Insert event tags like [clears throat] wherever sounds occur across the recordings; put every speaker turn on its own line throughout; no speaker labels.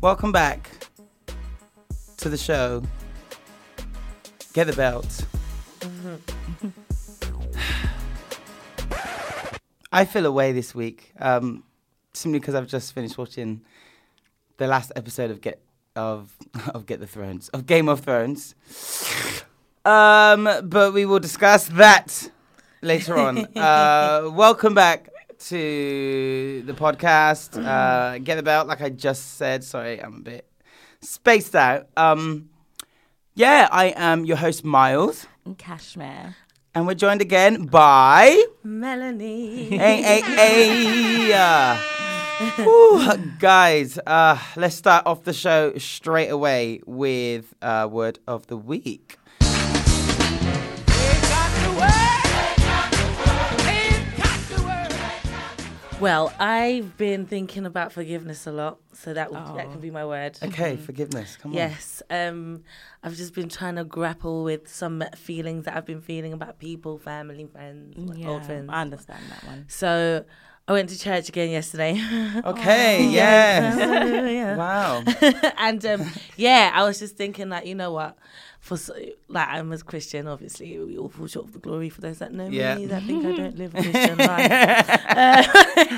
Welcome back to the show. Get the belt. I feel away this week, um, simply because I've just finished watching the last episode of Get of [laughs] of Get the Thrones of Game of Thrones. Um, but we will discuss that later [laughs] on. uh, welcome back to the podcast. Uh, get the belt, like I just said. Sorry, I'm a bit spaced out. Um, yeah, I am your host, Miles,
Cashmere.
and we're joined again by.
[laughs]
Melanie.
hey, hey, hey. [laughs] uh, Ooh, guys, uh, let's start off the show straight away with uh, word of the week.
well, I've been thinking about forgiveness a lot, so that would,
Oh.
that can be my word.
Okay, forgiveness. Come on.
Yes, um, I've just been trying to grapple with some feelings that I've been feeling about people, family, friends, old friends.
Mm, I understand that one.
So I went to church
[laughs]
again yesterday. [laughs]
Oh,
Okay, yes.
Hallelujah.
[laughs]
Wow.
[laughs] and um, yeah, I was just thinking like, you know what? For so, like, I'm a Christian, obviously. We all fall short of the glory. For those that know
Yeah.
me, that think I don't live a Christian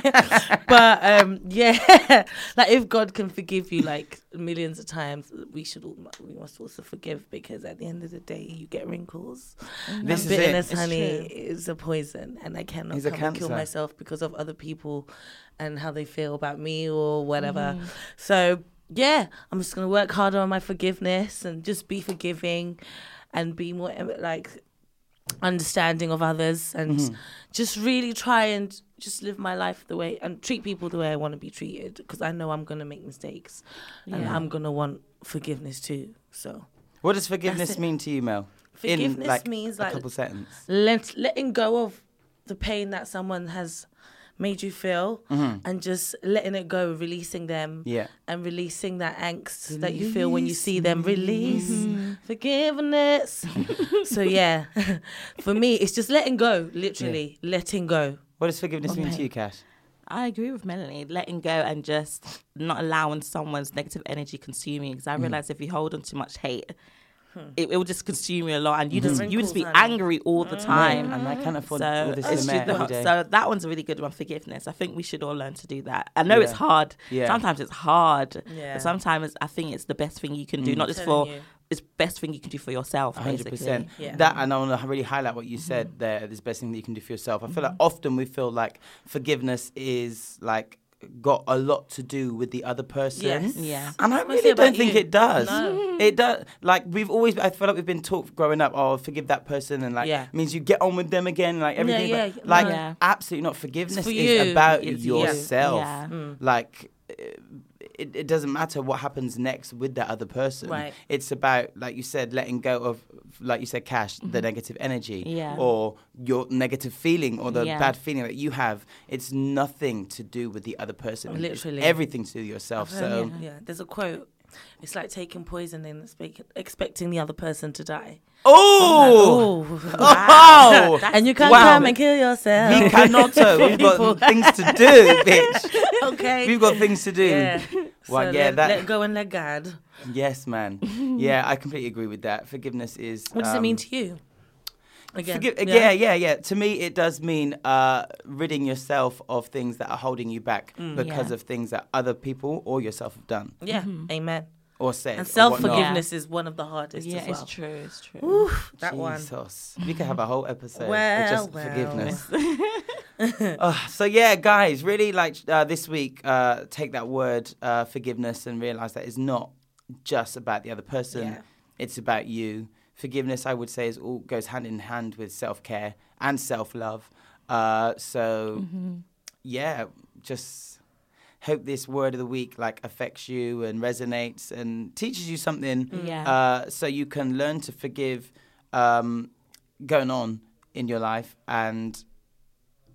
life. Uh, [laughs] but um, yeah, [laughs] like if God can forgive you like millions of times, we should all we must also forgive because at the end of the day, you get wrinkles. And
This is it.
bitterness,
It's
honey,
true.
is a poison, and I cannot
It's a
come and kill
cancer.
myself because of other people and how they feel about me or
Mm-hmm.
whatever. So yeah, I'm just gonna work harder on my forgiveness and just be forgiving, and be more em- like understanding of others, and
Mm-hmm.
just really try and just live my life the way and treat people the way I want to be treated because I know I'm gonna make mistakes, and I'm gonna want forgiveness too. So.
What does forgiveness
it.
mean to you, Mel?
Forgiveness means,
a
like-
couple sentences.
let, letting go of the pain that someone has made you feel and just letting it go releasing them
Mm-hmm. Yeah.
and releasing that angst that you feel when you see them release
Mm-hmm. [laughs]
forgiveness so yeah [laughs] for me it's just letting go literally letting go
What does forgiveness mean to you, Cash?
I agree with Melanie. Letting go and just not allowing someone's negative energy consume you.
Hmm.
Because I realize if you hold on to much hate, it, it will just consume you a lot, and you just you just be
Wrinkles, Hmm. honey.
angry all the time.
And I can't afford all
So,
this
it's
lament
just-
every day.
so that one's a really good one. Forgiveness. I think we should all learn to do that. I know it's
Yeah.
hard.
Yeah.
Sometimes it's hard.
Yeah.
But sometimes I think it's the best thing you can do. Not just for
Telling you.
it's best thing you can do for yourself.
Mm. hundred percent.
Basically.
Yeah. Mm-hmm.
That and I want to really highlight what you said there. This best thing that you can do for yourself. I feel like often we feel like forgiveness is like got a lot to do with the other person.
Yes.
Yeah.
And I
Must be
really don't
about
think
you.
it does.
No.
It does. Like we've always, I feel like we've been taught growing up, oh, forgive that person, and like
Yeah.
means you get on with them again, like everything.
yeah,
but, like
no. Yeah.
absolutely not. Forgiveness
for
is
you.
about
It's you.
yourself.
Yeah.
Mm.
Like it, it doesn't matter what happens next with that other person.
Right.
It's about, like you said, letting go of, like you said, cash,
Mm-hmm.
the negative energy
Yeah.
or your negative feeling or the
Yeah.
bad feeling that you have. It's nothing to do with the other person. It's
Literally.
everything to do with yourself. So,
yeah there's a quote It's like taking poison and expect- expecting the other person to die.
Oh, [laughs]
Wow. and you can't
Wow.
come and kill yourself.
we cannot. uh, We've got things to do, bitch.
[laughs] okay.
We've got things to do.
Yeah.
Well, yeah,
So let,
that-
let go and let God.
Yes,
[laughs]
man. Yeah, I completely agree with that. Forgiveness is.
What does it mean
um,
to you? Again.
Forgive, uh, yeah. yeah, yeah, To me, it does mean uh, ridding yourself of things that are holding you back
Mm.
because
Yeah.
of things that other people or yourself have done
Yeah. Amen.
or said.
Mm-hmm. And
or
self
whatnot.
forgiveness is one of the hardest
Yeah,
as well.
it's true. It's true.
That one.
Jesus. We could have a whole episode
Well,
of just
well. [laughs]
forgiveness. [laughs] Ugh, so yeah, guys, really like uh, this week, uh, take that word uh, forgiveness and realize that it's not just about the other person;
Yeah.
it's about you. Forgiveness, I would say, is all goes hand in hand with self care and self love. Uh,
Mm-hmm.
so yeah, just hope this word of the week like affects you and resonates and teaches you something
Yeah.
uh, so you can learn to forgive um, going on in your life and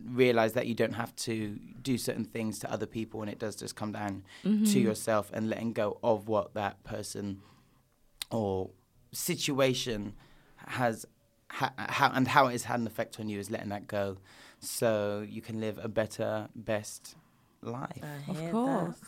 realize that you don't have to do certain things to other people and it does just come down to yourself and letting go of what that person or situation has ha- how and how it has had an effect on you is letting that go so you can live a better best life
Yeah,
Of
that-
course.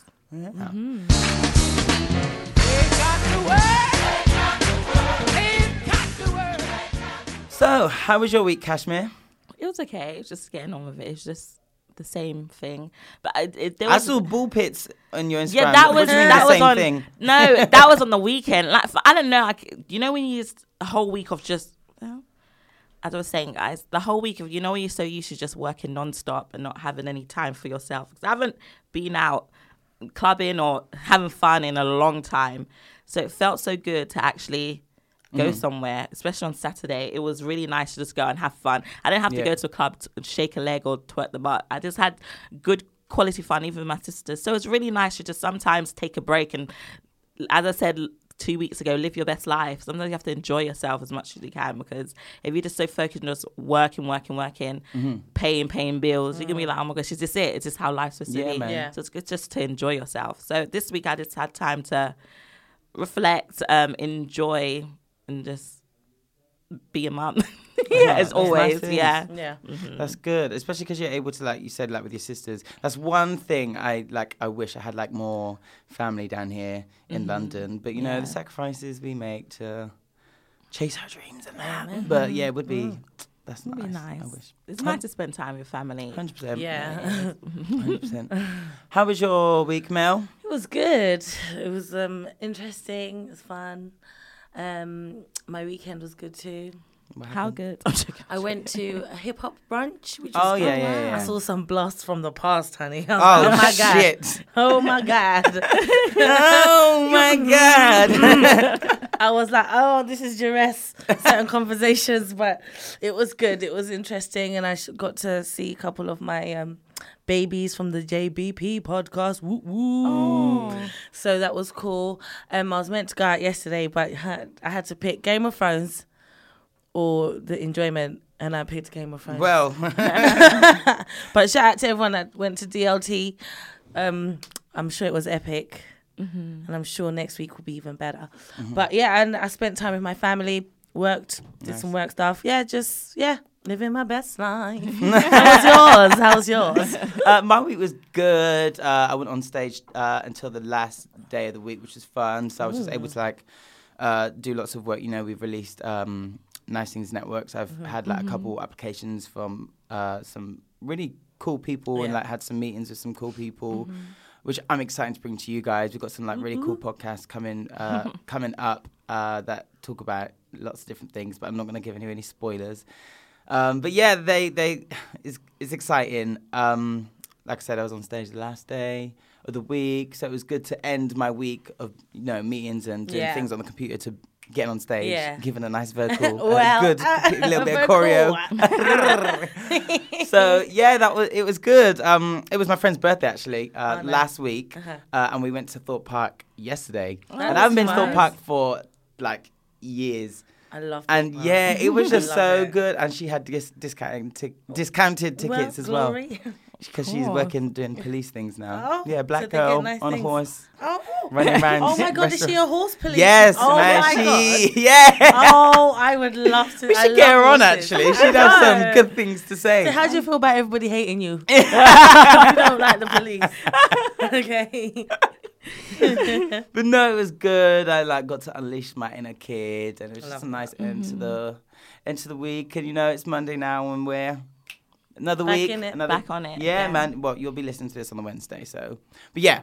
so how was your week kashmir
It was okay. It was just getting on with it. It's just the same thing. But I, it, there
i
was
saw ball pits on your instagram
Um, yeah, that was
Literally
that
the
was
same
on
thing
no,
[laughs]
that was on the weekend. Like for, I don't know, like you know when you used a whole week of just. well, As I was saying, guys, the whole week of you know when you're so used to just working nonstop and not having any time for yourself. 'Cause I haven't been out clubbing or having fun in a long time, so it felt so good to actually go
Mm.
somewhere, especially on Saturday. It was really nice to just go and have fun. I didn't have
Yeah.
to go to a club to shake a leg or twerk the butt. I just had good quality fun, even with my sisters. So it's really nice to just sometimes take a break and, as I said l- two weeks ago, live your best life. Sometimes you have to enjoy yourself as much as you can because if you're just so focused on just working, working, working,
Mm-hmm.
paying, paying bills, you're gonna be like, oh my gosh, is this it? Is this how life's supposed
Yeah,
to be?
man.
Yeah.
So it's good just to enjoy yourself. So this week I just had time to reflect, um, enjoy, and just be a mum. [laughs] yeah,
that's nice
as always.
things.
yeah.
Yeah.
That's good, especially because you're able to, like you said, like with your sisters. That's one thing I like. I wish I had like more family down here in
Mm-hmm.
London, but you know the sacrifices we make to chase our dreams and that. But yeah, it would be that's
Mm-hmm. Mm. It'd
nice.
be
I
nice.
wish
It's nice to spend time with family.
hundred percent.
Yeah.
hundred
[laughs]
percent. How was your week, Mel?
It was good. It was um interesting. It was fun. Um, my weekend was good too.
How good? I'm [laughs] joking.
I went [laughs] to a hip hop brunch, which
Oh,
was
yeah,
good.
yeah, yeah.
I saw some blasts from the past, honey. [laughs] I
Oh,
was like,
shit.
[laughs]
Oh my god! [laughs] Oh my god!
Oh [laughs] my god!
I was like, oh, this is duress. Certain conversations, but it was good. It was interesting, and I sh- got to see a couple of my um, babies from the JBP podcast. Woo woo! So that was cool. Um, I was meant to go out yesterday, but ha- I had to pick Game of Thrones or the enjoyment, and I picked Game of
[laughs]
Thrones.
well,
But shout out to everyone that went to DLT. Um, I'm sure it was epic.
Mm-hmm.
And I'm sure next week will be even better. But yeah, and I spent time with my family, worked, did some work stuff. Yeah, just, yeah, living my best life.
[laughs]
How was yours? How was yours?
uh, my week was good. Uh, I went on stage uh, until the last day of the week, which was fun. So I was just able to like uh, do lots of work. You know, we've released um, Nice Things Networks. I've had like a couple applications from uh, some really cool people and like had some meetings with some cool people. Which I'm excited to bring to you guys. We've got some like really cool podcasts coming uh, coming up uh, that talk about lots of different things, but I'm not going to give anyone any spoilers. Um, but yeah, they they it's, it's exciting. Um, like I said, I was on stage the last day of the week, so it was good to end my week of you know meetings and doing
Yeah.
things on the computer to getting on stage,
Yeah.
giving a
[laughs]
nice vocal, a
Well,
good
uh, [laughs]
little bit of
vocal.
choreo. so yeah, that was it was good. Um, it was my friend's birthday actually
Oh,
uh, last week,
Uh-huh.
uh and we went to Thorpe Park yesterday, and I haven't been to Thorpe
Oh, nice.
Park for like years.
I love
And
[laughs]
yeah, it was just
love
so
it.
good. And she had dis- discounted, tic- discounted tickets as well.
glory.
because she's
course.
working doing police things now.
Oh,
yeah, black
so they get
girl
nice
on
things.
a horse
[laughs] [laughs] Oh.
running around.
Oh my god, is
restaurant-
she a horse police?
Yes,
oh
man.
My
she [laughs]
God.
yeah.
Oh, I would love to.
we
I
should get
love
her on
horses.
actually.
I
She does
know.
some good things to say.
So how do you feel about everybody hating [laughs] you? you don't like the police. [laughs] okay.
but no, it was good. I like got to unleash my inner kid, and it was just a nice end to the
Mm-hmm.
end to the week. And you know, it's Monday now, and we're another
Back
week,
in it.
another
Back on it
Yeah,
again.
man. Well, you'll be listening to this on the Wednesday, so. But yeah,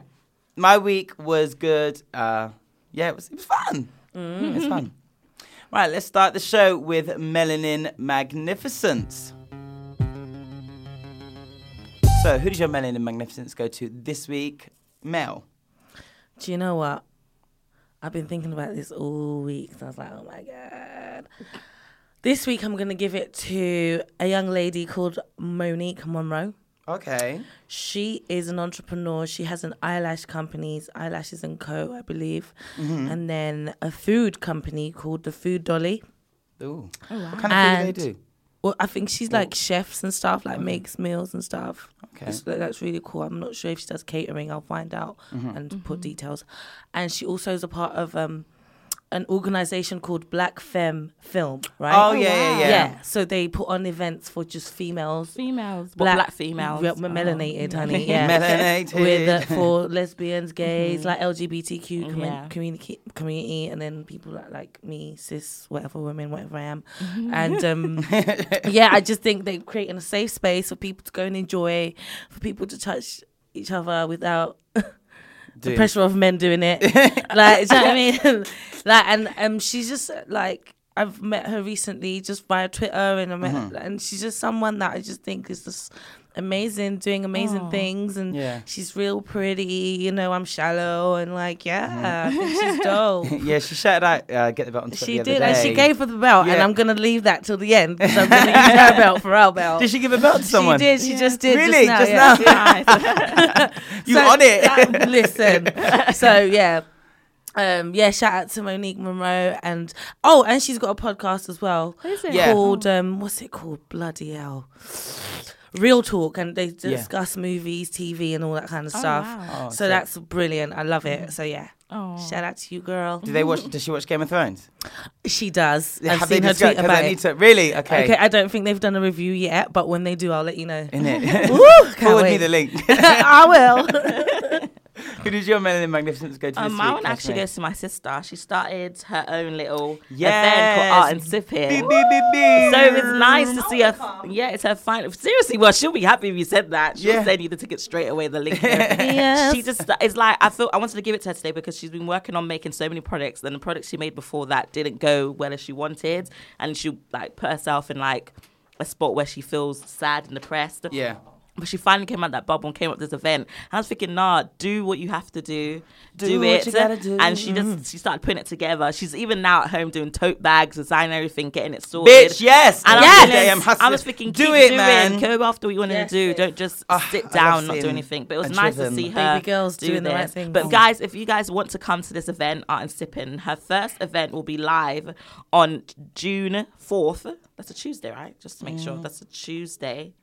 my week was good. Uh, yeah, it was it was fun. It was fun. [laughs]
Mm-hmm.
Right, let's start the show with Melanin Magnificence. So, who does your Melanin Magnificence go to this week? Mel.
Do you know what? I've been thinking about this all week. So I was like, oh my God. This week I'm going to give it to a young lady called Monique Monroe.
Okay.
She is an entrepreneur. She has an eyelash company, Eyelashes and Co, I believe. And then a food company called The Food Dolly.
Ooh. What kind of food do they
And-
do?
Well, I think she's like chefs and stuff, like makes meals and stuff.
Okay.
It's- that- that's really cool. I'm not sure if she does catering. I'll find out
Mm-hmm.
and put details. And she also is a part of um, an organization called Black Femme Film, right?
Oh, yeah, yeah, yeah.
So they put on events for just females.
Females, black, black females,
Yeah,
Oh. [laughs]
melanated, honey. Yeah.
Melanated.
With, uh, for lesbians, gays, like LGBTQ commu-
Mm-hmm. Yeah.
community, community, and then people like, like me, cis, whatever, women, whatever I am.
Mm-hmm.
And
[laughs]
um, yeah, I just think they're creating a safe space for people to go and enjoy, for people to touch each other without the
Dude. [laughs]
pressure of men doing it. like, do you know what I mean? [laughs] like, and um, she's just like I've met her recently just via Twitter, and I met,
Mm-hmm.
and she's just someone that I just think is just amazing, doing amazing things, and
Oh, Yeah.
she's real pretty. You know, I'm shallow, and like, yeah, I think she's
[laughs]
dope.
yeah, she shouted out, uh, get the belt on Twitter Mm-hmm.
She
the other
did, and she
day.
gave her the belt, and
Yeah.
I'm gonna leave that till the end. 'cause I'm gonna
[laughs]
use her belt for our belt.
Did she give a belt to someone?
She did. She just did.
Really?
Just
Just
now. yeah.
You
So
on it?
that- listen. So yeah. Um, yeah, shout out to Monique Monroe and oh, and she's got a podcast as well
Oh, it?
Yeah.
called um, what's it called? Bloody hell, Real Talk, and they discuss movies, TV, and all that kind of stuff.
Oh,
Oh,
wow. Mm. Oh.
so that's brilliant. I love it. So yeah, shout out to you,
[laughs]
girl.
Did they watch? Does she watch Game of Thrones?
She does. I've
Have
seen
they
her
discussed-
tweet
'cause
about
I
it.
need to really okay.
Okay, I don't think they've done a review yet, but when they do, I'll let you know.
In it.
[laughs] Woo, can't
Forward me
wait.
the link.
[laughs]
[laughs]
I will.
Who does your Melanin Magnificence go to this
Um,
week?
mine
That's
actually
me.
goes to my sister. She started her own little event
Yes.
called Art and Sip here.
Beep, beep, beep, beep.
So it's nice to see her. Yeah, it's her final. Seriously, well, she'll be happy if you said that. She'll
Yeah.
send you the ticket straight away, the [laughs] link. and everything.
Yes.
She just, it's like, I feel, I wanted to give it to her today because she's been working on making so many products. And the products she made before that didn't go well as she wanted. And she, like, put herself in, like, a spot where she feels sad and depressed.
Yeah.
But she finally came out that bubble and came up with this event. And I was thinking, nah, do what you have to do. Do,
what
it.
you gotta do. Mm-hmm.
And she just she started putting it together. She's even now at home doing tote bags, designing everything, getting it sorted.
Bitch, yes.
And
Yes.
I'm, feeling-
Okay, I'm hustling.
I was thinking,
Do
keep
it,
doing.
man.
Go after what you want to do. Don't just
Ah, I
sit
love
down, not do
seeing
anything. But it was
a
nice
driven
to see her
Baby girls
do
doing the
this.
right things.
But
Oh.
guys, if you guys want to come to this event, Art and Sipping, her first event will be live on June fourth. That's a Tuesday, right? Just to make sure that's a Tuesday.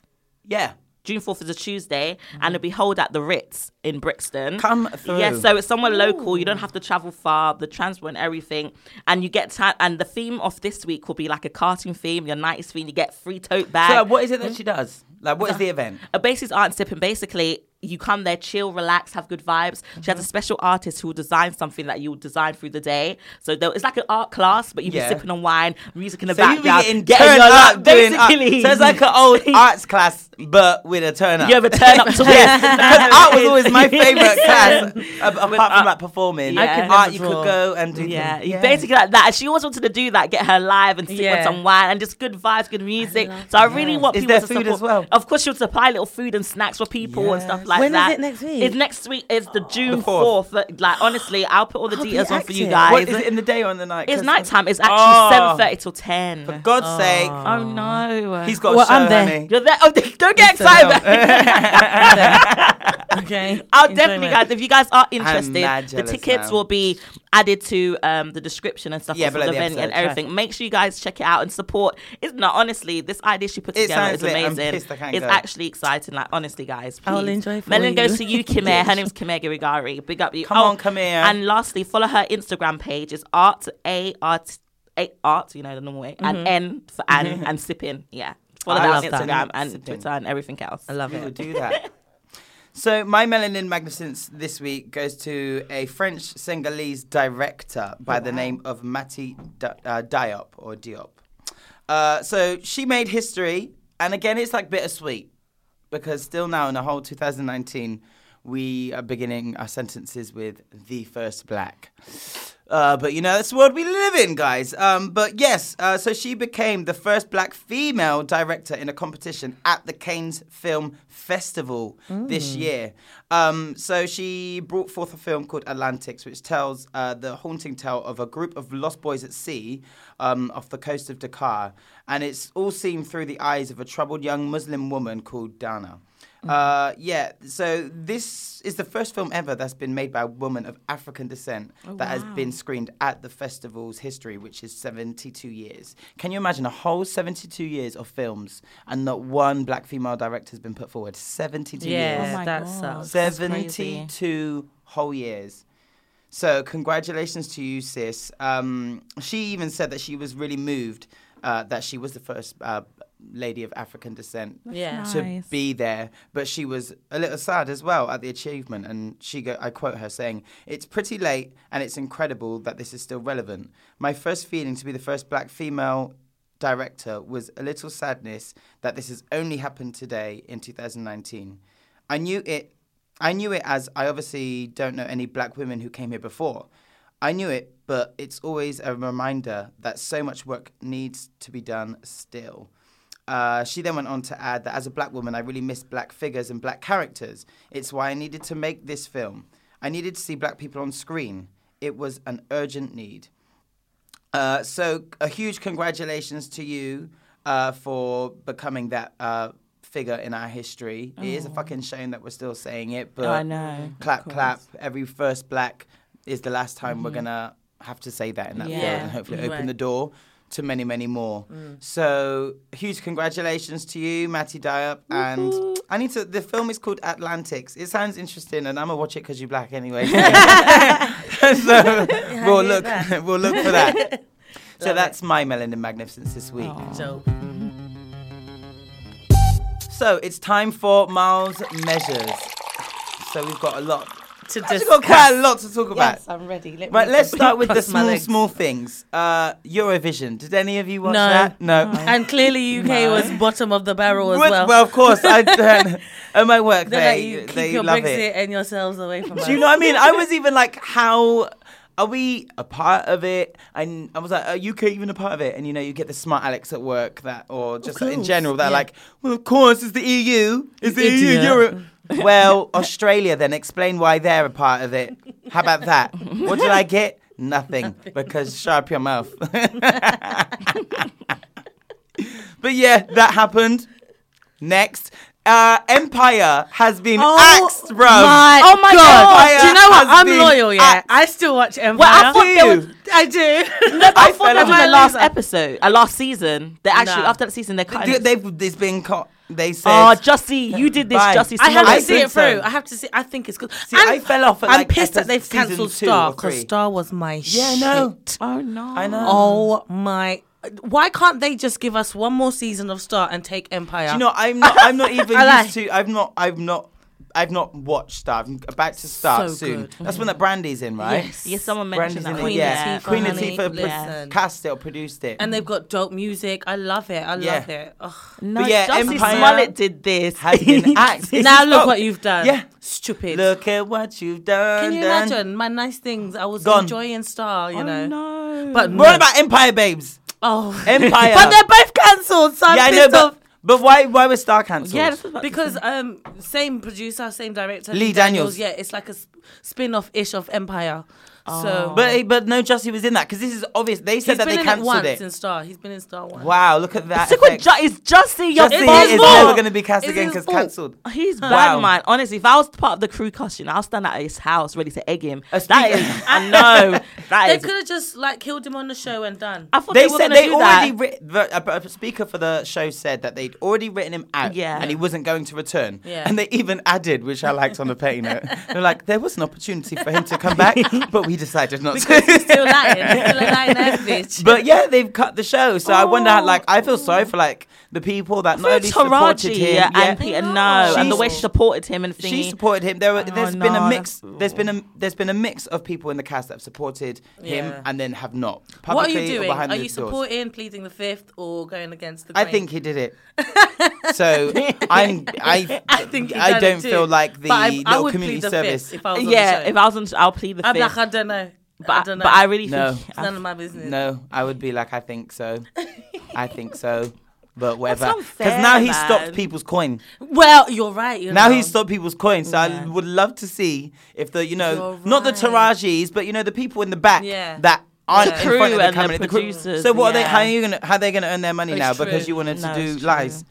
Yeah.
June 4th is a Tuesday, and it'll be held at the Ritz in Brixton.
Mm-hmm. Come through.
Yes, so it's somewhere local. You don't have to travel far, the transport and everything. And you get time, and the theme of this week will be like a cartoon theme, your 90s theme. You get free tote bag.
So what is it that she does? Like, what is the event?
A basis art and sipping. Basically, you come there, chill, relax, have good vibes. She
Mm-hmm.
has a special artist who will design something that you will design through the day. So there- it's like an art class, but you
Yeah.
be sipping on wine, music in the
So you be
background,
getting
getting
turned
your
up
life-
doing art.
basically.
So it's like an
[laughs]
old arts class, but with a turn up.
you have a turn up to
[laughs] Because art was always [laughs] my favorite class, a- apart from like performing.
I could
art,
never
you
draw.
could go and do.
Yeah,
things.
you basically like that. She always wanted to do that, get her live and sit
Yeah.
on some wine and just good vibes, good music. so I really want
Is there
people to
food
support.
as well?
Of course, she'll supply little food and snacks for people and stuff
Yes.
like
When is
that.
it next week?
It's next week. It's the June
fourth.
fourth. Like honestly, I'll put all the
I'll be
details on for you
active.
guys.
What is it in the day or in the night?
it's
'Cause-
nighttime. It's actually
Oh.
seven thirty till ten.
For God's sake,
oh no,
he's got
Well,
a show,
I'm there.
honey.
You're there. Oh, [laughs] don't Don't get
Listen, no.
excited.
[laughs] okay.
I'll
Enjoyment.
definitely, guys. If you guys are
mad
interested, the
jealous
tickets
now.
will be added to um, the description and stuff
Yeah,
for
below
the
the
event and
episode,
everything. Make sure you guys check it out and support. It's not honestly this idea she put
It
together
sounds
is
lit. I'm
amazing.
pissed I can't
it's
go.
actually exciting. Like honestly, guys.
I will
please.
enjoy for
Melon
you.
goes
[laughs]
to you, Kimere. her name's Kimere Girigari. Big up you. Oh,
Come on, come here.
And lastly, follow her Instagram page. It's art a art a art. You know the normal way. And n for and and sipping. Yeah. Follow
I
her on
love that.
Instagram and
Sipping.
Twitter and everything else. I love
We will do that. so my melanin magnificence this week goes to a French Senegalese director by the name of Mati D- uh, Diop or Diop. Uh, so she made history, and again, it's like bittersweet because still now in the whole 2019, we are beginning our sentences with the first black. Uh, but you know, that's the world we live in, guys. Um, but yes, uh, so she became the first black female director in a competition at the Cannes Film Festival this year. Um, so she brought forth a film called Atlantics, which tells uh, the haunting tale of a group of lost boys at sea um, off the coast of Dakar. And it's all seen through the eyes of a troubled young Muslim woman called Dana. Uh, yeah, so this is the first film ever that's been made by a woman of African descent that has been screened at the festival's history, which is 72 years. Can you imagine a whole 72 years of films and not one black female director has been put forward? 72
Yeah,
years.
that sucks.
That's crazy.
72 whole years. So, congratulations to you, sis. Um, she even said that she was really moved uh, that she was the first uh, lady of African descent
Yeah.
to be there, but she was a little sad as well at the achievement. And she, go, I quote her saying, "It's pretty late, and it's incredible that this is still relevant. My first feeling to be the first black female." Director was a little sadness that this has only happened today in 2019. I knew it. I knew it as I obviously don't know any black women who came here before. I knew it, but it's always a reminder that so much work needs to be done still. Uh, she then went on to add that as a black woman, I really miss black figures and black characters. It's why I needed to make this film. I needed to see black people on screen. It was an urgent need. Uh, so, a huge congratulations to you uh, for becoming that uh, figure in our history. It is a fucking shame that we're still saying it, but
I know, of
clap,
course. Mm-hmm.
clap. Every first black is the last time we're gonna have to say that in that field,
Yeah.
and hopefully
Right.
open the door to many, many more.
Mm.
So, huge congratulations to you, Matty Diop, and I need to. The film is called Atlantics. It sounds interesting, and I'm gonna watch it because you're black
[laughs]
anyway. [laughs]
[laughs]
so we'll look, [laughs] we'll look for that. So that's my melanin magnificence this week.
So
So it's time for Miles Measures. So we've got a lot.
to
We've got quite a lot to talk about.
Yes, I'm ready. Let
Right,
me
let's start with the
cross my
small,
legs.
small things. Uh, Eurovision. Did any of you watch
No.
that? No. [laughs]
And clearly, UK was bottom of the barrel as
Well,
well.
of course.
[laughs]
I don't. [laughs] At my work,
They let you
they
keep
they
your
love
Brexit
it.
and yourselves away from us.
Do you know what I mean? I
[laughs]
was even like, how are we a part of it? And I was like, are UK even a part of it? And you know, you get the smart Alex at work that, or just in
course,
general, they're
yeah.
like, well, of course, it's the EU. It's the E
Idiot.
EU, Europe. [laughs] well, Australia, then explain why they're a part of it. How about that? What did I get?
[laughs]
Nothing, because shut up your mouth. [laughs] but yeah, that happened. Next. Uh, Empire has been axed, bro.
Oh My
Oh my God.
Do you know what?
has
I'm
been
loyal, yeah.
axed.
I still watch Empire.
I thought
Do
there
you?
I do. [laughs]
I
thought
fell
that
off.
was the
Am I
last
loser?
episode, uh, last season. They actually
Nah.
after that season they're cutting.
They,
it.
they've it's been caught. They said.
oh, Jussie, you did this,
Bye.
Jussie.
I have
Smollett.
I
to see
think
it through.
so.
I have to see. I think it's good.
See, I fell off at,
I'm
like,
pissed that
episode-
they've
season
cancelled
two
Star
or
because
three.
Star was my
Yeah, no.
shit.
Oh no!
I know.
Oh my! Why can't they just give us one more season of Star and take Empire?
Do you know, I'm not. I'm
[laughs]
not even
I lie.
used to. I've not. I've not. I've not watched Star. I'm about to start
So
soon.
good.
That's when that Brandy's in, right?
Yes.
Yeah, someone
Brandy's in
mentioned that.
it.
one.
Queen
yeah,
Latifah,
Queen
honey,
Latifah pro-
listen.
cast it or produced it.
and they've got dope music. I love it. I
Yeah.
love it. Ugh.
No,
But yeah,
Jussie
Empire
Smollett did this.
[laughs] has
[laughs]
been axed. This
Now
is-
look
oh,
what you've done.
Yeah.
Stupid.
Look at what you've done.
Can you
done.
imagine my nice things? I was
Gone.
enjoying Star, you
Oh,
know.
no.
But
We're on
no.
about Empire, babes.
oh,
Empire.
[laughs] but they're both cancelled. So I'm
yeah, I know,
pissed
but,
off.
but why? Why was Star cancelled?
yeah, that's what-
Because um, same producer, same director,
Lee Daniels.
Yeah, it's like a sp- spin-off ish of Empire. So
But but no, Jussie was in that because this is obvious. They said
he's
that
been
they
in it
cancelled
once
it.
in Star. He's been in Star once.
Wow, look at that.
Look what
effect.
Ju- it's Jussie. Your
Jussie
boss
is
fault.
never going to be cast
It's
again
his
because
fault.
cancelled.
He's bad,
Wow.
man. Honestly, if I was part of the crew cushion, I'll stand at his house ready to egg him.
A
That
speak-
is, I
[laughs]
know. That
Oh, They
is.
could have just like killed him on the show and done.
I thought
They
they, were
said
gonna
they
do that.
[laughs]
already writ- the- a, a speaker for the show said that they'd already written him out
Yeah.
and he wasn't going to return.
Yeah.
And they even added, which I liked on the petty
[laughs]
note. They're like, there was an opportunity for him to come back, but we decided not to.
still lying. Still a lying ass
[laughs]
bitch.
But yeah, they've cut the show, so I wonder. how, Like, I feel
Oh.
sorry for like the people that not
Not
only supported him,
yeah,
yeah,
and Peter,
know.
no, and the
She's-
way she supported him and thingy.
she supported him. There, were,
Oh,
there's been
no,
a mix. There's been a there's been a mix of people in the cast that have supported
Yeah.
him and then have not.
what are you
publicly or
doing?
behind
Are
the
you
doors.
supporting pleading the fifth or going against the?
I
Grain?
think he did
[laughs]
it. so I'm I
I think he
I
done
don't
it too.
feel like the
But I- I
little
would plead
community
the
service.
fifth if I was on the
yeah,
show.
if I was on, I'll plead the
I'm
fifth.
like, I don't know. I
but,
don't know.
but I
[laughs]
really
No.
think
It's none of my business.
no, I would be like I think so. I think
[laughs]
so. But whatever.
That's
Because
unfair,
now he
man.
stopped people's coin.
Well, you're right. You
Now
know.
he's stopped people's coin. So I would love to see if the you know
You're
not the
right.
Tarajis, but you know the people in the back
Yeah.
that aren't
The
in front
crew
of the
and the
camera. crew.
producers,
So what are they? How are
yeah.
you gonna? How are they gonna earn their money
It's
now?
true.
Because you wanted
No,
to do
it's true.
lies.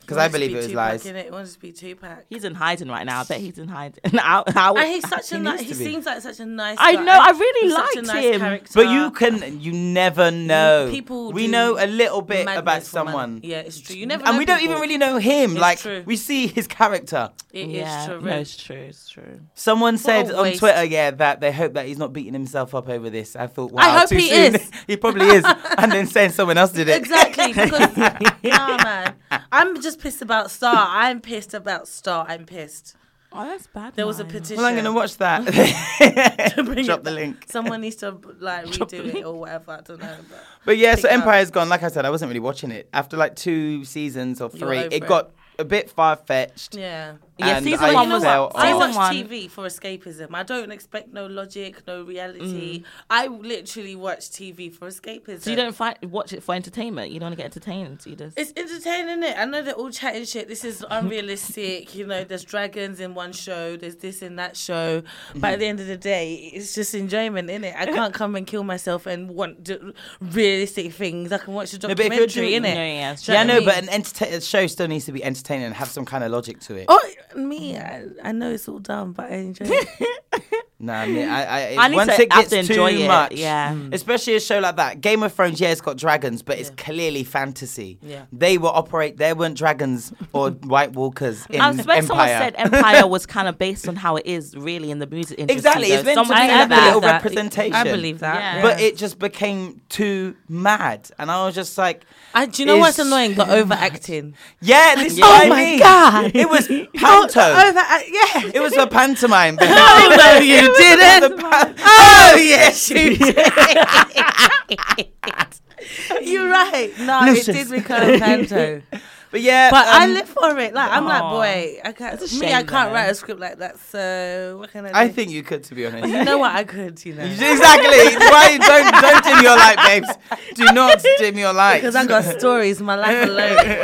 Because I
Wants to
believe it
be
was
Tupac,
lies.
innit? He wants to be Tupac.
He's in hiding right now. I bet he's in hiding. [laughs] I, I would-
And he's such a
He
nice.
needs
He
to be.
seems like such a nice.
I
guy.
know, I really
He's such a
liked
nice
him.
character.
But you can, you never know.
people
we
do
know a little bit
madness
about
for money.
someone,
Yeah, it's true. You never.
and
know
we don't
people.
even really know him.
It's
like
true.
we see his character.
It is
yeah,
true.
no, it's true. It's true.
Someone said
a
on
waste.
Twitter, yeah, that they hope that he's not beating himself up over this. I thought, wow,
hope
too
he
soon.
is.
[laughs] he probably
[laughs]
is, and then saying someone else did it.
[laughs]
Exactly, because nah, man, I'm just pissed about Star. I'm pissed about Star. I'm pissed.
Oh, that's bad.
There was a
[laughs]
petition.
Well, I'm gonna watch [laughs] that.
[laughs] to bring
Drop
it
the
back.
link.
Someone needs to
[laughs]
like redo it or whatever. I don't know. But,
But yeah, so
Pick up.
Empire's gone. Like I said, I wasn't really watching it after like two seasons or
were
three.
over
It
it.
got a bit far fetched.
yeah.
Yeah,
and
season
I oh,
one was-
fell
I
off.
Season
watch
one-
TV for escapism. I don't expect no logic, no reality. I literally watch TV for escapism.
Mm. So you don't find, watch it for entertainment. You don't want to get entertained. You just.
It's entertaining, it. I know they're all chatting shit. This is unrealistic. you know, there's dragons in one show. There's this in that show. But at the end of the day, it's just enjoyment, innit? I can't come and kill myself and want d- realistic things. I can watch a
but if you're
documentary,
doing-
innit?
No, yeah, it's
Do you
Yeah,
know
no,
what
but
I
an entertain- show still needs to be entertaining and have some kind of logic to it.
mean? oh, me, I, I know it's all dumb, but I enjoy it.
[laughs] Nah, I mean, I, I,
I need
once
to
it
have
gets
to enjoy
too
it,
much,
yeah. Mm.
especially a show like that. Game of Thrones, yeah, it's got dragons, but it's clearly fantasy.
Yeah.
They were operate. There weren't dragons or White Walkers in
I suppose
Mm. Empire. [laughs]
someone said Empire was kind of based on how it is really in the music industry.
Exactly, it's
though.
meant to
Someone
be
said
like a
that.
little
That-
representation.
I believe that.
Yeah.
but it just became too mad, and I was just like,
I, do you know what's
It's- [laughs]
annoying? The overacting.
"Yeah, this is
Oh
what I
my
mean.
God.
It was panto.
Over, uh, yeah. [laughs]
it was a pantomime. [laughs]
Oh, no, you
The
didn't.
pan-
Oh, yes, you did. You're right. No,
Lucius.
it did
[laughs]
become panto.
but yeah,
But I
um,
live for it. Like I'm like, boy, I can't.
That's a
me, I
shame,
can't
though.
write a script like that. So what can I do?
I think you could, to be honest.
you know what I could.
[laughs]
You know,
Exactly. Why don't don't dim your light, babes? Do not dim your light.
because I got stories. My life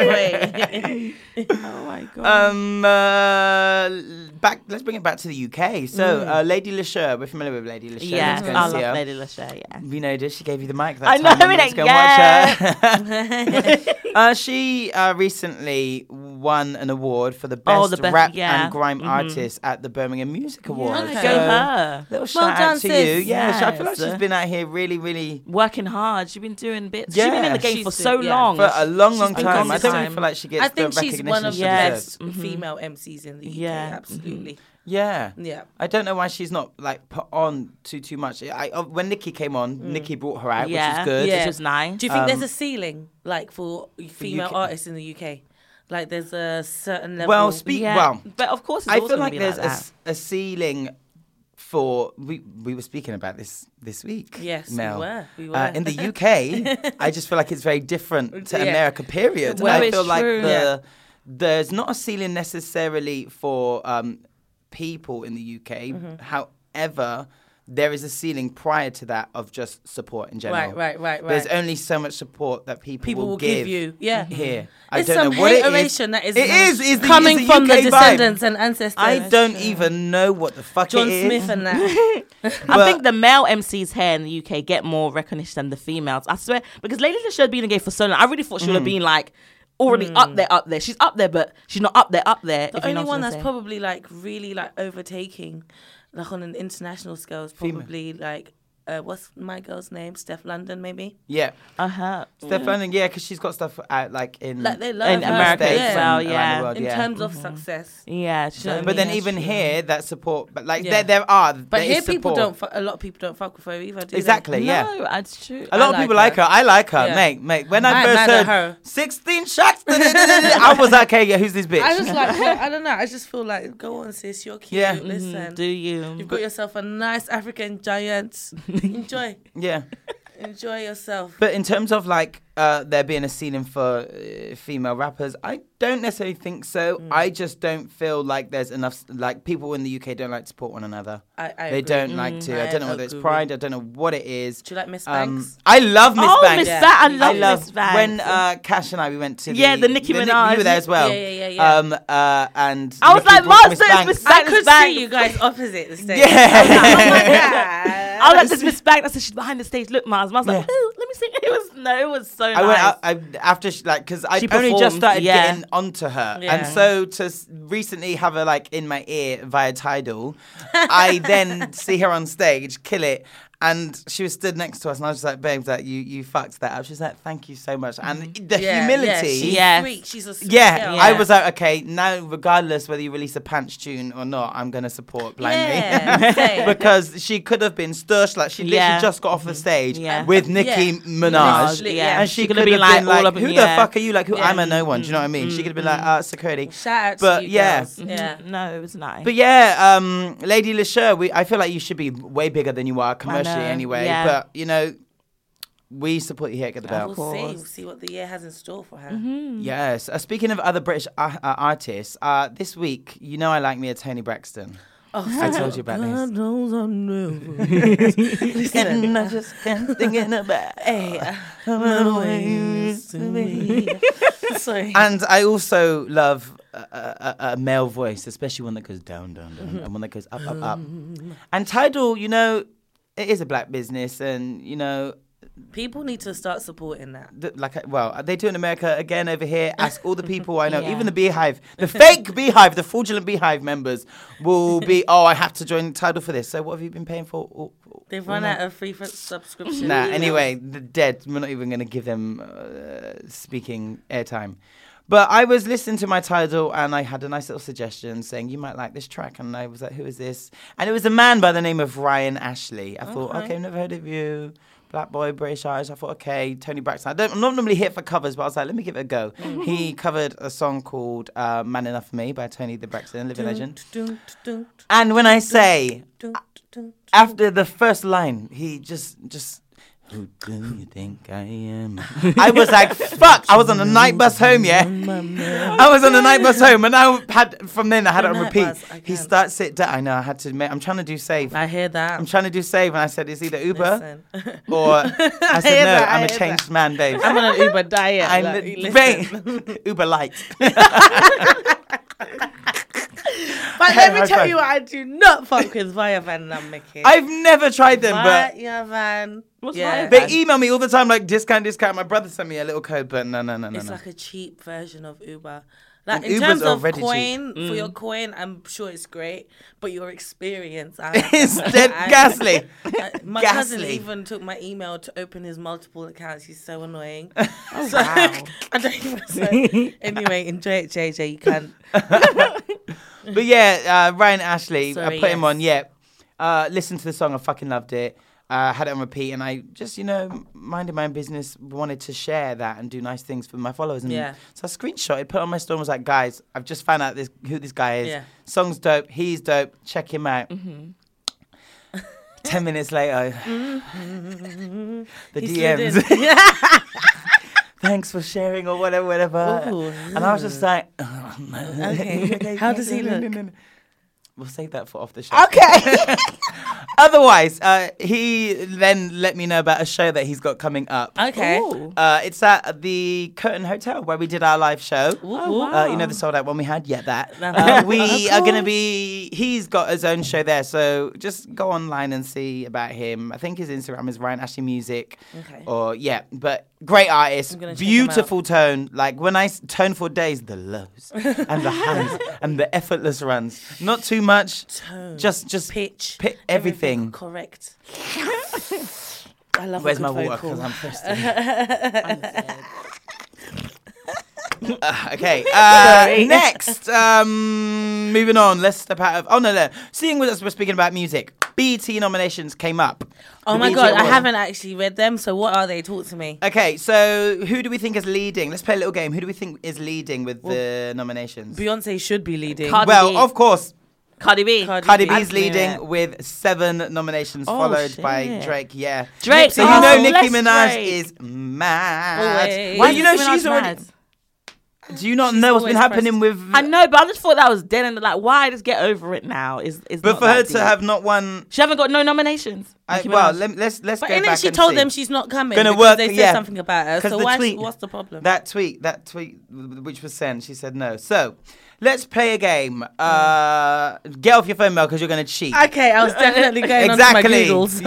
alone. Boy.
Oh my god.
um uh, back. Let's bring it back to the UK. So uh, Lady Lacheur, we're familiar with Lady Lacheur.
yeah,
Let's go and
I
see her.
love Lady Lachey. Yeah.
We know this. She gave you the mic. That
I
time.
know,
and Let's
innit?
go and watch her. [laughs] uh, she uh, recently won an award for the best,
Oh, the best-
rap
yeah. Mm-hmm.
and grime artist at the Birmingham Music Awards.
Okay.
Go
So,
her.
Little shout
Well
out
done,
to you.
sis.
Yeah, she- I feel like
Yes.
she's been out here really, really.
Working hard. She's been doing bits. She's been in
Yeah.
the game
She's
for
been-
so
yeah.
long.
For a long, long
been
time.
gone
I
for
don't even
time.
feel like she [laughs] gets
I think
the
she's
recognition
one of
she
the
Yes. mm-hmm.
deserves.
best Mm-hmm. female MCs in the UK.
Yeah. Mhm.
Absolutely.
Yeah.
Yeah.
I don't know why she's not like put on too too much. I, I- when Nikki came on, Nikki brought her out,
yeah.
which was good.
Yeah.
Mm. Yeah.
Which was nice.
Do you think there's
Um,
a ceiling like for female artists in the UK? Like there's a certain level.
Well, speak
Yeah.
well.
But of course, it's
I
always
feel
gonna
like
be
there's a
that.
s- a, ceiling for we we were speaking about this this week.
Yes, we
Mel.
were, we
Uh,
were. [laughs]
in the UK, I just feel like it's very different to
Yeah.
America. Period.
Well,
I
it's
feel like
true.
the there's not a ceiling
Mm-hmm.
necessarily for um, people in the UK. However. there is a ceiling prior to that of just support in general.
Right, right, right,
There's
right.
only so much support that people,
People will give you, yeah. Mm-hmm.
Here,
It's
I don't
some
know what it is.
hateration that is
It is. It's the-
coming
it's the
from the
UK vibe.
descendants and ancestors.
I don't even know what the fuck
John
it is.
Smith and
[laughs]
that.
I think the male MCs here in the UK get more recognition than the females. I swear, because Lady Lisha had been in the game for so long, I really thought she would
Mm.
have been like already up there, up there. She's up there, but she's not up there, up there.
the
if you know
only
what
one
I'm
that's
saying.
probably like really like overtaking, like on an international scale, is probably like uh, what's my girl's name? Steph London, maybe.
yeah,
uh-huh.
Steph London. Yeah, because she's got stuff out like in
Like they love
in
her.
America
States
as well.
and around the
Yeah,
world.
In
Uh, yeah. Mm-hmm.
terms of success,
yeah. do you know what I
But then
mean?
even
That's true.
here, that support, but like
Yeah.
there, there are.
but
there is
here people
support.
don't. Fu- a lot of people don't fuck with her either. Do they?
Exactly. Yeah.
no, that's true.
A lot of
like
people like
her.
her. I like her,
Yeah.
mate. Mate, when I
I'm
first
mad
heard
at her.
16 shots, [laughs] I was like, okay, yeah, who's this bitch?
[laughs] I just like. her. I don't know. I just feel like go on, sis. You're cute.
Yeah. Mhm,
Listen.
do you?
You've got yourself a nice
[laughs]
African giant. Enjoy.
[laughs] yeah.
Enjoy yourself.
But in terms of like uh, there being a ceiling for uh, female rappers, I don't necessarily think so.
Hmm.
I just don't feel like there's enough. Like people in the UK don't like to support one another.
I- I
they
agree. Mm,
don't
Hmm.
like to. I,
I
don't know whether it's
agree.
pride. Um, I don't know what it is.
Do you like Miss Banks?
I love Miss
Oh,
Banks.
Miss
Yeah.
Banks, I
I
love,
I love
Miss Banks.
when uh, Cash and I we went to
Yeah, the Nicki Minaj.
you were there as well.
Yeah, yeah, yeah, yeah.
Um, uh, and
I was
Nicki
like,
brought
"Master, it's Miss Banks."
I could
Banks.
see you guys opposite
[laughs]
the stage. [laughs]
Yeah.
I was like, this Oh, Miss Banks, I said, she's behind the stage. Look, Mars. Mars like,
Yeah.
"Ooh, let me see. [laughs] It was, no, it was so
I
nice.
went out I, after she, like because I
She
only just
performed,
started
yeah.
getting onto her, and
Yeah.
so to s- recently have her like in my ear via Tidal, I then see her on stage, kill it. And she was stood next to us, and I was just like, "Babe, that you you fucked that up." She's like, "Thank you so much," and the humility.
Yeah, she's
Yeah.
sweet. She's a sweet
Yeah,
girl.
I was like, okay, now regardless whether you release a pants tune or not, I'm gonna support blindly [laughs]
Yeah, same.
because she could have been stush like she literally
Yeah.
just got off the stage
Yeah.
with Nicki
Yeah.
Minaj,
Literally, yeah.
and she,
She
could
could
have
have been
like,
like, all
like
up in-
who the
yeah.
fuck are you? Like who? I'm a
Mm,
no one. Do you know what I mean? she could have been like, ah, uh, security.
Shout out
But
to you
yeah.
girls. Yeah.
No, it was nice.
But yeah, um, Lady Lashur, we I feel like you should be way bigger than you are commercially
know,
anyway.
yeah.
But you know, we support you here at Get the Bell.
We'll see. We'll see what the year has in store for her.
Yes. Uh, speaking of other British uh, uh, artists, uh, this week, you know I like me a Tony Braxton.
Oh,
I told you about
[laughs]
this.
knows I never.
[laughs] And I [laughs] just can't thinking about
hey, [laughs] sorry.
And I also love a, a, a- a male voice, especially one that goes down, down,
Mm-hmm.
down, and one that goes up, up, up. And Tidal, you know, it is a black business, and you know,
People need to start supporting that.
th- like, well, they do in America again over here. Ask all the people
[laughs]
I know,
Yeah.
even the Beehive, the fake Beehive, the fraudulent Beehive members will be. Oh, I have to join Tidal for this. So, what have you been paying for? all- all-
They've
all
run
night?
out of free fr- subscriptions.
Mm-hmm. Nah, anyway, the dead. We're not even going to give them uh, speaking airtime. But I was listening to my title and I had a nice little suggestion saying you might like this track. And I was like, who is this? And it was a man by the name of Ryan Ashley. I thought, okay, I've never heard of you. Black boy, British Irish. I thought, okay, Tony Braxton. I don't, I'm not normally here for covers, but I was like, let me give it a go.
Mm-hmm.
he covered a song called uh, Man Enough for Me by Tony the Braxton, living legend.
Dun, dun,
And when I say,
dun, dun,
after the first line, he just just. Who do you think I am? I was like, fuck! I was on the night bus home, yeah. I was on the night bus home, and I had from then I had it on
night
repeat.
bus, I
he
can't.
starts it down. I know I had to. Admit, I'm trying to do save.
I hear that.
I'm trying to do save, and I said it's either Uber
Listen.
or I said
hear
no.
that, I
I'm a
hear
changed man, babe.
[laughs] I'm on an Uber diet.
I'm
like,
the-
listen.
babe, Uber light.
But
[laughs]
let
High
me tell
five.
you what I do not fuck with Via Van Namiki.
I've never tried them, but
Via Van.
What's
yeah.
Via
They
Bad.
email me all the time, like discount, discount. My brother sent me a little code, but no, no, no, no,
It's
no.
like a cheap version of Uber. Like
And
in
Uber's
terms of
already cheap.
coin
Mm.
for your coin, I'm sure it's great, but your
[laughs]
experience I-
It's dead
I- [laughs]
ghastly.
I- Uh, my cousin
Ghastly.
even took my email to open his multiple accounts. He's so
[laughs]
annoying.
Oh,
[laughs] so, I don't even. So, anyway, enjoy it, JJ.
[laughs]
You can.
But yeah, uh, Ryan Ashley, I
Sorry,
put him
yes.
on. Yeah, uh, listen to the song. I fucking loved it. Uh, had it on repeat, and I just, you know, minded my own business. Wanted to share that and do nice things for my followers. And
Yeah.
so I screenshotted, put it on my story, and was like, guys, I've just found out this who this guy is.
Yeah. Mm-hmm.
Song's dope. He's dope. Check him out. Ten minutes
[laughs]
later, the
He slid in.
[laughs] DMs. Thanks for sharing or whatever, whatever.
Ooh.
And I was just like, [laughs]
Okay. How does he look? [laughs]
We'll save that for off the show. Okay. [laughs] Otherwise, uh, he then let me know about a show that he's got coming up.
[laughs] Okay.
Uh, it's at the Curtain Hotel where we did our live show.
Oh, wow.
uh, you know the sold out one we had? Yeah, that. Uh, we are going to be, he's got his own show there. So just go online and see about him. I think his Instagram is Ryan Ashley Music.
Okay.
Or, yeah, but great artist.
gonna check him
Beautiful tone. Like when I s- tone for days, the lows and the
[laughs]
highs and the effortless runs. Not too much. Tone. Just, just
Pitch.
pi- everything. [laughs]
Correct. I love a
Where's
good
my
phone
water?
call.
Because I'm
[laughs]
thirsty. Uh, [laughs]
[laughs]
okay. Uh, next, um, moving on. Let's step out of. Oh no, no. Seeing as we're speaking about music, BT nominations came up.
Oh
The
my
BET
god, I
Awards.
haven't actually read them. So what are they? Talk to me.
Okay, so who do we think is leading? Let's play a little game. Who do we think is leading with the nominations?
Beyonce should be leading.
Cardi B.
well, of course,
Cardi B.
Cardi
Cardi
B. I
B's
knew
leading
it.
with seven nominations,
Oh,
followed by
shit.
Drake. Yeah,
Drake,
So you
oh,
know Nicki
bless
Minaj
Drake.
is mad.
Always.
Well,
Why
you
is
know
Nicki Minaj
she's already.
mad?
Do you not know what's been
always
happening with?
I know, but I just thought that was dead and like, why? Just get over it now. Is is
but
not
for her
that
to
deep.
have not won,
she haven't got no nominations.
I,
Nicki
well,
Minaj.
let, let's let's
But
go
in
back
it, she
and
told
see.
them she's not coming.
Gonna
because
work,
They said
yeah.
something about her.
'Cause
So
the
why?
tweet-
what's the problem?
That tweet, that tweet, w- which was sent, she said no. So let's play a game.
Mm.
Uh, get off your phone, Mel, because you're gonna cheat.
[laughs] okay, I was definitely going onto my
exactly.
Googles.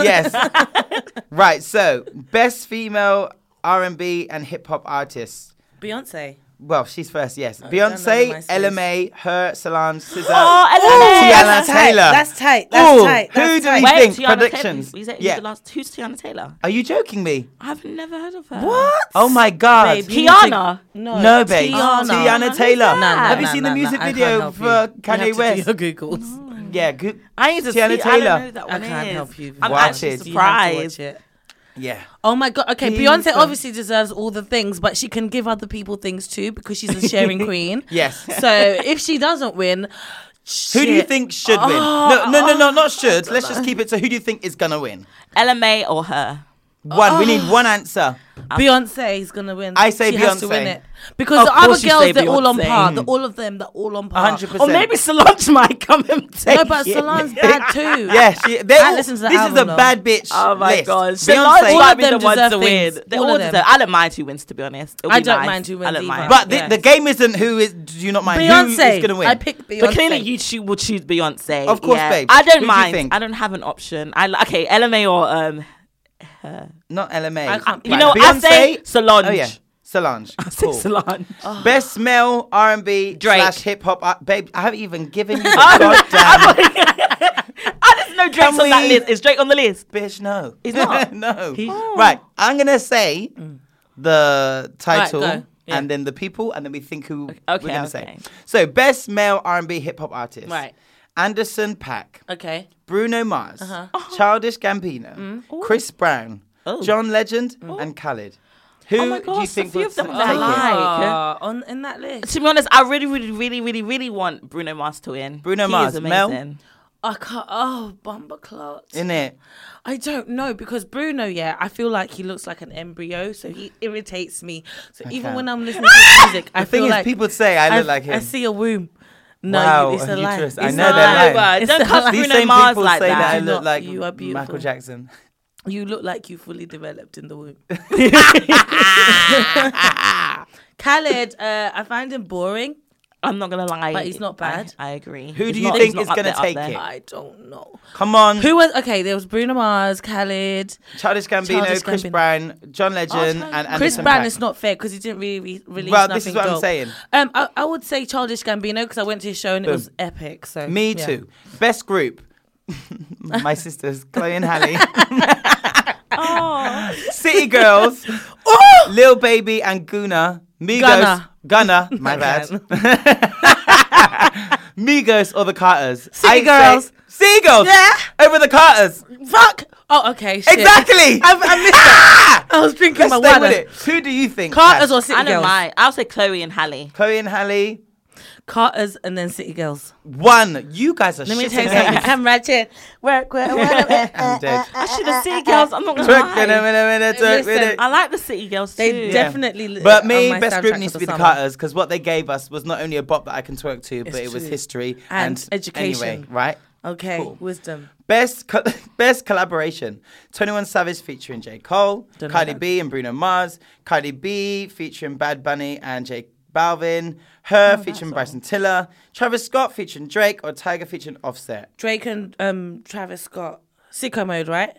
[laughs]
[laughs]
yes. right. So best female R and B and hip hop artists.
Beyonce.
Well, she's first, yes.
don't know the
Beyonce,
MySpace.
LMA, her,
[gasps]
Solange, SZA,
Oh, LMA.
Tiana
That's tight,
Taylor.
that's tight, that's tight, that's
who do
tight.
we
Wait,
think?
Tiana
Predictions.
Taylor. Is that, who's
yeah.
the last, who's Tiana Taylor?
Are you joking me?
I've never heard of her.
Oh my god.
Babe, you need to-
Tiana.
No,
No, babe.
Tiana.
Tiana Taylor.
Nah, nah,
Have you
nah,
seen the
nah,
music
nah, I can't
video
help
for
you.
Kanye
you
West?
Have to do your Googles.
Yeah, good.
I need to
Tiana
see, I
Taylor.
don't know who that
I
one
can't
is.
help you.
I'm
Watch
actually
it.
You have to watch
surprised.
it.
Yeah.
Oh my god. Okay,
Please
Beyonce
don't.
obviously deserves all the things, but she can give other people things too because she's
[laughs]
a sharing queen.
Yes.
So if she doesn't win,
Who do you
shit. Oh,
think should win? No, no, no, no, not should. Let's just keep it to who do you think is gonna win?
LMA or her?
Oh.
One. We need one answer.
Beyonce is gonna win?
I say
she has to
Beyonce.
win it because
Of
the other
course you say
girls they're all on
Beyonce.
par. The all of them they're all on par.
100%.
Or maybe Solange might come and take
No, but
[laughs]
it.
Solange's bad too.
Yeah, she, they
I
all-
listened to the
this
album,
is a
though.
bad bitch.
Oh my
list.
gosh.
Beyonce.
Solange
All
might
of
be
them
the ones
deserve
to
things.
win. They
All
all,
of
deserve.
them.
I don't mind who wins, to be honest. It'll
I
be
don't
nice.
mind who
I
wins
don't
either.
mind.
But the,
Yes.
the game isn't who is. Do you not mind who
Beyonce
is going to win?
I picked Beyonce.
But clearly, you two would choose Beyonce.
Of course,
yeah.
babe.
I
Who do
don't
you
mind.
think?
I don't have an option. I li- okay, LMA or um,
Not LMA.
can't-
you know, I say Solange.
Oh
[laughs]
yeah, Solange.
I say
Cool. Oh.
Solange.
[laughs] Best male R and B
Drake.
slash hip hop. Uh, babe, I haven't even
[laughs]
given you the goddamn
I just know Drake's
Can
on that
we-
list. Is Drake on the list?
bitch. No,
[laughs] He's
[laughs]
not. Mm.
no. Right. I'm gonna say the title.
go. Yeah.
And then the people, and then we think who
Okay,
we're gonna
okay.
say. So, best male R and B hip hop artist.
Right.
Anderson Pack.
[laughs] Okay.
Bruno Mars, Childish Gambino, Chris Brown, John Legend, and Khalid. Who
Oh my
do Oh you
gosh, a
think
few
will
of them
take
that I
it?
like.
Ah, on in that list.
To be honest, I really, really, really, really, really want Bruno Mars to win.
Bruno
He
Mars,
is
Mel?
amazing.
I can't. Oh, bumper clots.
In it,
I don't know because Bruno, yeah, I feel like he looks like an embryo, so he irritates me. So even when I'm listening to his music, I
the thing
feel
is,
like
people say I look like him.
I see a womb. No,
Wow,
you- it's
a
a lie.
uterus.
It's
I know
not-
they're lying.
However,
It's
Don't
not
cast
like-
these
Bruno
same
Mars
people
like
say that,
that.
I
Do
look
not.
like
You are beautiful.
Michael Jackson.
You look like you fully developed in
[laughs]
the womb. [laughs] Khaled, uh, I find him boring.
I'm not gonna lie,
But he's not bad.
I, I agree.
Who
He's
do you
not-
think
he's not
is
up
gonna
there, up
take
there.
it?
I don't know.
Come on,
Who was okay? There was Bruno Mars, Khaled.
Childish Gambino,
Childish
Chris
Gambino.
Brown, John Legend, and Anderson
Chris Brown
Paak.
is not fair because he didn't really re- release.
Well, this
nothing
is what I'm
dope.
saying.
Um, I, I would say Childish Gambino because I went to his show and it was epic. So
Me
yeah.
too. Best group. [laughs] My sisters, Chloe and Halle. City
[laughs]
Girls, Lil Baby and Guna, Migos,
Oh! Gunna. [laughs]
Gunna, my bad. Migos or the Carters?
City Girls.
City Girls.
Yeah.
Over the Carters.
Fuck. Oh, okay. Shit.
Exactly. Ah!
I've, I
[laughs]
missed that. I was drinking
Let's
my
stay
water.
with it. Who do you think?
Carters
Kat?
or City
I don't
Girls?
mind. I'll say Chloe and Halle.
Chloe and Halle.
Carters and then City Girls.
One. You guys are
Let me
shit
tell you
at
something.
names. [laughs]
Come right here. Work, work, work. work.
I'm dead.
uh,
[laughs]
I should have City Girls. I'm not gonna
Twerk with it,
lie.
with it, with it, twerk with
Listen,
it.
I like the City Girls too.
They definitely. li-
But
on
me,
my
best group
soundtrack
needs
for
to be the
summer.
Carters because what they gave us was not only a bop that I can twerk to, but it was
true.
history
And
and,
education.
Anyway, right?
Okay, wisdom.
Best co- [laughs] best collaboration: Twenty One Savage featuring J Cole,
Don't know
Cardi
that.
B and Bruno Mars, Cardi B featuring Bad Bunny and J Balvin,
Oh,
Her featuring Bryson Tiller, Travis Scott featuring Drake, or Tiger featuring Offset.
Drake and um, Travis Scott. Sicko mode, right?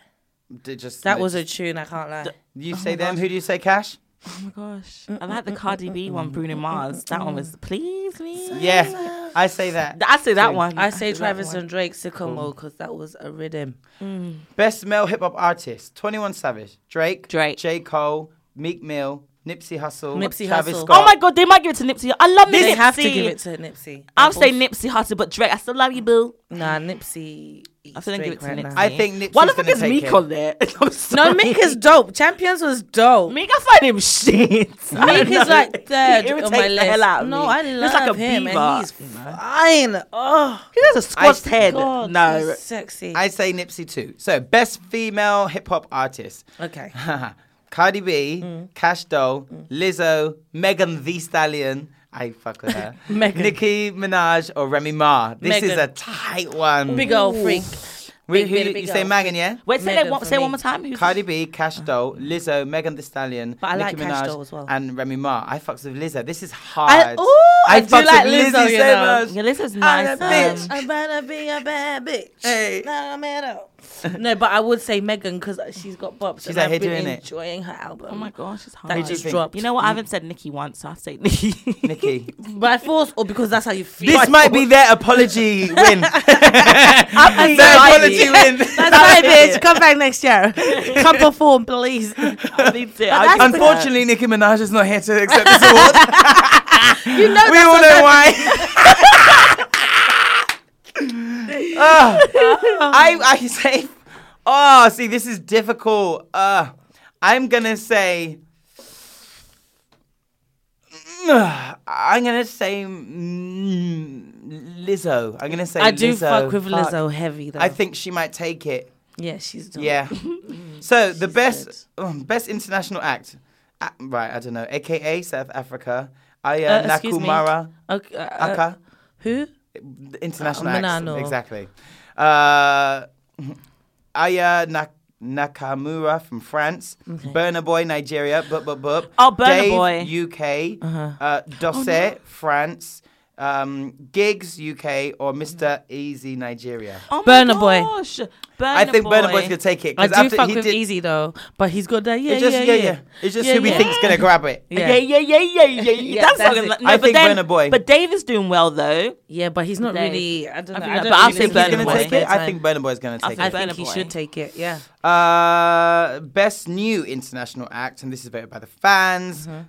D- just
That was a oh tune. I can't lie.
You say them? Who do you say? Cash?
Oh my gosh. I like the Cardi B one, Bruno Mars. That one was please me.
Yeah, I say that.
I say that one.
I say Travis and Drake Sicko mode because that was a rhythm.
Best male hip hop artist: Twenty One Savage, Drake,
Drake.
J Cole, Meek Mill, Nipsey Hussle,
Nipsey
Travis
Hussle.
Scott.
Oh my god, they might give it to Nipsey. I love Nipsey.
They have to give it to Nipsey.
I'll say Nipsey Hussle, but Drake, I still love you, boo.
Nah, Nipsey. I
still don't give it to Nipsey.
I think Nipsey's
Why the fuck
gonna
is
take
Meek
it.
on there? I'm sorry.
No, Meek is dope. Champions was dope.
Meek, I find him shit. I don't
Meek is
know.
like third
He
on
irritates
my
the
list.
hell out of
no,
me.
I
He
love
looks like a
him,
beaver.
and he's fine. Oh,
He has a squashed head.
God,
no.
he's sexy.
I say Nipsey too. So best female hip hop artist: [laughs]
okay,
Cardi B,
Mm.
Cash Doll, Lizzo, Megan The Stallion. I fuck with her.
[laughs] Megan.
Nicki Minaj or Remy Ma. This is
Megan.
a tight one.
big old freak.
We-
big
who-
bitty, big
you say
old.
Megan, yeah?
Wait, say
Megan
that one,
for
say one
me.
more time. Who's-
Cardi B, Cash Doll, Lizzo, Megan The Stallion,
But I
Nicki
like
Minaj,
Cash Doll as well.
and Remy Ma. I fucks with Lizzo. This is hard.
I- ooh, I do
fucks
like
with
Lizzo,
Lizzy
you
so
know.
much.
Yeah, Lizzo's
I'm a
nice,
bitch.
um,
I'm gonna be a bad bitch.
Hey.
No, matter. no, but I would say Megan because she's got bops.
She's
and
out
I've
here
been
doing it.
enjoying her album.
Oh my gosh, it's hard.
That
do you
just
think?
dropped.
You know what? I haven't said Nikki once, so I've said [laughs] Nikki.
[laughs]
Nicki.
by force or because that's how you feel.
This might be their apology
[laughs]
win.
I'm
their
sorry.
apology win.
[laughs] That's right,
[laughs]
bitch. Come back next [laughs] year. Come perform, please.
I need to.
But that's the-
Unfortunately, Nicki Minaj is not here to accept this award.
[laughs] You know
we all know why.
[laughs]
Ah, I, I say, oh, see, this is difficult. Uh, I'm gonna say, [sighs] I'm gonna say mm, Lizzo. I'm gonna say
I do
Lizzo.
fuck with
Fuck.
Lizzo heavy though.
I think she might take it.
yeah, she's dope. [laughs]
Yeah.
Mm,
so the best um, best international act, uh, right? I don't know. AKA South Africa. Aya
Uh, excuse me.
Nakumara.
Okay, uh, uh,
Aka.
Who?
The international
Uh,
acts.
Manano.
Exactly. Uh, [laughs] Aya Nak- Nakamura from France, Burner Boy Nigeria, Bup Bup Bup.
Oh, Burna
Dave,
Boy.
UK,
Uh-huh.
uh,
Oh,
Dosset France, um, Gigs UK, or Mr. Easy Nigeria.
Oh my
Burna Boy.
gosh.
I think Burner Boy's gonna take it.
I
'cause
do
after
fuck
he
with
did-
Easy though, but he's got that. Yeah,
It's just
yeah,
yeah, yeah. It's just who we
yeah.
think's gonna grab it.
Yeah,
Yeah.
yeah, yeah, yeah, yeah. yeah. That's,
that's
fucking
it.
like-
I
but
think
then-
Burna Boy.
But Dave is doing well though.
yeah, but he's not
They-
really. I don't
I
know.
think
I
that-
don't
but I'll
really
say
listen
Burna
to
Gonna
him
Boy.
take it? I think
Burna
Burner Boy's gonna
I
take
I
it.
think
Burna
he
Boy.
should take it. Yeah.
Uh, best new international act, and this is voted by the fans. Pff,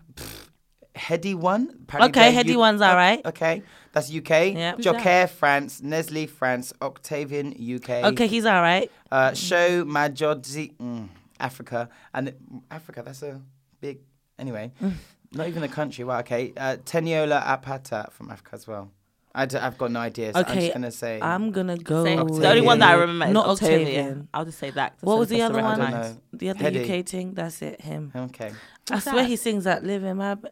Heady one. Apparently
Mm-hmm. Okay,
they're
Heady One's
uh,
alright.
Okay, that's UK.
Yeah. Who's
Joker France, Nestle France, Octavian UK.
Okay, he's all right.
Uh, show Majodzi mm, Africa and it- mm, Africa. That's a big anyway.
Mm.
Not even a country. Well, okay. Uh, Teniola Apata from Africa as well. I d- I've got no idea. So I'm
Okay, um,
just gonna say.
I'm gonna go.
Say-
with-
The only one that I remember is
Not
Octavian.
Octavian.
I'll just say that. 'cause
What
that's
was the
that's
other one?
don't
recognise.
know.
The other
Heady.
UK thing. That's it. Him.
okay.
I swear he sings that "Living My." Be-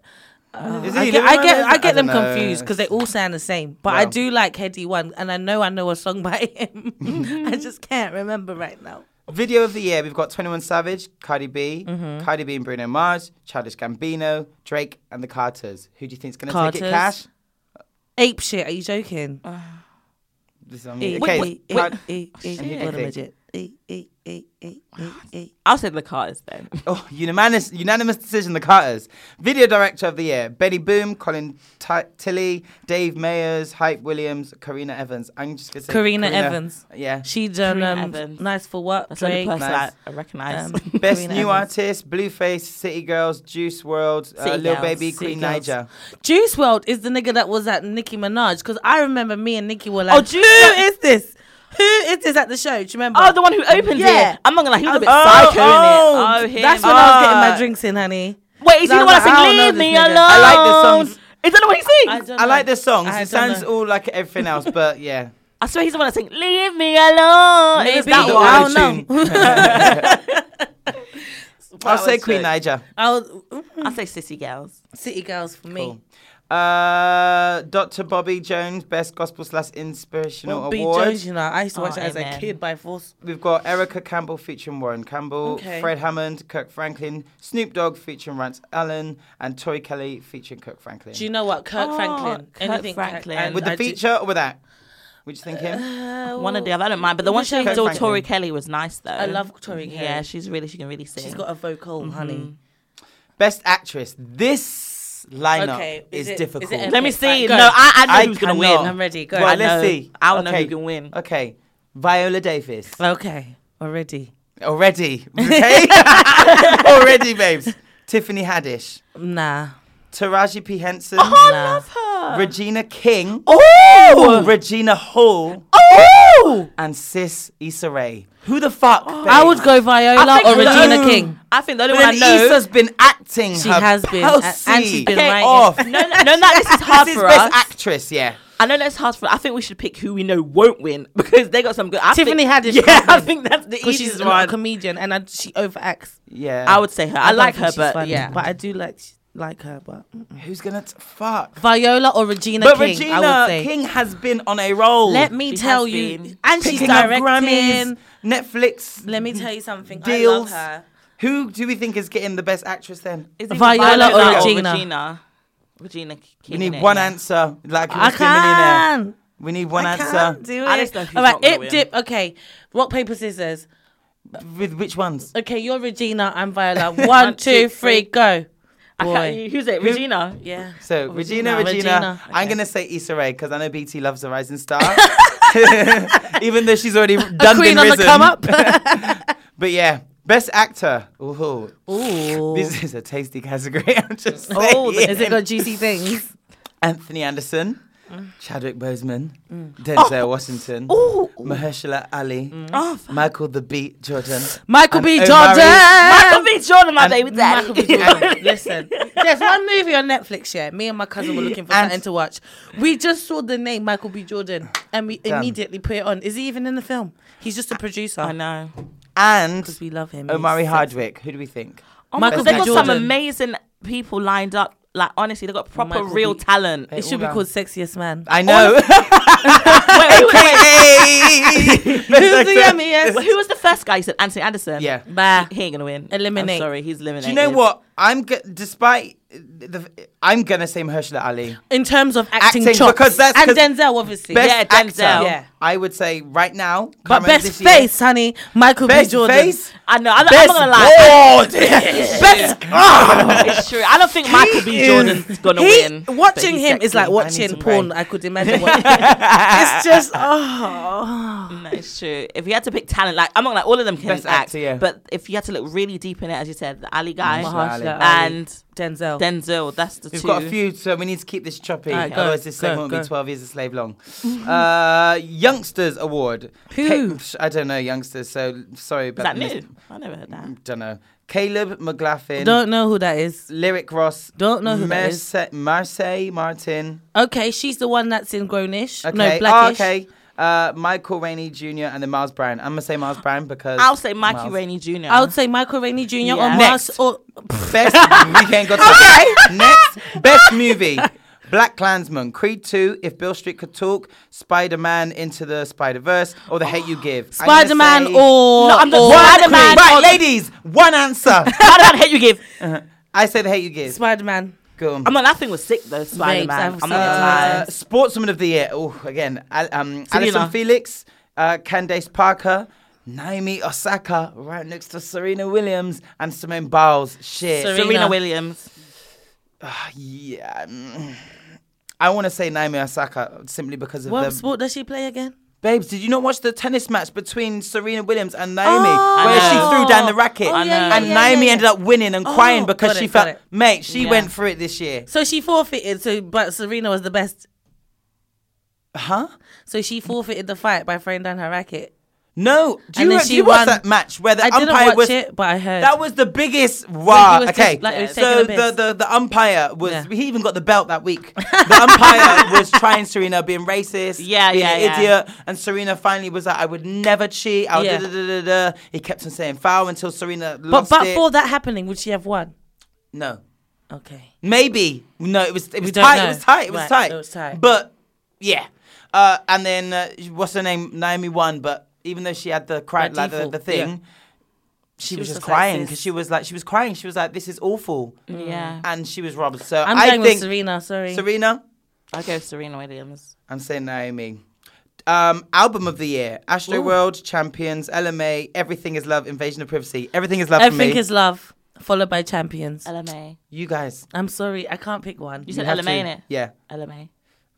Uh,
Is
I
he
get,
living
I
my
get,
best-
I
I
get them
don't know.
confused because they all sound the same. But I
Well.
do like Heady One, and I know I know a song by him. [laughs] I just can't remember right now.
Video of the year, we've got 21 Savage, Cardi B,
Mm-hmm.
Cardi B and Bruno Mars, Childish Gambino, Drake, and the Carters. Who do you think's going to take it,
Carters.
Cash?
Ape shit. Are you joking?
This is on
Eh,
me. Okay,
eh, eh,
Car-
eh, eh, eh, what a midget. Eh, eh, eh, eh, eh, eh.
I'll say the cars then.
oh, unanimous, unanimous decision, the Carters. Video director of the year, Betty Boom, Colin Ti- Tilly, Dave Mayers, Hype Williams, Karina Evans. I'm just going to say
Karina Evans.
Yeah.
She done
Karina
um,
Evans.
nice for what?
That's the only
Drake.
person
Nice.
I, I recognise.
Um,
Best
Karina
new
Evans.
artist, Blueface, City Girls, Juice World, uh,
City
Lil
Girls,
Baby,
City
Queen
Girls.
Niger.
Juice World is the nigga that was at Nicki Minaj because I remember me and Nicki were like,
Oh, Juice
Who
World-
is this? Who is this at the show? Do you remember?
[laughs] oh, the one who opened
Yeah.
it. I'm not gonna lie, he was a bit
Oh,
psycho
oh,
in it. Oh, him.
That's when I was getting
Ah.
my drinks in, honey.
Wait, is he
I
the one
was
that
like, I don't
sings
know
"Leave
this
Me
nigga."
Alone"?
I
like the songs.
Is that the one he sings?
don't
I like the songs.
I
It
don't
sounds
know.
all like everything else, but
[laughs]
yeah.
I swear he's the one that sings "Leave Me Alone." It was
Maybe.
that
The
one.
I
auto
don't know.
tune. [laughs] I'll say Queen Niger.
I was,
I'll say "Sissy Girls."
City Girls for me.
Cool. Uh, Dr. Bobby Jones, Best Gospel Slash Inspirational
Well, B.
Award.
Jones, you know, I used to watch
Oh,
it as a
amen.
kid by force.
We've got Erica Campbell featuring Warren Campbell,
Okay.
Fred Hammond, Kirk Franklin, Snoop Dogg featuring Rance Allen, and Tori Kelly featuring Kirk Franklin.
Do you know what? Kirk
Oh,
Franklin.
Kirk
Anything Kirk-
Franklin.
and
With the
I Uh, did-
feature or without? What you thinking?
One of the other, I don't mind. But the one she
Kirk
did with
Franklin.
Tori Kelly was nice though. I
love Tori
Yeah,
Kelly.
she's really she can really sing.
She's got a vocal, honey.
Best Actress. This lineup
Okay, is
is,
it- is it
difficult.
Emma
Let me
Okay, fine,
see.
go.
No, I, I know
I
who's gonna
cannot.
win.
I'm ready. Go.
Well,
I
let's
know-
see.
I will know who can win.
Okay. Viola Davis.
Okay, already.
[laughs]
Already. Okay. [laughs] Already, babes. Tiffany Haddish.
Nah.
Taraji P. Henson.
Oh,
love
[laughs]
her.
Regina King.
Oh,
Regina Hall.
oh!
And Sis Issa Rae. Who the fuck?
Oh. I would go Viola or
the-
Regina King.
I think
[laughs]
the only
But
one I
then
know.
Issa's been acting.
She
her
has been, and- and she's
pussy
been
Okay,
writing-
Off.
No,
[laughs]
no, no, no, this is hard
this is
for
best
us.
actress, yeah.
I know that's hard for. I think we should pick who we know won't win [laughs] because they got some good. I
Tiffany
think,
Haddish.
Yeah, [laughs]
can't
I
win.
think that's the
'Cause
easiest
she's
one.
a comedian and I, she overacts.
Yeah.
I would say her. I,
don't
like
think
her,
she's
but
funny,
yeah.
But I do like like her. But
Who's gonna t- fuck?
Viola or Regina
But
King.
Regina
I would say.
King has been on a roll.
Let me
She
tell
has
you,
been.
and she's
Picking up
directing.
Grammys, Netflix.
Let me tell you something.
deals.
I love her.
Who do we think is getting the best actress then?
Is it
Viola or Regina?
Regina? Regina
We
King.
need
innit?
one
Yeah.
answer. Like who
I
wants to be a millionaire.
can.
We need one
I
answer.
can't do
I just
it.
know who's
All right,
not gonna
it
win.
dip. Okay, rock paper scissors.
With which ones?
Okay, you're Regina.
[laughs]
I'm Viola. One, two, three, go.
I
Boy.
can't- Who's it? Regina.
Yeah.
So Regina,
Regina,
Regina.
Regina.
I'm gonna say Issa Rae because I know BT loves the rising
[laughs]
star. [laughs] Even though she's already done
queen
been
on the
risen.
come up.
[laughs] but yeah, best actor. Ooh,
Ooh.
this is a tasty category. [laughs] I'm just
[laughs]
Oh,
saying.
is it got Mm. juicy [laughs] things?
Anthony Anderson, Chadwick Boseman,
Mm.
Denzel
Oh.
Washington, Mahershala Ali, Michael the Beat Jordan,
Michael
and
B.
Omari-
Jordan.
Michael B. Jordan, my
And-
baby
Michael B.
daddy. [laughs]
Jordan. Listen, there's one movie on Netflix. Yeah, me and my cousin were looking for
And-
something to watch. We just saw the name Michael B. Jordan, and we immediately put it on. Is he even in the film? He's just a producer.
I know.
and
We love Oh, him.
Omari
He's
Hardwick. Who do we think?
Michael
they
B.
got some
Jordan.
amazing people lined up. Like honestly, they got proper
Michael
real
B.
talent.
It
It's-
should be
All
called Sexiest Man.
I know.
wait, who, wait,
Who's the yummiest?
wait, who was the first guy? You said Anthony Anderson.
Yeah.
Bah.
He, he ain't gonna win.
Eliminate.
I'm sorry, he's eliminated.
Do you know what? I'm go- despite the, I'm gonna say Mahershala Ali.
In terms of acting,
Acting,
chops.
because that's- 'cause
and Denzel, obviously.
Best
Yeah,
actor.
Denzel.
Yeah.
I would say right now.
but
current
best
this year,
face, honey, Michael
Best
B. Jordan.
face.
I know. I'm, not- I'm
Best
not gonna lie.
[laughs]
[laughs] body.
Best.
It's true. I don't think Michael B. Jordan's gonna
He-
win. but
watching
he's
him is
sexy.
like
to
watching
pray.
porn.
[laughs]
I could imagine. Watching
[laughs]
it's just oh.
No, it's true. If you had to pick talent, like I'm not like all of them can
Best
act,
actor, yeah.
but if you had to look really deep in it, as you said, the Ali guy
Mahershala
and
Denzel.
Denzel, that's the
We've
two.
got a few, so we need to keep this choppy.
Alright, go,
Otherwise, this
go,
segment will
go.
be 12 years a slave
[laughs]
long. uh, Youngsters Award.
Who?
Ca- I don't know, Youngsters, so sorry
Is
about
that
the
new?
mis-
I never heard that.
Don't know. Caleb McLaughlin.
Don't know who that is.
Lyric Ross.
Don't know who that
Merce- Marseille Martin.
Okay, she's the one that's in Grownish.
Okay.
No,
oh,
Blackish.
okay. Uh, Michael Rainey Jr. and then Miles Brown. I'm going to say Miles Brown because.
I'll say Mikey
Miles.
Rainey Jr.
I would say Michael Rainey Jr. or
Yeah.
Mars or
[laughs]
Best weekend got okay. Next, best movie. Black Klansman, Creed 2, If Bill Street Could Talk, Spider Man Into the Spider Verse, or The Hate You Give. I'm gonna
Spider Man
say-
or
No, I'm the
or
Spider-Man
Creed.
or-
Right, ladies, one
[laughs]
answer.
[laughs] How did I hate you give?
I say The Hate You Give.
Spider Man.
Go on.
I'm not. That thing was sick though. Spider
I've
Man. I'm
seen
not
it.
gonna
Uh,
lie.
Sportsman of the Year. Oh, again, Al- um, Alison Felix, uh, Candace Parker, Naomi Osaka, right next to Serena Williams and Simone Biles. Shit.
Serena.
Serena Williams.
yeah. mm. I want to say Naomi Osaka simply because of
What
the
sport does she play again?
babes. Did you not watch the tennis match between Serena Williams and Naomi,
Oh,
where
I
she
know.
threw down the racket,
yeah, Oh, yeah,
and
yeah,
Naomi
yeah,
ended up winning and crying
Oh,
because
got
she
it, got
felt,
it.
mate, she
Yeah.
went through it this year.
So she forfeited. So, but Serena was the best.
Huh?
So she forfeited the fight by throwing down her racket.
No, do you,
And then
re- do
she
you watch
won.
that match where the
I didn't
umpire
watch
was?
it, but I heard.
That was the biggest wow.
was
okay,
just, like, he was
so
taking a
the,
piss.
the the umpire was.
Yeah.
He even got the belt that
[laughs]
week. The umpire was trying Serena being racist,
Yeah,
being
yeah,
an
yeah.
idiot, and Serena finally was like, "I would never cheat." I would
Yeah.
da, da, da, da, da. He kept on saying foul until Serena
but
lost
but
it.
for that happening, would she have won?
no,
Okay.
Maybe no, it was it was
don't
tight. It
know.
was tight. It was
Right,
tight.
it was tight.
But yeah, uh, and then uh, what's her name? Naomi won, but even though she had the cry,
By
like the,
default,
the thing,
yeah.
she,
She
was,
was
just
just like
crying
this.
because she was like she was crying. She was like, "This is awful,"
Yeah.
and she was robbed. So
I'm
I
going
think
with Serena. Sorry.
Serena,
I'll go Serena Williams.
I'm saying Naomi. Um, album of the year: Astro World, Champions, LMA, Everything Is Love, Invasion of Privacy, Everything Is Love
Everything
for me.
is love, followed by champions.
LMA.
you guys.
I'm sorry, I can't pick one.
You said
have
LMA,
to-
innit?
Yeah.
LMA.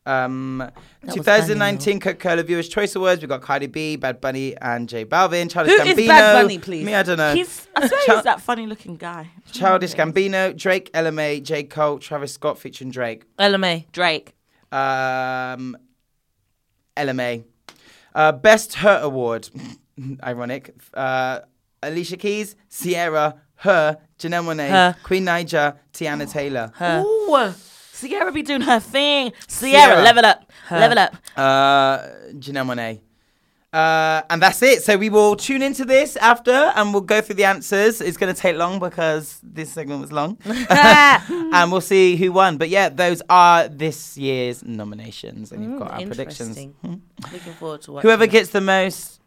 Um,
That was
2019 Coca Cola Viewers Choice Awards. We got Cardi B, Bad Bunny, and J Balvin. Childish
Who
Gambino.
is Bad Bunny, please?
Me, I don't know.
He's, I swear
Chil-
he's that funny looking guy.
Childish Gambino, Drake, LMA, J Cole, Travis Scott featuring Drake.
LMA.
Drake.
Um, LMA. Uh, Best Hurt Award. [laughs] Ironic. Uh, Alicia Keys, Sierra, Her, Janelle Monae,
Her.
Queen Niger, Tiana Taylor.
Uh,
Ooh. Sierra be doing her thing. Sierra,
Sierra.
level up. Level up.
Uh, Janelle Monae. Uh, and that's it. So we will tune into this after and we'll go through the answers. It's going to take long because this segment was
[laughs]
long. [laughs] and we'll see who won. But yeah, those are this year's nominations. And you've got our predictions. Hmm.
Interesting. Looking forward to watching.
Whoever
it.
gets the most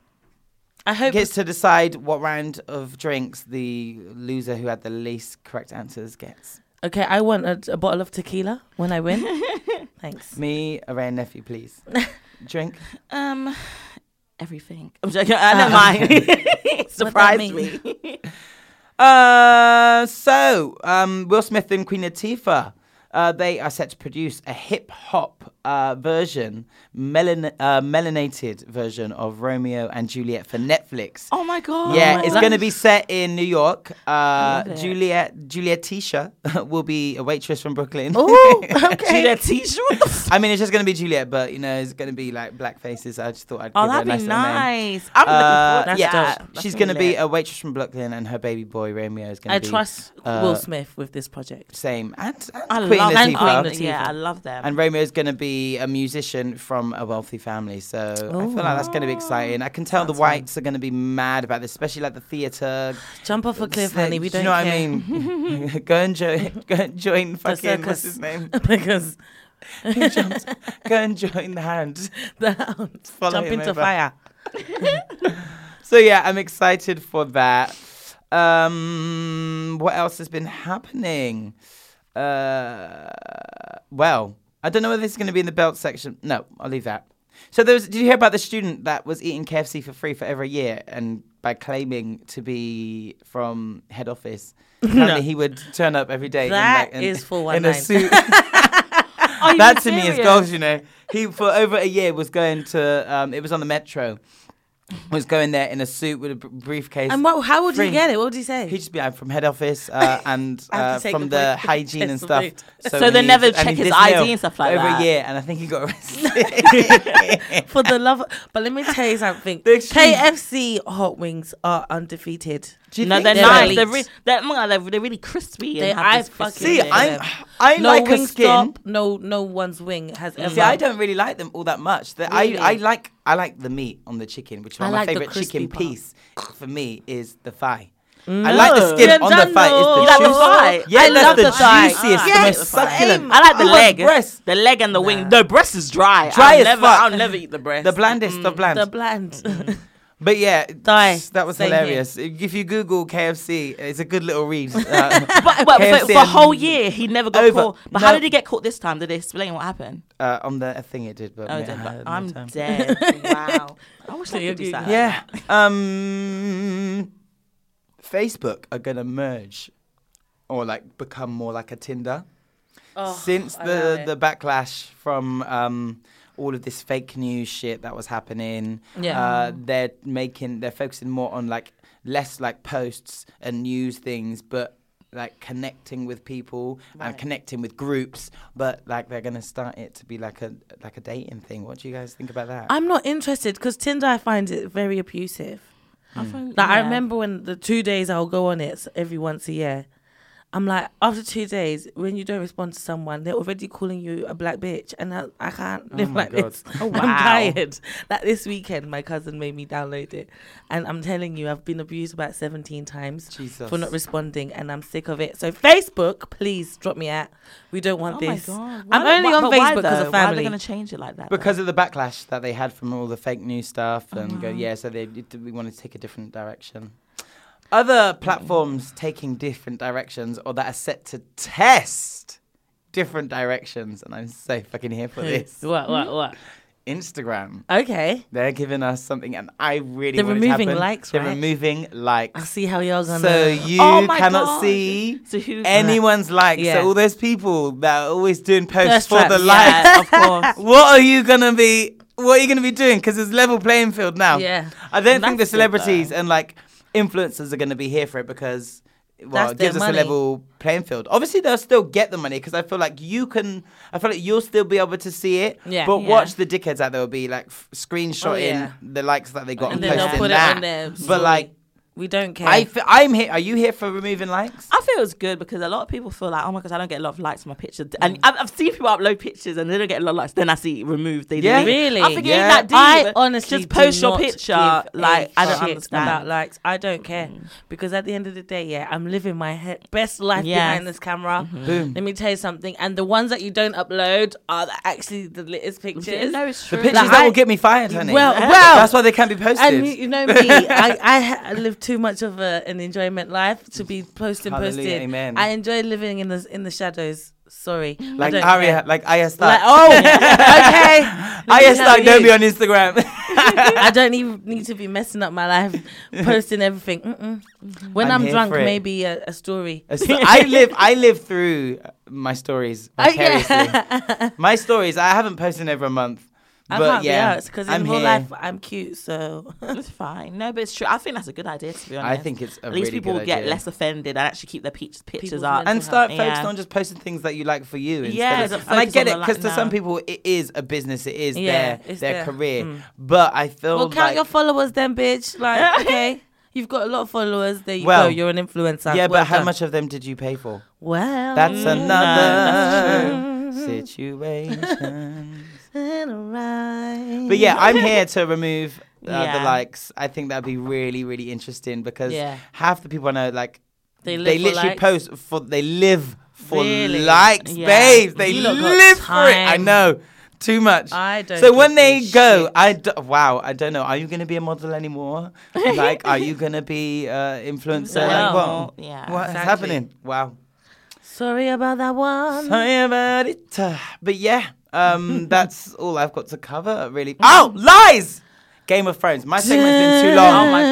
I hope
gets to decide what round of drinks the loser who had the least correct answers gets.
Okay, I want a, a bottle of tequila when
[laughs]
I win. Thanks.
Me, Array and Nephew,
[laughs]
please. Drink.
Um, everything. I'm joking. I don't
[laughs]
[laughs]
mind. Surprised me.
Um, mean?
Uh, so um, Will Smith and Queen Latifah. Uh, they are set to produce a hip hop uh, version, melon- uh, melanated version of Romeo and Juliet for Netflix.
Oh my god.
yeah, it's going to
to
be set in New York. Uh,
love it.
Juliet Juliet Tisha [laughs] will be a waitress from Brooklyn. [laughs]
Ooh, okay.
Juliet Tisha. What the f-
I mean, it's just going to be Juliet, but you know, it's going to be like black faces. I just thought I'd
Oh,
give it a
that'd
nice
be
little name.
nice.
[laughs]
I'm
Uh,
looking forward to
yeah,
that. That's
she's going to be
lit.
a waitress from Brooklyn, and her baby boy Romeo is going to
I
be.
trust
uh,
Will Smith with this project.
Same. And, and
I
Queen
love
Latifah.
And Queen Latifah.
Yeah, I love them.
And Romeo's going to be a musician from a wealthy family. So I feel like that's going to be exciting. I can tell the whites are going to be mad about this, especially like the theatre.
Jump off a cliff, honey. We
Do
don't
you know
care.
what I mean? go, and jo- go and join fucking, what's
circus.
his name?
[laughs]
[laughs]
because
Who jumps? go and join the
[laughs]
hand.
the hound
Follow
jump
him
into
over.
fire.
[laughs] So yeah, I'm excited for that. Um, what else has been happening? Uh, well, I don't know whether this is going to be in the belt section. No, I'll leave that. So there was, did you hear about the student that was eating KFC for free for over a year and by claiming to be from head
[laughs]
office? Apparently he would turn up every day.
That
in, like, an-
is
in a
419.
suit.
Are
[laughs]
you
that to me is
serious?
goals, you know. He for over a year was going to um, it was on the metro. Was going there in a suit with a br- briefcase.
And what, how would
Free.
you get it? What would you say?
He'd just be like, from head office
[laughs]
uh, and
I have to
uh,
take
from
the
the
break.
hygiene and
[laughs] It's
stuff.
rude.
So they
he-
never
and
check
he
his
did
ID
know
and stuff like
over
that.
a year, and I think he
[laughs]
got arrested.
For the love, of, but let me tell you something.
[laughs] The extreme-
KFC hot wings are undefeated.
Do you
No,
think
they're
so?
they're
nice.
elite.
They're, re- they're, oh my God, they're, they're really crispy.
They-
and have
I
this
fucking
[laughs]
crispy
See,
Yeah.
I'm,
Yeah.
I
no
like a
wing
skin. Mm.
stop. No, no one's wing has ever.
See, I don't really like them all that much. The,
Really?
I, I like I like the meat on the chicken, which is
I
one
like
my
the
favorite chicken
crispy part.
piece. For me, is the thigh. I like the skin on the thigh. It's the
You like the
juice-
thigh?
Yeah,
I
that's
love
the,
the thigh.
juiciest,
Ah,
the
I
most
like the thigh.
succulent.
I like the
love
leg.
breast.
The leg and the wing. The breast is dry.
Dry
I'll
as
never,
fuck.
I'll never eat the breast.
The blandest of bland. Mm-hmm.
The bland.
but yeah,
Thigh.
that was
Same
hilarious. If you Google KFC, it's a good little
[laughs]
read. Uh,
But, but for,
KFC
for a
and-
whole year, he never got
Over.
caught. But
No.
how did he get caught this time? Did they explain what happened?
uh, on the thing it did, but
Oh,
yeah,
it did,
I
but
had no
I'm
time.
dead. wow. I wish they could do that.
Yeah.
[laughs]
Um, Facebook are gonna merge, or like become more like a Tinder.
Oh,
Since the the backlash from um, all of this fake news shit that was happening,
[laughs] Yeah.
uh, they're making they're focusing more on like less like posts and news things, but like connecting with people and connecting with groups. But like they're gonna start it to be like a like a dating thing. What do you guys think about that?
I'm not interested because Tinder, I find it very abusive.
I find-
Like I
yeah.
remember when the two days I'll go on it s- every once a year, I'm like, after two days, when you don't respond to someone, they're already calling you a black bitch, and I, I
Oh
can't live
my
like
God.
this. [laughs] I'm tired. Like this weekend, my cousin made me download it, and I'm telling you, I've been abused about 17 times
Jesus.
for not responding, and I'm sick of it. So Facebook, please drop me out. We don't want
Oh my
this.
god!
I'm
Why-
only
why-
on
but why
Facebook because
though?
of
Why are they
family.
gonna change it like that? though?
because of the backlash that they had from all the fake news stuff
Oh,
and go yeah so they it- we wanted to take a different direction other platforms taking different directions or that are set to test different directions and i'm so fucking here for this
[laughs] What? What? What?
instagram
Okay.
they're giving us something and i really
They're
want it to
removing
happen.
likes,
they're
right?
removing likes
I see how y'all gonna.
so you
Oh my
cannot
God.
see
So who's-
anyone's likes.
Yeah.
So all those people that are always doing posts
Thirst
for the
traps.
likes,
yeah, of [laughs] course.
what are you gonna be? What are you gonna be doing? Because it's level playing field now.
Yeah.
I don't
That's
think the
good,
celebrities and like influencers are gonna be here for it because well,
That's
it gives us
their
a
money.
level playing field. Obviously, they'll still get the money because I feel like you can. I feel like you'll still be able to see it.
Yeah.
But
Yeah. Oh,
watch the dickheads out there will be like f- screenshotting
yeah.
the likes that they got and,
And then they'll
posting
put it
that.
on their
But
story.
like,
we don't care.
I f- I'm here. Are you here for removing likes?
I feel it's good because a lot of people feel like, oh my gosh, I don't get a lot of likes on my picture. And I've, I've seen people upload pictures and they don't get a lot of likes. Then I see it removed. They
Yeah.
delete it.
Really?
I'm thinking
Yeah.
that deep.
I honestly
just post
do
your
not
picture.
give
Like
I
I don't
shit
understand. Mm-hmm.
about likes. I don't care because at the end of the day, yeah, I'm living my he- best life
Yes. Mm-hmm.
behind this camera. Let me tell you something. And the ones that you don't upload are the- actually the littest pictures.
no, it's
The
true.
pictures
Like,
that
I-
will get me fired, honey.
Well- well-
that's why they can't be posted.
And you,
[laughs]
you know me, I, I ha- live too much of a, an enjoyment life to be posting,
Hallelujah,
posting.
amen.
I enjoy living in the in the shadows. Sorry, I
like
don't
Aria,
care.
like Aya Stark.
Like, oh,
[laughs]
okay. Let me
Aya
tell
Stark, don't
you.
be on Instagram.
I don't even need to be messing up my life, posting everything. Mm-mm. When
I'm
I'm,
here
drunk,
for it. Uh,
maybe a, a story.
It's- [laughs] I live I live through my stories vicariously. my stories I haven't posted in over a month.
I
but
can't
yeah,
be arsed because in
I'm
real
here.
life I'm cute. So [laughs]
It's fine. No, but it's true. I think that's a good idea to be honest.
think it's a
at least
really
people
good
will get
idea.
less offended and actually keep their peach- pictures
People's
up.
mental
and start
Yeah.
focused on just posting things that you like for you. Instead
Yeah,
of,
don't
and I
focus
get
on
it
the
because
like
to some
now.
people it is a business, it is
Yeah,
their
it's
their
there.
career. But I feel
well, count
like
your followers then, bitch.
[laughs]
Like okay, you've got a lot of followers. There you
Well,
go. You're an influencer.
yeah,
Well
but how
done.
much of them did you pay for?
Well,
That's
no,
another situation.
alright.
But yeah, I'm
[laughs]
here to remove uh, the
Yeah.
likes. I think that'd be really, really interesting because
Yeah.
half the people I know, like,
They
they,
live for
literally
likes?
post for, they live for
Really?
likes,
Yeah.
babes. They
You lot got
live for it. I
time.
know. Too much.
I don't
So
give
when they
a
go,
shit.
I d- wow, I don't know. Are you gonna be a model
[laughs]
anymore? like, are you gonna be uh, influencer? Like,
No.
what?
Yeah,
What is
exactly.
happening? Wow.
Sorry about that one.
Sorry about it. Uh, But yeah,
[laughs]
um, that's all I've got to cover,
Mm.
really. Oh, lies! Game of Thrones. My segment's been too long. Oh my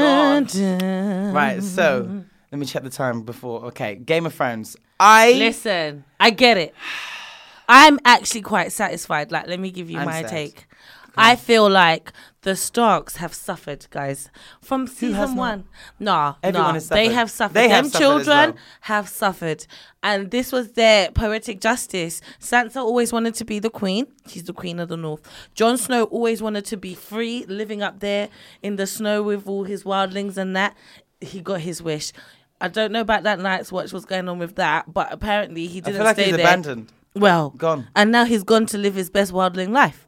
god. Right, so let me check the time before. Okay, Game of Thrones. I.
Listen, I get it. I'm actually quite satisfied. Like, let me give you
I'm
my
sad.
take. I feel like the Starks have suffered, guys, from
has
season
not?
one. Nah,
Everyone
nah,
has
they
suffered.
have suffered.
They have
Them
suffered as
children
well.
have suffered, and this was their poetic justice. Sansa always wanted to be the queen. She's the queen of the North. Jon Snow always wanted to be free, living up there in the snow with all his wildlings and that. He got his wish. I don't know about that night's watch. What's going on with that? But apparently he
I
didn't
feel like
stay
he's
there.
abandoned.
Well,
Gone.
and now he's gone to live his best wildling life.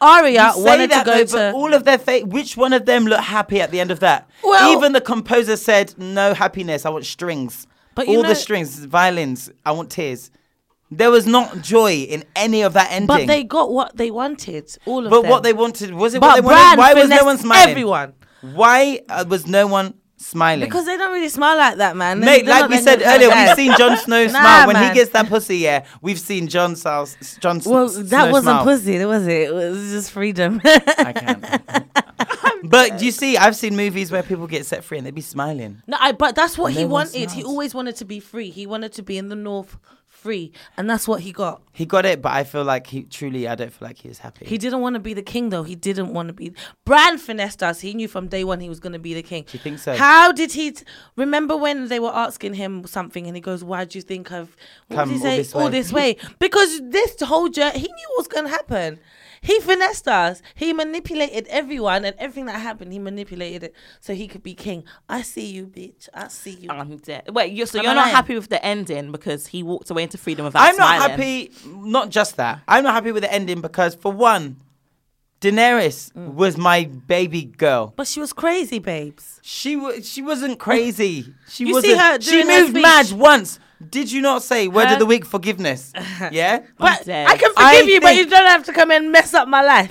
Arya
You say
wanted to
that,
go
though,
to
But all of their fa- which one of them looked happy at the end of that?
Well-
Even the composer said, "No happiness. I want strings.
But you
all
know-
the strings, violins. I want tears." There was not joy in any of that ending.
but they got what they wanted. All of
But
them.
what they wanted was it
But
what they
Bran
wanted? Why was no
finessed
one smiling?
everyone.
Why uh, was no one smiling?
because they don't really smile like that, man. They-
Mate,
they're
like
not
we
letting
said
them smile
earlier,
like
we've
that.
seen Jon Snow
Nah,
smile when
man.
he gets that pussy. Yeah, we've seen Jon Snow. Jon
[laughs] Well,
S-
that
Snow
wasn't
smile.
pussy, it was it. It was just freedom.
I can't. but you see, I've seen movies where people get set free and they be smiling.
[laughs] no, I, but that's what he
No one
wanted. He
smiles.
always wanted to be free. He wanted to be in the north, free, and that's what he got.
He got it, but I feel like he truly, I don't feel like he was happy.
He didn't want to be the king, though. He didn't want to be. Brand finessed us. He knew from day one he was going to be the king. Do
you think so?
How did he? T- Remember when they were asking him something, and he goes, "Why do you think I've what
Come
did he
all
say?
this
all
way." [laughs]
this way?" because this whole journey, he knew what was going to happen. He finessed us. He manipulated everyone, and everything that happened, he manipulated it so he could be king. I see you, bitch. I see you.
I'm dead. Wait, you're, so
Am
you're
I
not
lying?
happy with the ending because he walked away into freedom without
I'm
smiling.
not happy. Not just that. I'm not happy with the ending because, for one, Daenerys
Mm.
was my baby girl.
but she was crazy, babes.
She wa she wasn't crazy. She
Oh, You
wasn't.
see her
she
doing her
moved
speech.
mad once. Did you not say word
Her-
of the week
[laughs]
forgiveness? Yeah,
But
dead.
I can forgive
I
you, but you
think-
don't have to come and mess up my
[laughs]
life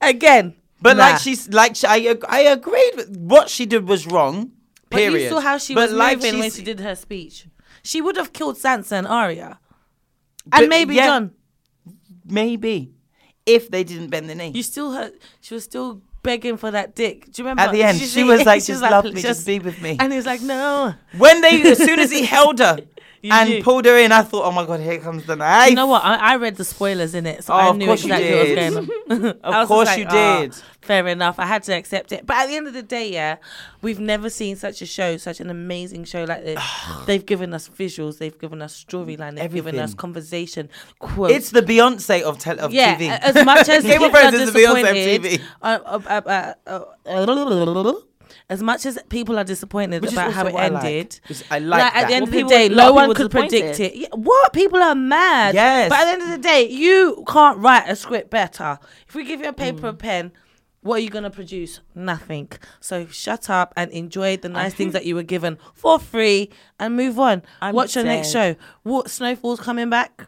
again.
But
Nah.
like she's like she, I ag- I agreed with what she did was wrong. Period.
But you saw how she
But
was moving
she's-
when she did her speech. She would have killed Sansa and Arya,
But
and maybe
yeah.
John.
Maybe if they didn't bend the knee.
You still heard she was still begging for that dick. Do you remember
At the end,
She's-
she was
[laughs]
like,
she's
"Just love me,
"Please,
just be with me."
And he was like, "No."
when they as soon
[laughs]
as he held her and
knew.
pulled her in, I thought, oh my god, here comes the knife.
You know what? I, I read the spoilers in it, so
Oh,
I
of
knew
course you
exactly what was
did.
going on. [laughs]
[laughs]
I
Of
was just
course
like,
you
"Ah,
did.
fair enough. I had to accept it. But at the end of the day, yeah, we've never seen such a show, such an amazing show
[sighs]
like this. they've given us visuals, they've given us storyline, they've given us
Everything.
conversation, quotes.
It's the Beyonce of tel- of
yeah,
TV.
a- as much
[laughs]
as
Game
people
of
are
Thrones is the Beyonce of
disappointed,
TV.
uh, uh, uh, uh, uh, as much as people are disappointed
Which is
about how
also
it
what I like.
ended,
Which I like
at
that.
the end
Well,
of the
people-
day,
a lot
no
of people
one
were
could predict
disappointed.
it. Yeah, What people are mad?
Yes.
but at the end of the day, you can't write a script better. If we give you a paper
Mm.
and pen. What are you gonna produce? Nothing. So shut up and enjoy the nice things that you were given for free and move on.
I'm
Watch your next show.
dead.
What Snowfall's coming back?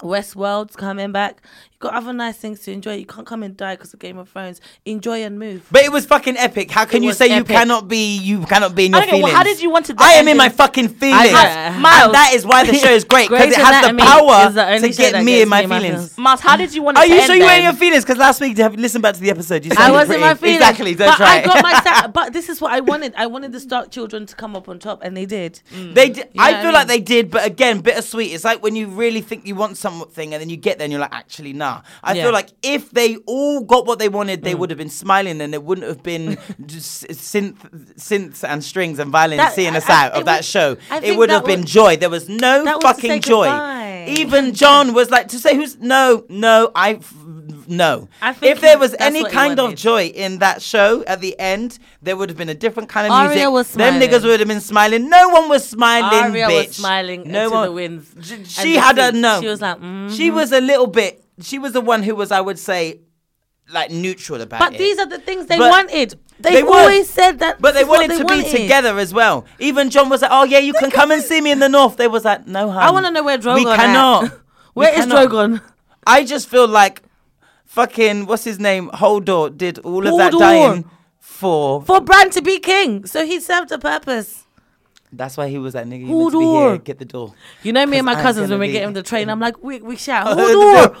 Westworld's coming back. You've got other nice things to enjoy. You can't come and die because of Game of Thrones. Enjoy and move.
But it was fucking epic. How can
It
you
was
say
epic.
you cannot be you cannot be in your
I don't know,
feelings?
well, how did you want to
I am in
defend
my
it?
fucking feelings.
yeah.
And
Miles.
that is why the show is great because it
Grey's
has the
Anatomy
power
is the only
to
show
get
that
me
gets
in my
me in my
feelings.
feelings.
Mars, how did you want it
Are
to
you
end
sure you were in
then?
your feelings? Because last week, have- listen back to the episode. You
I
sounded
was in my
pretty-
feelings.
Exactly. Don't
but
try.
I
it. [laughs]
got my sa- but this is what I wanted. I wanted the Stark children to come up on top, and they did.
They, d-
You know
I
what Mm. I
feel like
mean?
they did, but again, bittersweet. It's like when you really think you want something, and then you get there, and you're like, actually, nah. I
Yeah. Mm.
feel like if they all got what they wanted, they would have been smiling, and it wouldn't have
[laughs]
been just synth, synths and strings and violins
That-
seeing us
I- I-
out
it
of that
was-
show.
I
It
think
would
that
have been
was-
joy. There was no
that was to
fucking
say
joy.
goodbye.
Even John was like to say, "Who's no, no, I." f- No.
I think
if there
he-
was
that's
any
what he
kind of
wanted.
joy in that show at the end, there would have been a different kind of
Aria
music.
was
Them
smiling.
niggas would have been smiling. No one was smiling.
Aria
bitch.
was smiling
no
to
one,
the winds.
J-
and
She
the
had a
sea.
no.
She was like, mm.
She was a little bit. She was the one who was, I would say, like neutral about
but
it.
these are the things they
But
wanted. They,
They were.
always said that.
But
this
they
is what
wanted to be
wanted.
together as well. Even John was like, "Oh yeah, you can come and see me in the north." They was like, "No, hun.
I want to know where Drogon.
We cannot.
[laughs] At. Where
We
is
cannot.
Drogon?
I just feel like fucking what's his name Holdor did all of that
Hodor.
dying for.
For Bran to be king, so he served a purpose.
That's why he was like, "Nigga, you meant to be
Hodor.
here. Get the door."
You know me and
'Cause
my
I'm
cousins when
gonna
we
be-
get on the train. I'm like, we
[laughs]
we shout,
Hodor,
Hodor,
[laughs]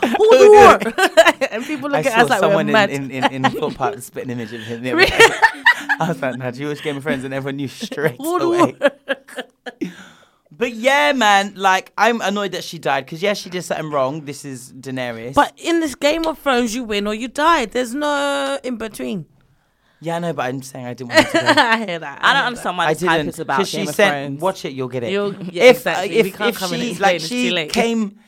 Hodor, [laughs] and people
I
look at
saw
us like we're
someone
mad.
in, in, in, in Foot Park
[laughs]
that spit an image of him. the other
Really?
day. I was like, nah, do you watch Game of Thrones? And everyone knew straight away.
[laughs]
But yeah, man, like, I'm annoyed that she died because, yeah, she did something wrong. This is Daenerys.
But in this Game of Thrones, you win or you die. There's no in between.
yeah, I know, but I'm saying I didn't want her to die.
[laughs] I hear that.
I don't understand why
I
this hype
didn't.
is about Game
Because she
of
said,
Thrones.
watch it, you'll get it.
You'll- yeah,
if uh,
exactly.
if,
We can't
if
come
she,
and explain,
like,
it's
she
too [laughs] late.
came,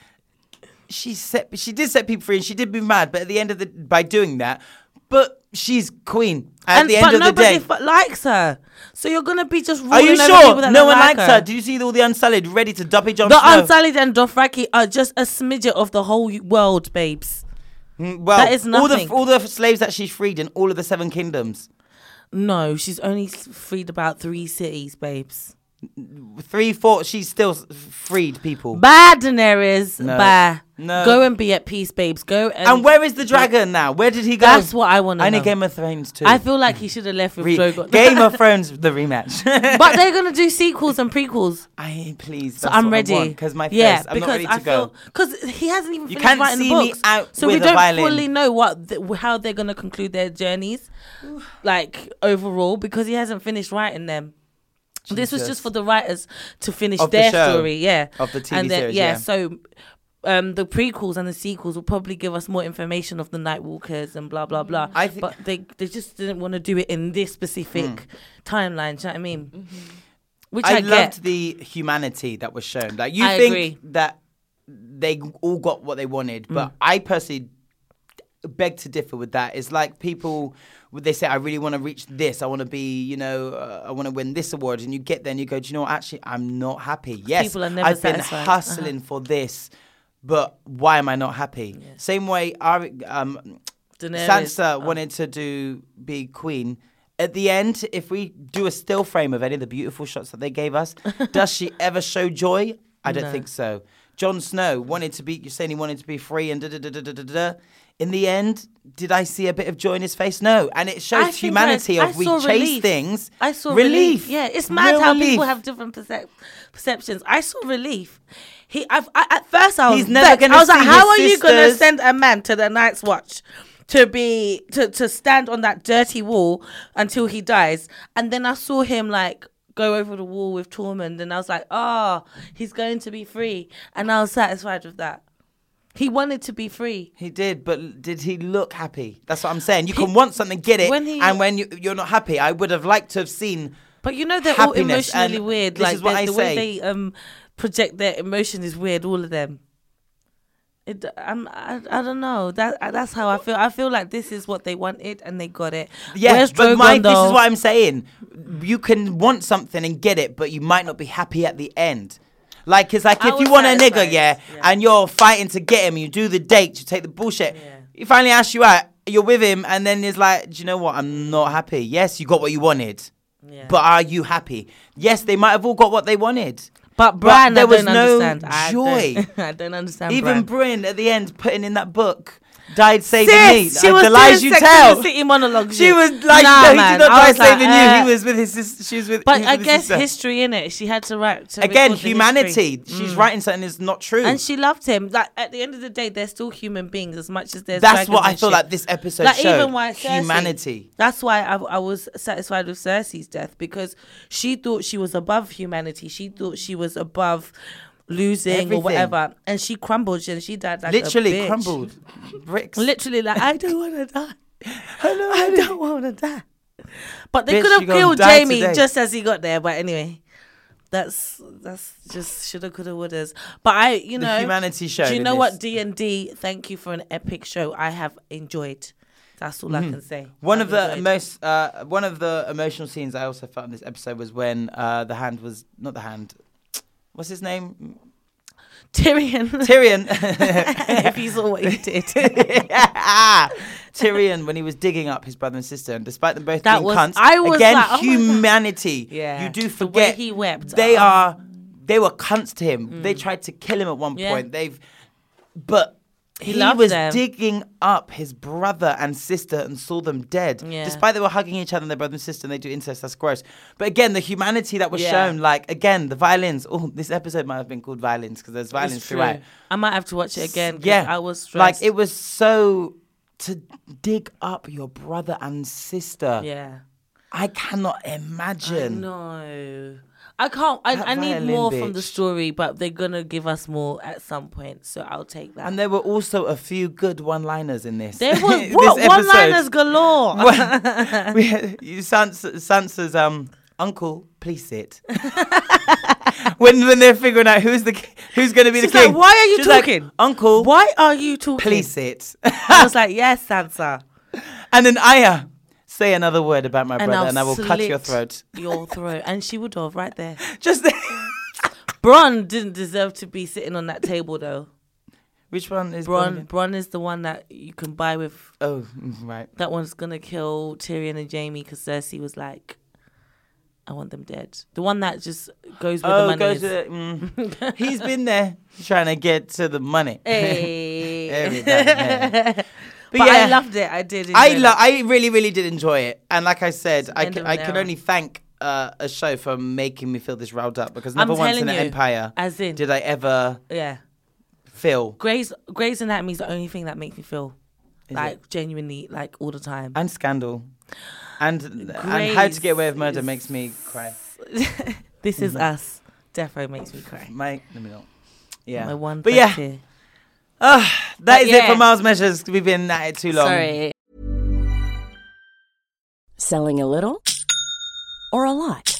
she set, she did set people free and she did be mad, but at the end of the, by doing that, but she's queen. At
And
the
but
end of the day.
nobody fu- likes her, so you're gonna be just.
Are
ruling
you
over
sure
people that
no
don't
one
like
likes her? Do you see all the unsullied ready to dumpy Jon
The
Snow?
Unsullied and Dothraki are just a smidget of the whole world, babes.
Mm, well,
that is nothing.
All the, all the slaves that she's freed in all of the Seven Kingdoms.
No, she's only s- freed about three cities, babes.
Three, four, she's still s- freed people.
Bye, Daenerys.
No.
Bye.
No.
Go and be at peace, babes. Go and.
and where is the dragon now? Where did he go?
That's what I wanna
I need
know.
Game of Thrones too.
I feel like he should have left with
Re-
[laughs] Drogon.
Game of Thrones, the rematch.
but they're gonna do sequels and prequels.
[laughs] I please.
So I'm ready.
because my
yeah,
thirst- I'm
because
not ready to
I feel
go.
because he hasn't even
You
finished
can't
writing
see
the
me
books,
out
so we
with a
don't
violin.
fully know what th- how they're gonna conclude their journeys, like overall, because he hasn't finished writing them. This was
Jesus.
just for the writers to finish
Of the
their
show.
story, yeah.
Of the TV
and then-
series,
yeah.
yeah.
So, um, the prequels and the sequels will probably give us more information of the Nightwalkers and blah blah blah.
I thi-
but they they just didn't want to do it in this specific timeline. Do you know what I mean? Which I,
Hmm. Mm-hmm. I,
get.
loved the humanity that was shown. Like you
I
think
agree. Mm.
that they all got what they wanted, but I personally beg to differ with that. It's like people would they say, "I really want to reach this. I want to be, you know, uh, I want to win this award," and you get there and you go, "Do you know what? Actually, I'm not happy. Yes,
People are never
I've
satisfied. Uh-huh.
been hustling for this." But why am I not happy? Same way, Ari, um,
Daenerys,
Sansa wanted to do be queen. At the end, if we do a still frame of any of the beautiful shots that they gave
[laughs]
us, does she ever show joy? I don't think so. Jon Snow wanted to be. You're saying he wanted to be free, and da da da da da da. da. In the end, did I see a bit of joy in his face? No, and it
I
shows
think
humanity
I- I
of we
saw
chase
relief.
things.
I saw relief.
relief.
Yeah, it's mad
Real
how
relief.
people have different percep- perceptions. I saw relief. He, I've, I, at first, I was
He's never
vexed.
gonna
I was like,
see
how
his
are you going to
sisters."
send a man to the Night's Watch to be to to stand on that dirty wall until he dies? And then I saw him like go over the wall with Tormund, and I was like, ah, he's going to be free, and I was satisfied with that. He wanted to be free.
He did, but did he look happy? That's what I'm saying. You can want something, get it,
when he-
and when you, you're not happy, I would have liked to have seen.
But you know they're all
happiness, and
emotionally weird.
This
like
is what
the-
I
the
say.
way they um project their emotion is weird. All of them. It, I'm, I, I don't know. That I- that's how I feel. I feel like this is what they wanted and they got it.
Yeah,
Where's
but Mike, this is
Drogondo?
what I'm saying. You can want something and get it, but you might not be happy at the end. Like it's like
I
if you
was
want a nigga,
satisfied,
yeah,
yeah.
and you're fighting to get him, you do the date, you take the bullshit. He finally asks you out, you're with him, and then it's like, do you know what? I'm not happy. Yes, you got what you wanted, but are you happy? Yes, they might have all got what they wanted.
But Brian,
there
I
was
don't
no
understand. I
joy.
don't, [laughs] I don't understand.
Even
Brian.
Bryn at the end putting in that book, died saving me.
Sis, she
Uh,
was
the lies
doing
you
Sex
tell.
and the City monologue.
She
shit.
was like, [laughs]
Nah,
no, he did
man.
not
I
die
was like,
saving you.
uh,
He was with his sister. She was with.
But
he was
I
with his
guess
sister.
history in it. She had to write to
again,
record the history. Mm.
humanity. She's writing something that's not true.
And she loved him. Like at the end of the day, they're still human beings as much as there's.
that's what
dragons
I
and
feel
shit.
like this episode
Like
showed
even why Cersei,
humanity.
That's why I, I was satisfied with Cersei's death because she thought she was above humanity. She thought she was above losing or
Everything.
whatever, and she crumbled and she died like a
Literally
bitch.
crumbled. Bricks.
Literally, like I don't want to die.
Hello,
I
honey.
don't want to die. But they
Bitch,
could have
you gonna
killed
die
Jamie
today.
just as he got there. But anyway, that's that's just shoulda, coulda, wouldas. But I, you
The
know,
humanity
Do
shown
you
in
know
this.
what D and D? Thank you for an epic show. I have enjoyed. That's all I can say.
Mm-hmm. One
I've
of the
enjoyed.
most, uh, one of the emotional scenes I also felt in this episode was when uh, the hand was not the hand. What's his name?
Tyrion.
[laughs] Tyrion.
[laughs] if you saw
[laughs]
what he did,
Tyrion when he was digging up his brother and sister, and despite them both
That
being
was-
cunts,
I was
again
like, oh my God.
humanity.
Yeah.
you do
The way
forget
he wept,
They
oh.
are, they were cunts to him. They tried to kill him at one
Yeah.
point. They've, but he,
loved
was
them.
digging up his brother and sister and saw them dead.
Yeah.
Despite they were hugging each other, and their brother and sister, and they do incest. That's gross. But again, the humanity that was
Yeah.
shown, like again, the violins. Oh, this episode might have been called violins because there's violins
[laughs] it's true.
throughout
I might have to watch it again. 'cause I was
like
stressed.
it was so to dig up your brother and sister.
yeah.
I cannot imagine.
No. I can't. I,
That
I need
violin
more from the
bitch.
story, but they're gonna give us more at some point, so I'll take that.
And there were also a few good one-liners in this. [laughs]
There was
this
what
episode.
one liners galore.
[laughs] we had, you, Sansa, Sansa's um uncle, please sit. [laughs] when when they're figuring out who's the ki- who's going to be
She's
the king.
like, why are you
She's like,
talking?
uncle,
Why are you talking?
please sit.
[laughs]
[laughs]
I was like, yes, Sansa.
and then Aya, say another word about my
And
brother,
I'll
and I will cut your
slit
throat. [laughs]
[laughs] Your throat, and she would have right there.
Just [laughs]
Bron didn't deserve to be sitting on that table though.
which one is
Bron,
Bronwyn?
Bron is the one that you can buy with.
Oh, right.
That one's gonna kill Tyrion and Jamie because Cersei was like, I want them dead. The one that just goes where the
Oh,
money
go
is.
to the, mm. He's been there trying to get to the money. [laughs]
[laughs] Hey.
Every time, yeah.
[laughs] But
yeah,
I loved it. I did.
I
enjoy
lo-
that.
I really, really did enjoy it. And like I said, I
End
can,
of
I
an
can
era.
only thank uh, a show for making me feel this riled up because
I'm
never once in
telling
an
you,
empire
as in-
did I ever
Yeah.
feel.
Grey's Grey's Anatomy is the only thing that makes me feel like genuinely like all the time.
And Scandal. And, and How to Get Away with Murder makes me cry.
this is
Mm.
us. Defo makes me cry.
Mate, let me know. Yeah.
My one.
but yeah, ah,
tattoo.
that is it
yeah.
for Miles Measures. We've been at it too long.
Sorry.
Selling a little or a lot?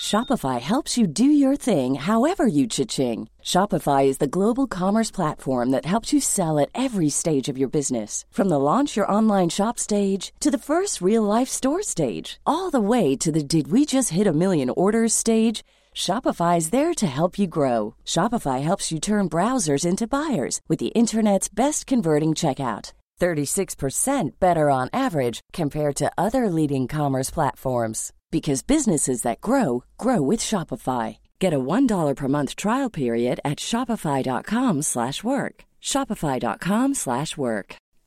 Shopify helps you do your thing however you cha-ching. Shopify is the global commerce platform that helps you sell at every stage of your business. From the launch your online shop stage to the first real life store stage, all the way to the did we just hit a million orders stage. Shopify is there to help you grow. Shopify helps you turn browsers into buyers with the internet's best converting checkout. 36% better on average compared to other leading commerce platforms because businesses that grow grow with Shopify. Get a $1 per month trial period at shopify.com/work. slash work. shopify.com/work. slash work.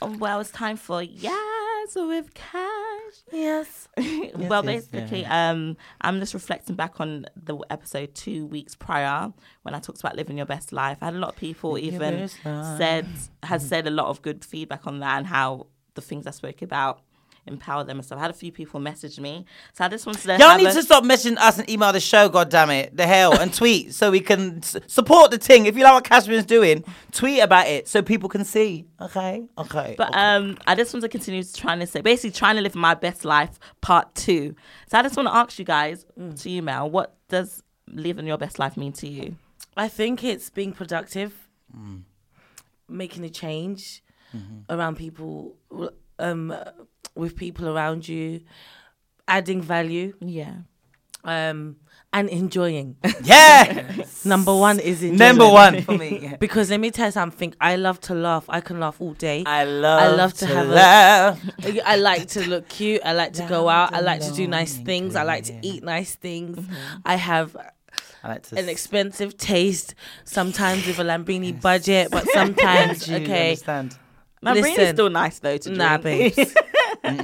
Oh, Well, it's time for yes with cash.
Yes.
[laughs] well, basically, um, I'm just reflecting back on the episode two weeks prior when I talked about living your best life. I had a lot of people even said has said a lot of good feedback on that and how the things I spoke about empower them and stuff. I had a few people message me, so I just wanted to
Y'all
have
need
a-
to stop messaging us and email the show, God damn it, the hell,
[laughs]
and tweet so we can s- support the thing. If you like what Catherine's doing, tweet about it so people can see. Okay, okay.
But um, I just want to continue trying to say, basically, trying to live my best life, part two. So I just want to ask you guys to email, what does living your best life mean to you?
I think it's being productive,
Mm.
making a change
Mm-hmm.
around people, um, with people around you, adding value,
Yeah.
um, and enjoying. [laughs]
yeah,
Number one is enjoying.
number one for me.
Because let me tell you something. I love to laugh. I can laugh all day.
[laughs] I love.
I love to, have
laugh.
a. I like to look cute. I like to go out. I like to do nice things. I like to eat nice things.
Mm-hmm.
I have
I like to
an expensive taste. Sometimes with a Lamborghini
[laughs]
budget, but sometimes
Do you
okay.
Understand?
My brain is
Listen.
still nice, though, to
Nah,
drink. [laughs]
babes.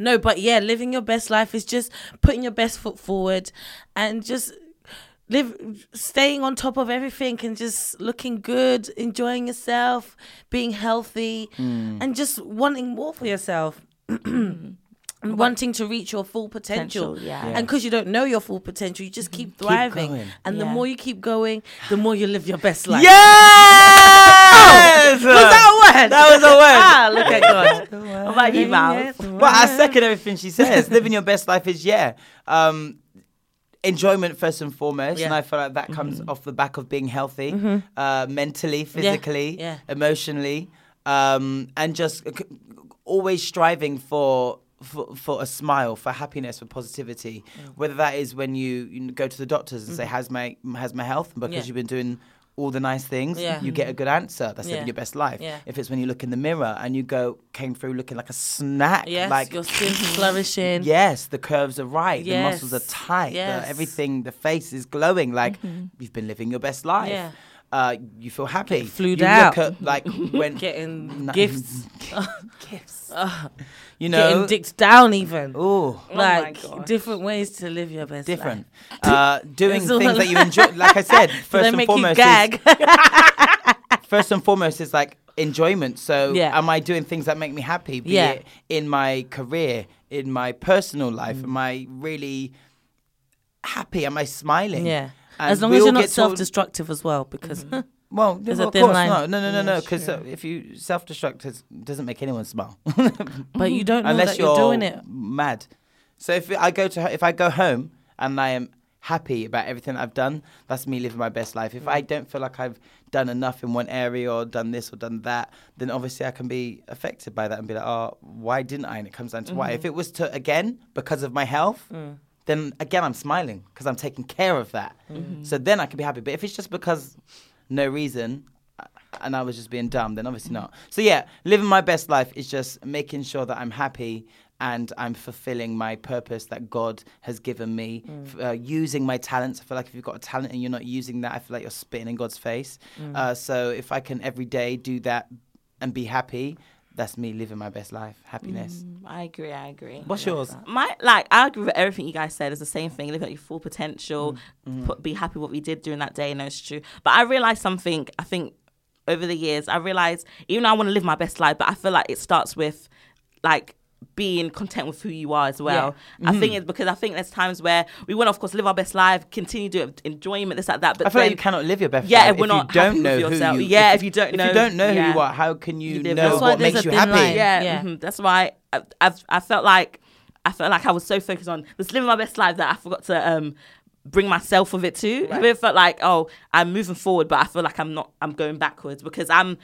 no, but yeah, living your best life is just putting your best foot forward and just live staying on top of everything and just looking good, enjoying yourself, being healthy
Mm.
and just wanting more for yourself. [clears throat] And wanting to reach your full potential,
Mm. Potential, yeah. Mm-hmm.
and because you don't know your full potential, you just keep thriving.
going.
and the
Yeah.
more you keep going, the more you live your best [laughs] life.
Yes.
Oh! was that a word?
That was a word.
ah, look at
[laughs]
God.
What about you, Val?
Well, I second everything she
[laughs]
says. Living your best life is yeah. Um, enjoyment first and foremost, and
Yeah. Mm-hmm.
I feel like that comes off the back of being healthy, uh, mentally, physically,
yeah.
emotionally, um, and just c- always striving for. For, for a smile, for happiness, for positivity,
Mm.
whether that is when you, you go to the doctors and say, "How's my how's my health?" And because
Mm-hmm. Yeah.
you've been doing all the nice things,
Yeah.
you get a good answer. That's
Yeah.
living your best life.
Yeah.
If it's when you look in the mirror and you go came through looking like a snack,
Yes,
like
your
[laughs]
skin's flourishing.
yes, the curves are right, the muscles
Yes,
are tight,
yes. Mm-hmm.
the, everything, the face is glowing. Like you've been living your best life.
Yeah.
uh, you feel happy.
flued
you
out.
Look at,
[laughs]
like when
Getting
No-
gifts.
gifts.
Ugh.
You
Getting
know.
dicked down even.
Ooh.
like
gosh.
different ways to live your best
Oh different.
[laughs] life.
Uh, doing
It's all
things that you
like-
enjoy. Like I said,
Do
first
[laughs] they
and
make you
foremost, [laughs]
gag? [laughs]
is, first and foremost is like enjoyment. So,
Yeah.
am I doing things that make me happy? Be
Yeah.
it in my career, in my personal life,
Mm.
am I really happy? Am I smiling?
yeah.
And
As long
we
as
all
you're not
get told- Mm-hmm.
self-destructive as well, because
Well,
There's
well,
a
of
thin
course,
line.
no, no, no, no,
Yeah,
no. Because
sure.
if you self-destruct, it doesn't make anyone smile.
[laughs] but you don't know
unless
that you're, doing it.
mad. So if I go to if I go home and I am happy about everything I've done, that's me living my best life. If I
Mm.
don't feel like I've done enough in one area or done this or done that, then obviously I can be affected by that and be like, oh, why didn't I? And it comes down to why.
Mm-hmm.
If it was to again because of my health.
Mm.
Then again, I'm smiling because I'm taking care of that.
Mm-hmm.
So then I can be happy. But if it's just because no reason, and I was just being dumb, then obviously not. So yeah, living my best life is just making sure that I'm happy and I'm fulfilling my purpose that God has given me.
Mm.
F- Uh, using my talents, I feel like if you've got a talent and you're not using that, I feel like you're spitting in God's face.
Mm.
Uh, so if I can every day do that and be happy, that's me living my best life. Happiness.
I agree. I agree.
What's yours?
My like, I agree with everything you guys said. It's the same thing. Live at your full potential.
Mm,
Put, be happy with what we did during that day. No, it's true. But I realized something. I think over the years, I realized even though I want to live my best life, but I feel like it starts with like being content with who you are as well. I
Mm-hmm.
think it's because I think there's times where we want to, of course, live our best life, continue to have enjoyment, this, that, that. But
I feel
then,
like you cannot live your best
Yeah,
life
if we're not
you don't
happy with
know
yourself.
Who you,
Yeah, if you don't
if
know-
you don't know
yeah.
who you are, how can you,
You live
know
your-
That's why
what
there's
makes
a
you
thin
happy?
line.
yeah,
Yeah.
mhm. that's why I, I've, I felt like I felt like I was so focused on just living my best life that I forgot to um, bring myself with it too. I really felt like oh, I'm moving forward, but I feel like I'm not. I'm going backwards because I'm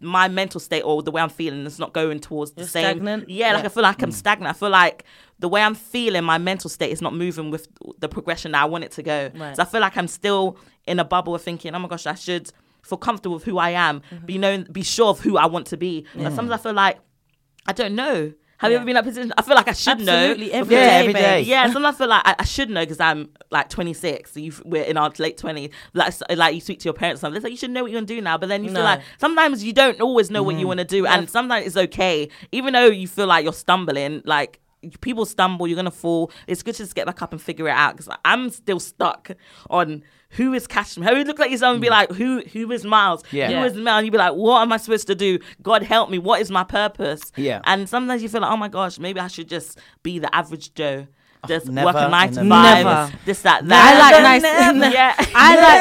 my mental state or the way I'm feeling is not going towards the
You're
same.
stagnant?
Yeah, like
Yeah.
I feel like I'm stagnant. I feel like the way I'm feeling, my mental state is not moving with the progression that I want it to go.
Right.
So I feel like I'm still in a bubble of thinking, oh my gosh, I should feel comfortable with who I am,
Mm-hmm.
be known, be sure of who I want to be. But sometimes I feel like I don't know. Have you ever been in that position? I feel like I should
Absolutely,
know.
every
yeah,
day,
every
babe.
day.
[laughs]
Yeah, sometimes I feel like I, I should know because I'm like 26. So you've, we're in our late 20s. Like, so- like you speak to your parents, or something. It's like you should know what you're gonna do now. But then you
No. Mm-hmm.
feel like sometimes you don't always know what you want to do, and sometimes it's okay, even though you feel like you're stumbling. Like people stumble, you're gonna fall. It's good to just get back up and figure it out. Because I'm still stuck on who is Cashman. How you look like yourself and
Mm.
be like, who who is Miles?
Yeah.
Who
Yeah.
is Mel? And you'd be like, what am I supposed to do? God help me. What is my purpose?
Yeah.
And sometimes you feel like, oh my gosh, maybe I should just be the average Joe. Just
Oh, never
work a nine to
in a
five,
million years.
this, that,
I
that.
like nice.
[laughs]
I like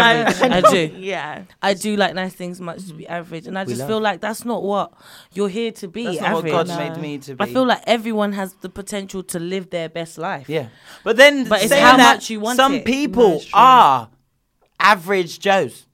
[laughs]
Never,
nice things too much to be average. I do.
Yeah.
I do like nice things much to be
Mm-hmm.
average, and I just feel like that's not what you're here to be.
That's not what
average.
God made me to
I
be.
feel like everyone has the potential to live their best life.
Yeah, but then
But it's
saying
how
that,
much you want
Some
it.
people
That's true.
are average Joes,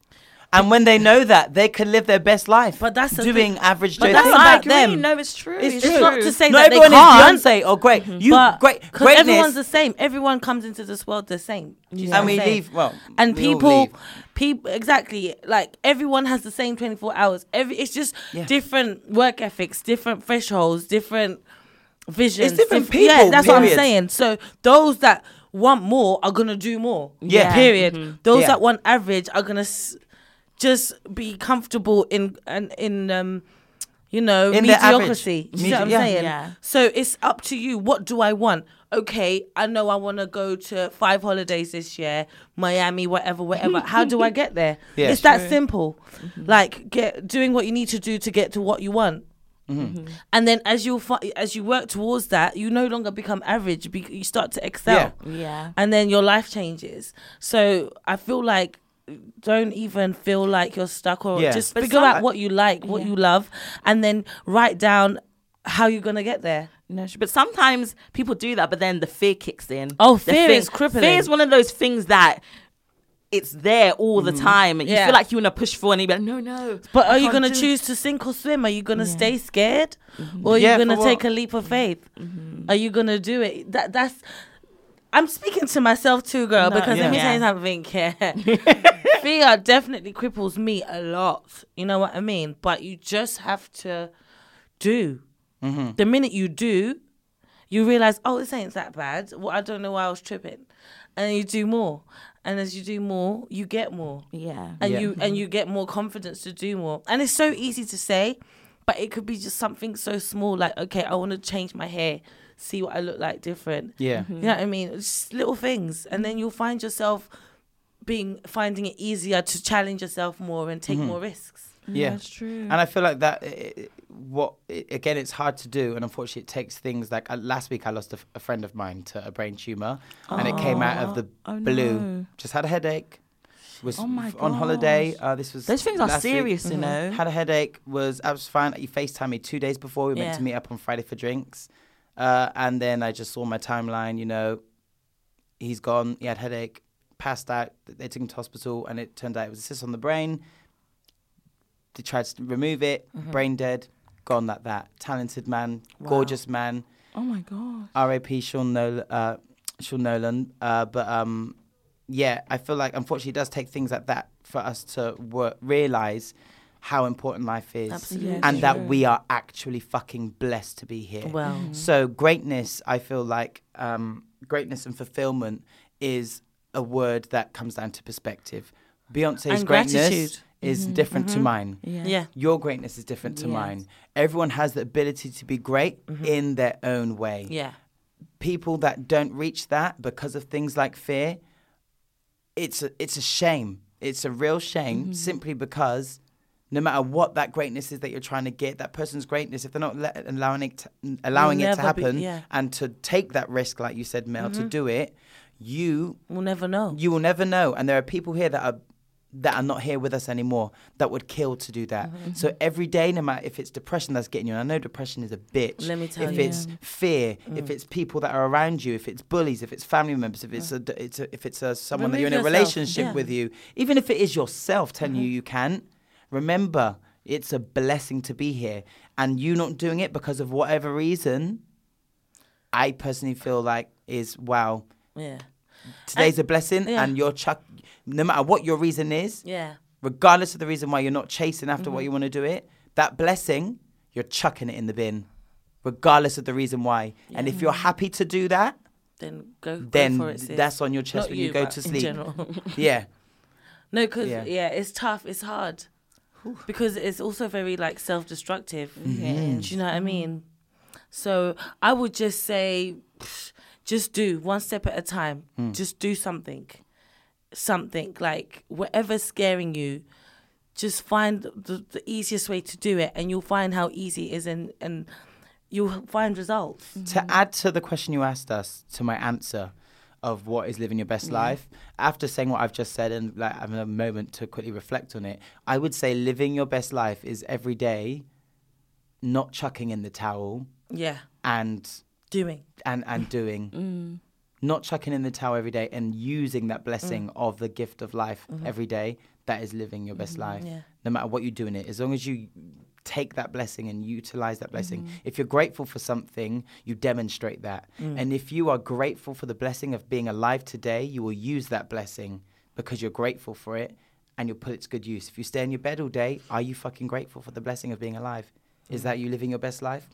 and when they know that, they can live their best life.
But that's the
doing
thing-
average
but
Joe
that's
things.
what I
Not
agree,
them.
No, it's true.
It's true. Not to say
Not
that they
everyone
can't. Mm-hmm.
is Beyonce or great. You
but
great
because
greatness.
everyone's the same. Everyone comes into this world the same. Do you see
And
what
we
I'm saying?
leave- well,
and
we all
people,
leave.
people exactly like everyone has the same 24 hours. Every it's just
Yeah.
different work ethics, different thresholds, different visions.
different
diff- Yeah,
people,
that's what I'm
period.
saying. So those that want more are gonna do more.
Yeah.
Period. Those
Yeah.
that want average are gonna s- just be comfortable in and in um. You know,
In their average.
mediocrity. Do you know
Medi-
what I'm
yeah.
saying?
Yeah.
So it's up to you. What do I want? Okay, I know I want to go to five holidays this year, Miami, whatever, whatever. How do I get there?
[laughs] Yeah.
it's that simple. Like get doing what you need to do to get to what you want.
Mm-hmm.
And then as you fi- as you work towards that, you no longer become average. Be- you start to excel.
Yeah.
Yeah.
And then your life changes. So I feel like don't even feel like you're stuck or
Yeah.
just
But
figure
some-
out what you like, what you love, and then write down how you're gonna get there.
No, sh- but sometimes people do that, but then the fear kicks in.
Oh,
The
fear
thing-
is crippling.
Fear is one of those things that it's there all the time. You
Mm. Yeah.
feel like you want to push for, and you're like, no, no.
But
I
are you
can't
going to
do-
choose to sink or swim? Are you going to stay scared, or are you
Yeah,
going to
for
take
what?
a leap of faith? Are you going to do it? That that's. I'm speaking to myself too, girl, because let me
Yeah.
say something. Yeah. Fear definitely cripples me a lot. You know what I mean? But you just have to do.
Mm-hmm.
The minute you do, you realize, oh, this ain't that bad. Well, I don't know why I was tripping, and you do more, and as you do more, you get more.
Yeah.
and you
Mm-hmm.
and you get more confidence to do more. And it's so easy to say, but it could be just something so small like, okay, I want to change my hair, see what I look like different.
Yeah.
You
Mm-hmm.
know what I mean? It's just little things, and then you'll find yourself being finding it easier to challenge yourself more and
Mm-hmm.
take more risks.
Yeah,
That's true.
Mm.
And I feel like that. i i- what i again? It's hard to do, and unfortunately, it takes things like uh, last week. I lost a, f- a friend of mine to a brain tumor, and it came out of the blue. Just had a headache. Was
Oh, my
f- on holiday.
gosh.
Uh, this was
Those things are
last week. Mm-hmm.
serious, you Mhm. know.
Had a headache. Was I was fine. You Facetime me two days before we were meant to
Yeah.
meet up on Friday for drinks, uh, and then I just saw my timeline. You know, he's gone. He had headache, passed out. They took him to hospital, and it turned out it was a cyst on the brain. They tried to remove it. Brain dead, gone like that. Talented man, gorgeous man.
Oh my god.
R.A.P. Sean Nolan. Uh, Sean Nolan. Uh, but um, yeah, I feel like unfortunately it does take things like that for us to work, realize how important life is,
Absolutely.
and that we are actually fucking blessed to be here.
Well. Mhm.
Mm. so greatness, I feel like um, greatness and fulfillment is a word that comes down to perspective. Beyonce's
And
greatness
gratitude. Mm-hmm.
is different to mine.
Mm-hmm.
Yeah.
Your greatness is different to mine. Everyone has the ability to be great
Mm-hmm.
in their own way.
Yeah.
People that don't reach that because of things like fear, it's a, it's a shame. It's a real shame
Mm-hmm.
simply because no matter what that greatness is that you're trying to get, that person's greatness, if they're not let, allowing it to, allowing it to
never be-
happen
yeah. Mm-hmm.
and to take that risk, like you said, Mel, to do it, you
We'll never know.
you will never know. And there are people here that are that are not here with us anymore that would kill to do that.
Mm-hmm.
So every day, no matter if it's depression that's getting you, and I know depression is a bitch.
Let me tell
if
you. Mm.
it's fear, if it's people that are around you, if it's bullies, if it's family members, if it's a, d- it's a, if it's a, someone that you're in
Remove
a
yourself.
relationship
Yeah. Mm-hmm.
with you, even if it is yourself telling you you can't, remember it's a blessing to be here. And you not doing it because of whatever reason, I personally feel like is wow
yeah.
today's a blessing
yeah.
and you're chuck no matter what your reason is
Yeah. Mm-hmm.
regardless of the reason why you're not chasing after what you want to do it that blessing you're chucking it in the bin regardless of the reason why and if you're happy to do that
Then go, go
then
for it. sis.
that's on your chest
Not
when you, go
but
to
In
sleep
general. [laughs]
yeah
No, because
Yeah.
yeah. it's tough. It's hard because it's also very like self-destructive. Do you know what I mean? So I would just say, pff, just do one step at a time. Just do something, something like whatever's scaring you. Just find the, the easiest way to do it, and you'll find how easy it is, and and you'll find results.
to add to the question you asked us to my answer of what is living your best life after saying what i've just said and like having a moment to quickly reflect on it i would say living your best life is every day not chucking in the towel
Yeah,
and
doing.
and and doing not chucking in the towel every day and using that blessing of the gift of life every day that is living your best life
yeah.
no matter what you do in it as long as you take that blessing and utilize that blessing if you're grateful for something you demonstrate that and if you are grateful for the blessing of being alive today you will use that blessing because you're grateful for it and you'll put it to good use if you stay in your bed all day are you fucking grateful for the blessing of being alive is that you living your best life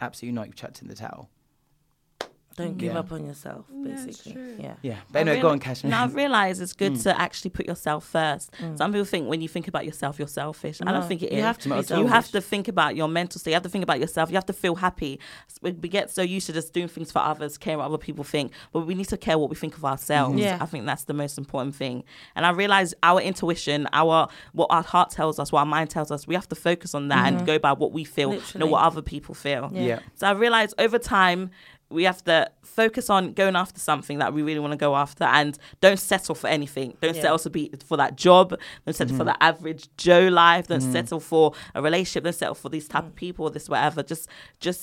absolutely not you've chucked in the towel
Don't give
Yeah.
up on yourself. Basically, yeah.
yeah but anyway go on Cashmere. [laughs]
Now I've realised it's
Hmm.
good to actually put yourself first. Some people think when you think about yourself, you're selfish. I don't think it is.
you have to be
You have to think about your mental state. You have to think about yourself. You have to feel happy. S- We we get so used to just doing things for others, care what other people think, but we need to care what we think of ourselves.
Mm-hmm. Yeah.
I think that's the most important thing. And I realise our intuition, our what our heart tells us, what our mind tells us, we have to focus on that and go by what we feel,
Mm-hmm. Literally.
not what other people feel.
Yeah.
So I realized over time we have to focus on going after something that we really want to go after and don't settle for anything. Don't settle to be for that job. Don't settle for the average Joe life. Don't settle for a relationship. Don't settle for these type
Mm.
of people, this whatever. Just just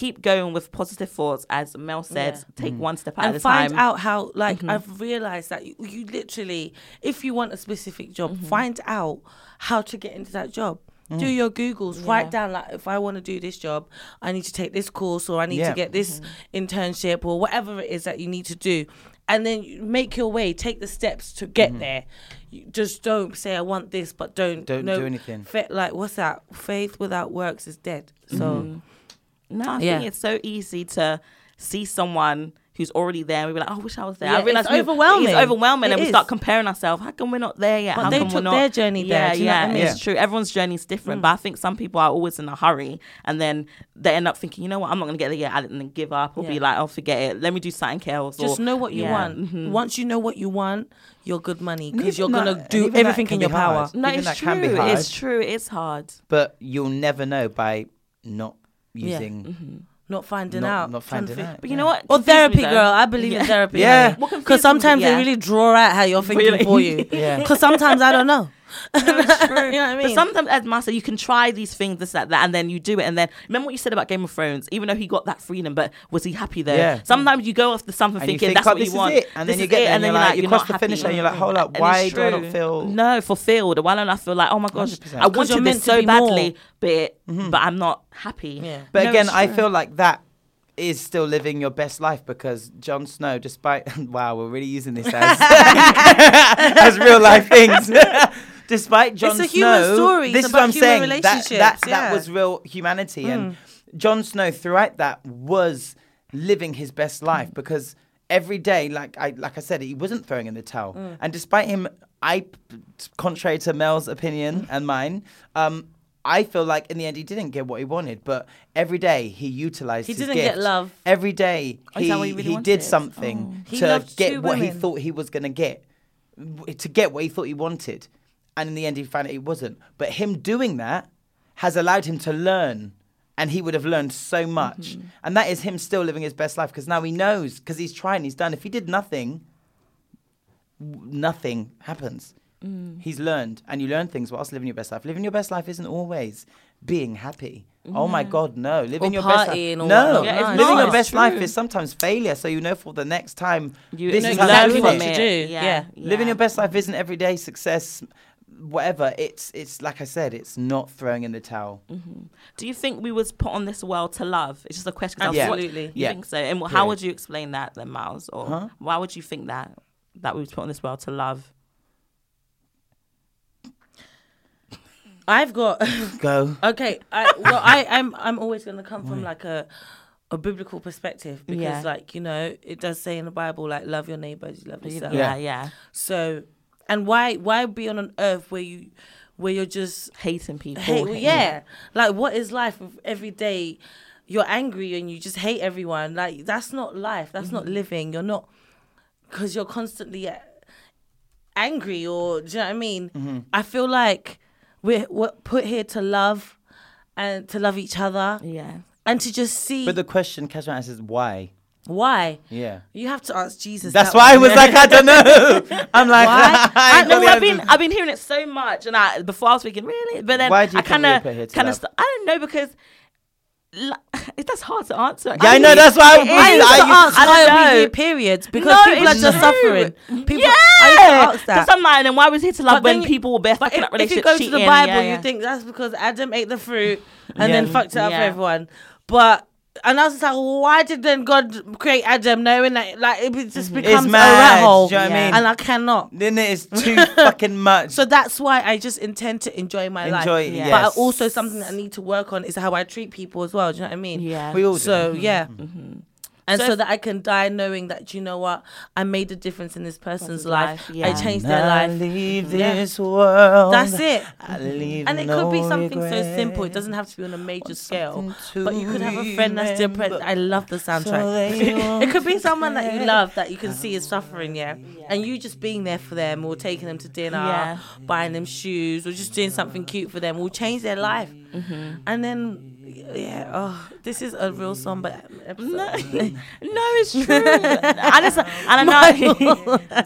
keep going with positive thoughts as Mel said, take one step at a
and find
time.
out how like
Mm-hmm.
i've realized that you, you literally if you want a specific job
Mm-hmm.
find out how to get into that job do
Mm.
your googles write down like if i want to do this job i need to take this course or i need
Yeah. Mm-hmm.
to get this internship or whatever it is that you need to do and then you make your way take the steps to
Mm-hmm.
get there you just don't say i want this but don't
Don't
no-
do anything.
fa- like what's that faith without works is dead so
Mm-hmm.
No, I
Yeah.
think it's so easy to see someone who's already there. And we were like, oh, I wish I was there.
Yeah,
I realized
it's
we-
overwhelming.
It's overwhelming,
It
and we
is.
start comparing ourselves. How come we're not there yet?
But
How
they
come
took
we're not?
their journey there,
Yeah,
do you know
yeah,
what I mean? Mm.
it's true. Everyone's journey is different, but I think some people are always in a hurry, and then they end up thinking, you know what, I'm not gonna get there yet, and then give up or
Yeah.
be like, oh, forget it. Let me do something else.
Just
or-
know what you
Yeah.
want.
Mhm.
Once you know what you want, you're good money because
Even
you're gonna
that-
do
even that
everything
can
in
be
your power.
hard.
No,
Even
it's
that
true.
can be hard.
It's true. It's hard.
But you'll never know by not
Yeah.
using.
Not finding
Not-
out.
not
Trying to
finding
think.
out.
But you know what?
Or
Confused me
therapy,
though.
girl. I believe in
Yeah.
therapy.
Yeah.
honey.
What
Because
confused me-
sometimes they
yeah.
really draw out how you're thinking
Really?
for you.
Yeah.
Because sometimes I don't know.
No, it's true.
[laughs] You know what I mean?
But sometimes, as Master, you can try these things, this, that, that, and then you do it. And then remember what you said about Game of Thrones. Even though he got that freedom, but was he happy though?
Yeah.
Sometimes you go after something
And you
thinking
think,
that's
"Oh,
what
this
you
is
want.
it," and then
This
you
is
get
it,
there and you're like- you
not
cross the
happy.
finish line and you're like, hold up,
And it's
why do I not
true.
feel-
no fulfilled? Why don't I feel like, oh my gosh, I
'Cause
you're
wanted
meant
this
to
so
be more.
badly, but but I'm not happy.
Yeah.
Mm-hmm. But
No,
again,
it's
I
true.
feel like that is still living your best life because Jon Snow, despite [laughs] wow, we're really using this as as real life things. despite Jon Snow,
a human story. It's
This is
about
what I'm
human
saying. That, that,
relationships, yeah.
that was real humanity, and
Hmm.
Jon Snow throughout that was living his best life because every day, like I like I said, he wasn't throwing in the towel,
Hmm.
and despite him, I, contrary to Mel's
[laughs]
opinion and mine. Um, I feel like in the end he didn't get what he wanted, but every day he utilized.
He
his
didn't get
gift.
love.
Every day
is
he,
that what he really
he did
wanted?
something
Oh. He
to
loved two
get what he
women.
thought he was gonna get w- to get what he thought he wanted. And in the end, he found out he wasn't. But him doing that has allowed him to learn. And he would have learned so much.
Mm-hmm.
And that is him still living his best life because now he knows, because he's trying, he's done. If he did nothing, w- nothing happens.
Mm.
He's learned. And you learn things whilst living your best life. Living your best life isn't always being happy. Oh my God, no. Living your best
partying
life.
or
No,
whatnot. Yeah,
it's
living
not.
your
It's
best
true.
life is sometimes failure. So you know for the next time, this
know
is
how
how
exactly
to
what
finish.
you
meant.
do. Yeah.
Living your best life isn't everyday success, whatever. It's it's like I said, it's not throwing in the towel.
Mm-hmm.
Do you think we was put on this world to love? It's just a question. 'cause I was-
Absolutely.
You
Yeah.
think so? And wh- how would you explain that then, Miles? Or why would you think that that we was put on this world to love?
I've got [laughs]
Go.
okay. I, well, I, I'm I'm always gonna come from like a a biblical perspective because
Yeah.
like you know it does say in the Bible like love your neighbors, love yourself.
Yeah, yeah.
So, and why why be on an earth where you where you're just
Hating people.
hate, well,
hating-
yeah. Like, what is life if every day you're angry and you just hate everyone? Like, that's not life. That's not
Mm-hmm.
living. You're not, because you're constantly uh, angry or, do you know what I mean?
Mm-hmm.
I feel like we're, we're put here to love and to love each other
Yeah.
and to just see
But the question Casual answers why.
why.
Yeah.
You have to ask Jesus.
That's
that
why I
one.
was like, I don't
[laughs]
know. I'm like,
Why?
[laughs] I
I
ain't got
know
the
I've been
answers.
I've been hearing it so much, and I before I was thinking really, but then
Why do you
I
think
kind
we were
of
put here to
kind
love?
of st- I don't know because li- [laughs] that's hard to answer.
Yeah, I know, that's why I-
I used to
I
ask
used-
I
why
don't
are we
know.
here periods because
No,
people are
it's
just
true.
suffering. People,
yeah,
I used to ask that.
Because I'm like, then why was he to love
But
when
then you-
people were bare
But
fucking
if,
up
if you
relationships?
go to the
cheating?
Bible,
Yeah, yeah.
you think that's because Adam ate the fruit and
Yeah.
then fucked it up for
Yeah.
everyone. But and I was just like, why did then God create Adam knowing that like it be- just becomes a
mad,
rat hole?
do you know what I Yeah. mean?
And I cannot.
Then it
[laughs]
is too fucking much.
So that's why I just intend to enjoy my
Enjoy
life.
it,
But I
yes.
also something that I need to work on is how I treat people as well. Do you know what I mean?
Yeah.
we all do. Mm-hmm.
So yeah. And so,
So if-
that I can die knowing that you know what I made a difference in this person's life.
life,
I
yeah.
changed
I
their life.
leave
Yeah.
this world.
That's it.
I leave
And it
no
could be something so
regret.
simple. It doesn't have to be on a major scale.
something to
But you could have a friend that's depressed.
remember.
I love the soundtrack.
they
[laughs] it could be someone that you love that you can see is suffering, yeah? And you just being there for them or taking them to dinner,
Yeah.
buying them shoes, or just doing something cute for them will change their life.
Mm-hmm.
And then, yeah, oh, this is a real somber [laughs] episode.
No, it's
[laughs]
true. I just, I don't know.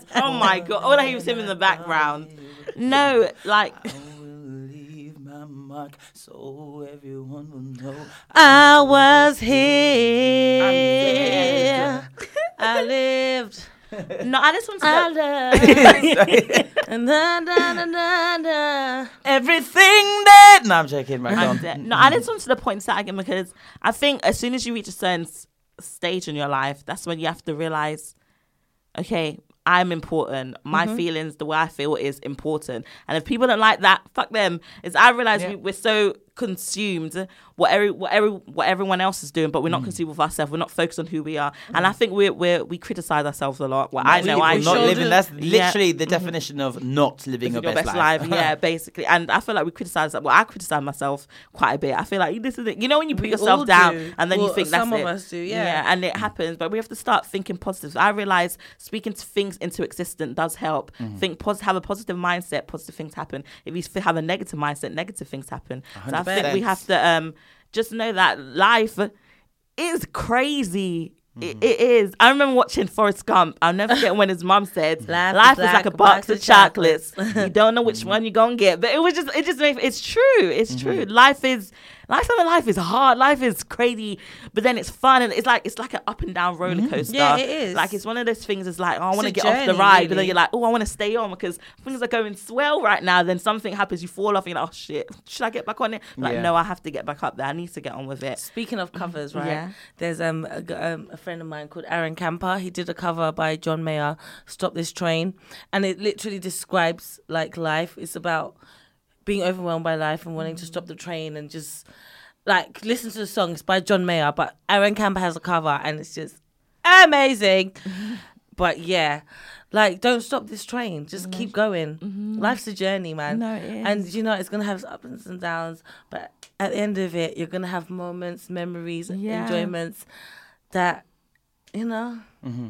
[laughs] oh my god! All I hear is him in the
[laughs]
background. No, like
Leave my mark so everyone will [laughs] know.
I was here. I lived.
no, I just want to.
I
Know, [laughs]
[laughs] love. Na, na, na, na, na.
Everything that. Eh, No, I'm joking. Right, go
I'm
on.
dead. No, I just want to the point that again because I think as soon as you reach a certain s- stage in your life, that's when you have to realize, okay, I'm important. My
Mm-hmm.
feelings, the way I feel, is important. And if people don't like that, fuck them. As I realize we, we're so consumed what every, what every what everyone else is doing, but we're not
Mm.
consumed with ourselves. We're not focused on who we are, and I think we we we criticize ourselves a lot. Well, I know I
am Mm. not
do.
living. That's
Yeah.
literally the definition of not living your,
Your best, life,
[laughs]
yeah, basically, and I feel like we criticize that. Well, I criticize myself quite a bit. I feel like this is it. You know when you put
We all
yourself down
do.
and then
Well,
you think
some
that's
of
it.
us do, yeah.
and it happens. But we have to start thinking positive. I realize speaking to things into existence does help. Think positive, have a positive mindset. Positive things happen. If you f- have a negative mindset, negative things happen. So I think we
100%.
have to um, just know that life is crazy. It, it is. I remember watching Forrest Gump. I'll never forget when his mom said,
Life
"Life,
is
is like a box of chocolates. [laughs] you don't know which one you're gonna get." But it was just, it just, made, it's true. It's true. Life is, life and life is hard. Life is crazy, but then it's fun and it's like it's like an up and down roller coaster.
Yeah, it is.
Like it's one of those things. It's like oh, I want
a
to get off the
journey,
ride, but
really.
then you're like, oh, I want to stay on because things are going swell right now. Then something happens, you fall off, and you're like, oh shit, should I get back on it? Like
Yeah.
no, I have to get back up there. I need to get on with it.
Speaking of covers, right?
Yeah.
There's um a, g- um a friend of mine called Aaron Camper. He did a cover by John Mayer, "Stop This Train," and it literally describes like life. It's about being overwhelmed by life and wanting to stop the train and just like listen to the song. It's by John Mayer, but Aaron Camper has a cover, and it's just
[laughs]
amazing. but yeah, like don't stop this train. Just keep going.
Mm-hmm.
Life's a journey, man.
No, it is.
And you know it's gonna have its ups and downs, but at the end of it, you're gonna have moments, memories,
Yeah.
enjoyments that you know.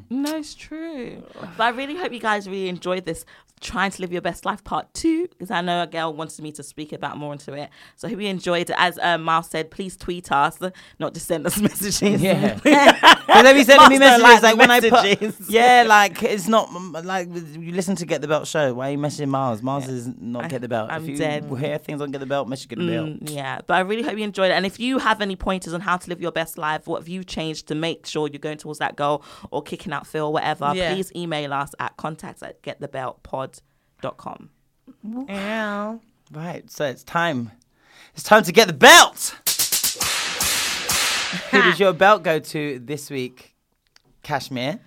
No, it's true. But I really hope you guys really enjoyed this trying to live your best life part two because I know a girl wanted me to speak about more into it. So I hope you enjoyed it. As um, Miles said, please tweet us, not just send us [laughs] messages.
Yeah. Because they be sending me messages
Must not
like,
like
when I put,
[laughs]
[laughs]
messages.
yeah, like it's not mm, like you listen to Get the Belt show. Why are you messaging Miles? Miles is not Get the Belt.
I'm
if you
dead.
hear things on Get the Belt, message Get the Belt.
Mm, yeah, but I really hope you enjoyed it. And if you have any pointers on how to live your best life, what have you changed to make sure you're going towards that goal or kicking out Phil, whatever,
Yeah.
please email us at contact at getthebeltpod.com.
Yeah.
Right, so it's time. It's time to get the belt. Who
[laughs]
does your belt go to this week? Kashmir.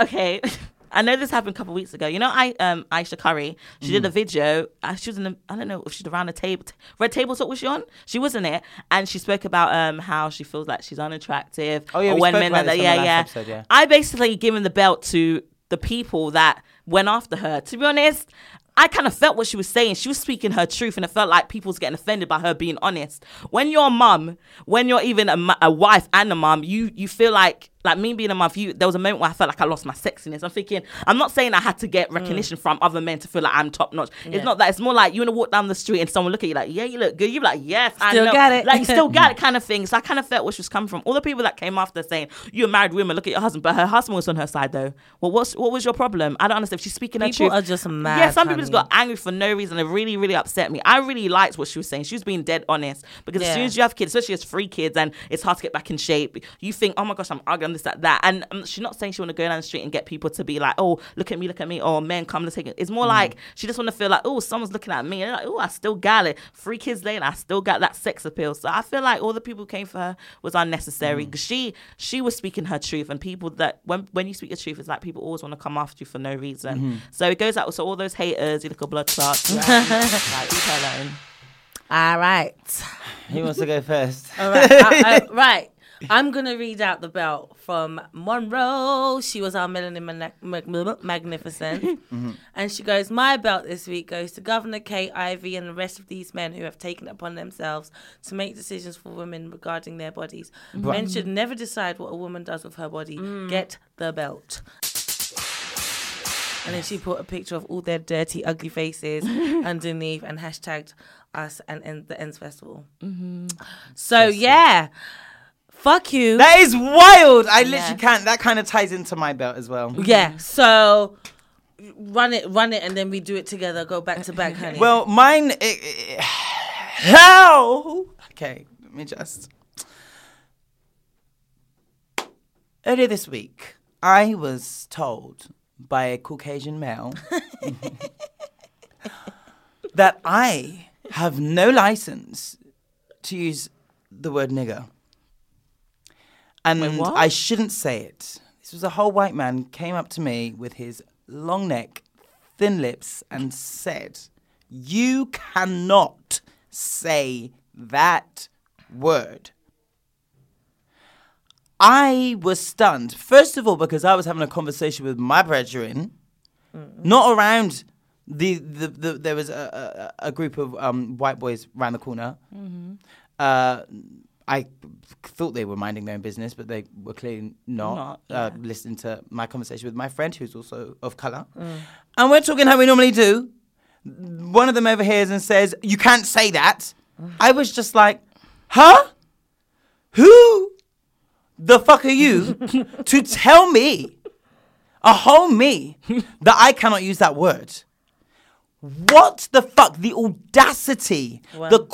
okay. [laughs] I know this happened a couple of weeks ago. You know, I um Aisha Curry. She
Mm.
did a video. Uh, she was in. A, I don't know if she's around a table. Red table talk was she on? She was in it, and she spoke about um how she feels like she's unattractive.
Oh, yeah,
or
we
when
spoke
men
about
are
this
like-
on the
yeah,
last
yeah.
episode, yeah.
I basically given the belt to the people that went after her. To be honest, I kind of felt what she was saying. She was speaking her truth, and it felt like people was getting offended by her being honest. When you're a mum, when you're even a, mu- a wife and a mum, you you feel like like me being a mum. You there was a moment where I felt like I lost my sexiness. I'm thinking I'm not saying I had to get recognition from other men to feel like I'm top notch. It's not that. It's more like you want to walk down the street and someone look at you like, yeah, you look good. You're like, yes,
Still
I know.
got it.
Like you
[laughs]
still got
Mm.
it kind of thing. So I kind of felt where she was coming from. All the people that came after saying, You're a married woman, look at your husband. But her husband was on her side though. Well, what's what was your problem? I don't understand if she's speaking her
People
truth.
are just mad,
Yeah, some people just
honey.
got angry for no reason. It really, really upset me. I really liked what she was saying. She was being dead honest. Because as
Yeah.
soon as you have kids, especially as free kids, and it's hard to get back in shape, you think, Oh my gosh, I'm ugly, I'm this, that, that. And um, she's not saying she wanna go down the street and get people to be like, Oh, look at me, look at me, or men come to take it. It's more
Mm.
like she just wanna feel like, Oh, someone's looking at me. And like, Oh, I still got it. Three kids later, I still got that sex appeal. So I feel like all the people who came for her was
Mm.
unnecessary. 'Cause She she was speaking her truth, and people that when when you speak your truth, it's like people always want to come after you for no reason.
Mm-hmm.
So it goes out. So all those haters, you little blood
[laughs]
clots, you actually, like leave her alone.
All right.
Who wants to go first?
All right. I-
[laughs]
I- right. I'm going to read out the belt from Monroe. She was our Melanie Mana- Mag- Mag- Magnificent.
[laughs] Mm-hmm.
And she goes, My belt this week goes to Governor Kate Ivey and the rest of these men who have taken it upon themselves to make decisions for women regarding their bodies. Men should never decide what a woman does with her body.
Mm.
Get the belt. And then she put a picture of all their dirty,
[laughs]
ugly faces underneath and hashtagged us and, and the Ends Festival. So yeah, fuck you.
That is wild. I literally can't. That kind of ties into my belt as well.
yeah. So run it, run it, and then we do it together. Go back to back, honey.
Well, mine. It, it, [sighs] how? Okay, let me just. Earlier this week, I was told by a Caucasian male [laughs] that I have no license to use the word nigger. And I shouldn't say it. This was a whole white man came up to me with his long neck, thin lips, and said, You cannot say that word. I was stunned. First of all, because I was having a conversation with my brethren, not around the, the, the there was a, a, a group of um, white boys around the corner. Uh, I thought they were minding their own business, but they were clearly not. uh, listening to my conversation with my friend, who's also of color, and we're talking how we normally do. One of them overhears and says, "You can't say that." I was just like, "Huh? Who the fuck are you to tell me, a whole me, that I cannot use that word? What the fuck? The audacity, the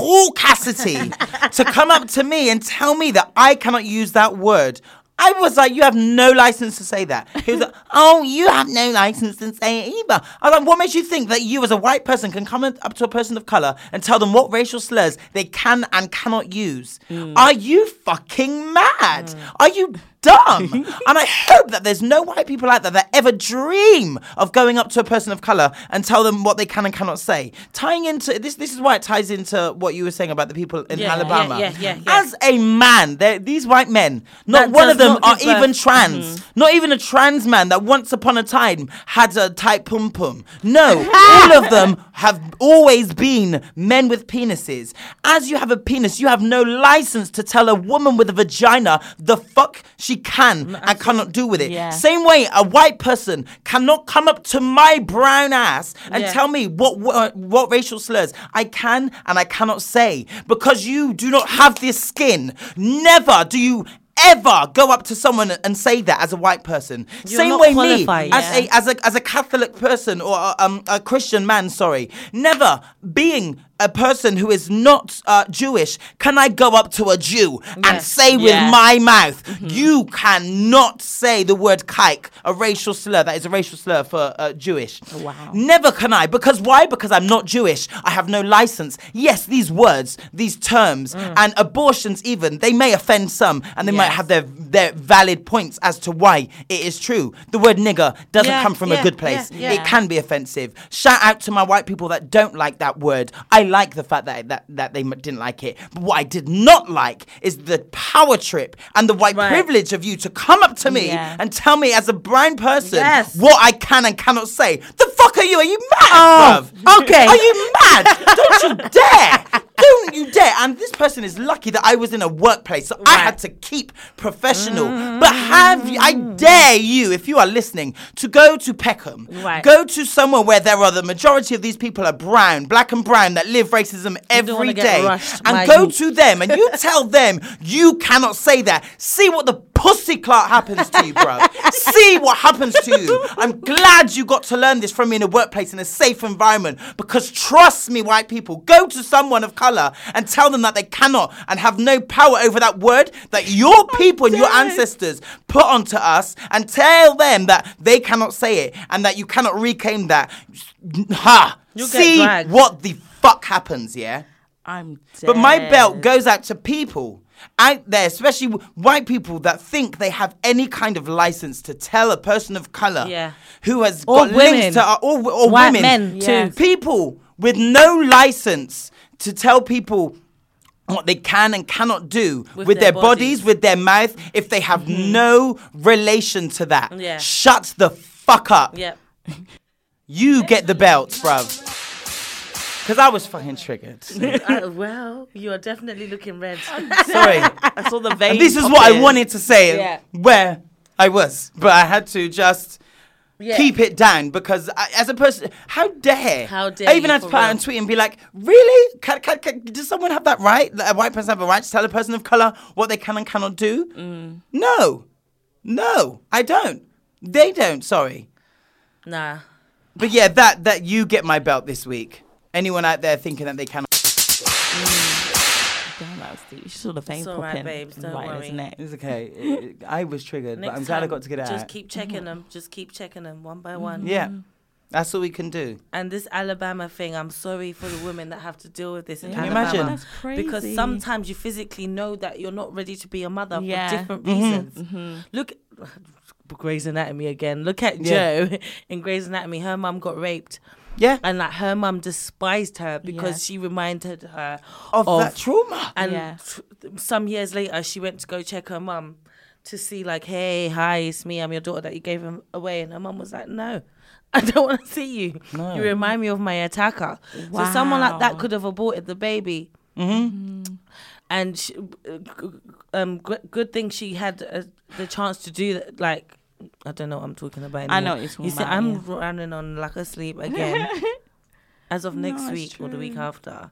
caucasity to come up to me and tell me that I cannot use that word. I was like, you have no license to say that. He was like, oh, you have no license to say it either. I was like, what makes you think that you, as a white person, can come up to a person of color and tell them what racial slurs they can and cannot use? Are you fucking mad? Are you
[laughs]
dumb? and I hope that there's no white people out there that ever dream of going up to a person of color and tell them what they can and cannot say. Tying into this, this is why it ties into what you were saying about the people in
Yeah, yeah,
Alabama.
yeah, yeah, yeah.
As a man, there- these white men, not
That
one
does
of them
not
are
give birth. Mm-hmm.
even trans. Not even a trans man that once upon a time had a tight pum pum.
[laughs]
No, all of them have always been men with penises. As you have a penis, you have no license to tell a woman with a vagina the fuck she can
Mm,
and cannot do with it.
Yeah.
Same way, a white person cannot come up to my brown ass and
Yeah.
tell me what, what what racial slurs I can and I cannot say because you do not have this skin. Never do you ever go up to someone and say that as a white person. Same
not
way
qualified,
me as
yeah.
a as a as a Catholic person or a, um, a Christian man, sorry, never being a person who is not uh, Jewish, can I go up to a Jew and say with
Yeah.
my mouth, you cannot say the word kike, a racial slur that is a racial slur for uh, Jewish. Wow. Never can I, because why? Because I'm not Jewish. I have no license. Yes, these words, these terms, and abortions even, they may offend some, and they might have their their valid points as to why it is true. The word nigger doesn't
Yeah,
come from a
yeah,
good place.
yeah,
It
yeah.
can be offensive. Shout out to my white people that don't like that word. I like the fact that that, that they m- didn't like it. But what I did not like is the power trip and the white
Right.
privilege of you to come up to me
Yeah.
and tell me as a blind person
Yes.
what I can and cannot say. The fuck are you? Are you mad, bruv?
Oh, okay.
Are you mad? don't you
[laughs]
dare. Don't you dare. And this person is lucky that I was in a workplace, so I had to keep professional.
Mm.
But have you, I dare you, if you are listening, to go to Peckham.
Right.
Go to somewhere where there are the majority of these people are brown, black and brown, that live racism every
wanna get
day.
rushed,
And
my
go
youth.
to them and you tell them you cannot say that. See what the pussy clout happens to you, bro. See what happens to you. I'm glad you got to learn this from me in a workplace in a safe environment because trust me, white people, go to someone of color and tell them that they cannot and have no power over that word that your people and your ancestors put onto us and tell them that they cannot say it and that you cannot reclaim that. Ha!
You'll get
See
dragged.
what the fuck happens, yeah?
I'm dead.
But my belt goes out to people out there, especially w- white people that think they have any kind of license to tell a person of color
Yeah.
who has
Or
got
women.
links to uh, or, or
White
women,
men, Yes. too.
people with no license to tell people. What they can and cannot do with, their,
their
bodies,
bodies. Mm-hmm.
with their mouth, if they have no relation to that.
Yeah.
Shut the fuck up.
Yep.
You get the belt, bruv. Because I was fucking
[laughs]
triggered.
Uh, well, you are definitely looking red. [laughs]
Sorry.
I saw the vein.
And this is what I
popping.
wanted to say
Yeah.
where I was, but I had to just
Yeah.
keep it down because I, as a person, how dare?
How dare
I even
you,
had to
for
put out
real.
and tweet and be like, really? Can, can, can, does someone have that right? That a white person have a right to tell a person of color what they can and cannot do?
Mm.
No, no, I don't. They don't. Sorry,
nah.
but yeah, that that you get my belt this week. Anyone out there thinking that they can?
Damn, that was deep. You saw the vein
It's all right,
popping.
babes, don't
right in
worry.
his neck.
It's okay. I was triggered,
Next
but I'm glad I
time,
got to get it out. Mm-hmm.
Just keep Mm. checking them. Just keep checking them one by one.
yeah, that's all we can do.
And this Alabama thing, I'm sorry for the women that have to deal with this in
Can you
Alabama.
imagine?
That's crazy.
Because sometimes you physically know that you're not ready to be a mother
Yeah.
for different
Mm-hmm.
reasons. Look, [laughs] Grey's Anatomy again. Look at
Yeah.
[laughs] Joe in Grey's Anatomy. Her mum got raped.
Yeah.
and like her mum despised her because she reminded her
Of that trauma.
and
Yeah.
t- some years later, she went to go check her mum to see, like, hey, hi, it's me. I'm your daughter that you gave him away. And her mum was like, no, [laughs] I don't want to see you. You remind me of my attacker. So someone like that could have aborted the baby.
Mm-hmm.
Mm-hmm. And she, uh, g- um, g- good thing she had uh, the chance to do that. Like, I don't know what I'm talking about.
I
Anymore.
know what you're talking
you see,
about,
I'm
yeah.
running on lack
[laughs]
of sleep again. As of next
it's
week or the week
true.
after,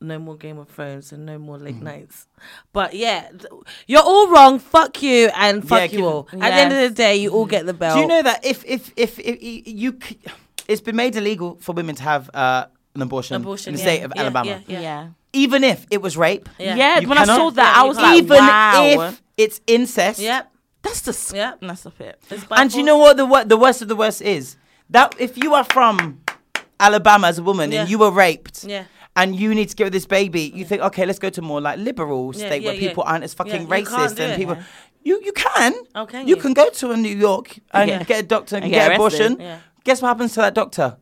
no more Game of Thrones and no more
Mm.
late nights. But yeah, th- you're all wrong. Fuck you and fuck
Yeah,
you
give-
all. At the end of the day, you all get the belt.
Do you know that if if if, if y- you, c it's been made illegal for women to have uh, an abortion,
Abortion,
in the
yeah,
state of
yeah,
Alabama,
yeah,
Yeah. Yeah.
even if it was rape,
Yeah.
You
when I
cannot-
saw that, I was like,
even
wow.
if it's incest,
Yep.
that's the
Yep.
That's the bit.
It's by
And you
force.
know what the wor- the worst of the worst is that if you are from Alabama as a woman
Yeah.
and you were raped,
Yeah.
and you need to get with this baby, you think okay, let's go to a more like liberal
Yeah,
state
yeah,
where people
yeah.
aren't as fucking
Yeah, you can't
racist
do it.
and people. You you can.
Oh, can
You
you?
can go to a New York and
Yeah.
get a doctor and,
And
get,
get
an abortion.
arrested.
Yeah.
Guess what happens to that doctor?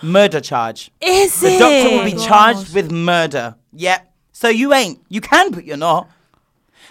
Murder charge.
Is
The
it? Oh,
doctor
Oh
will be charged with murder. Yep. So you ain't. You can, but you're not.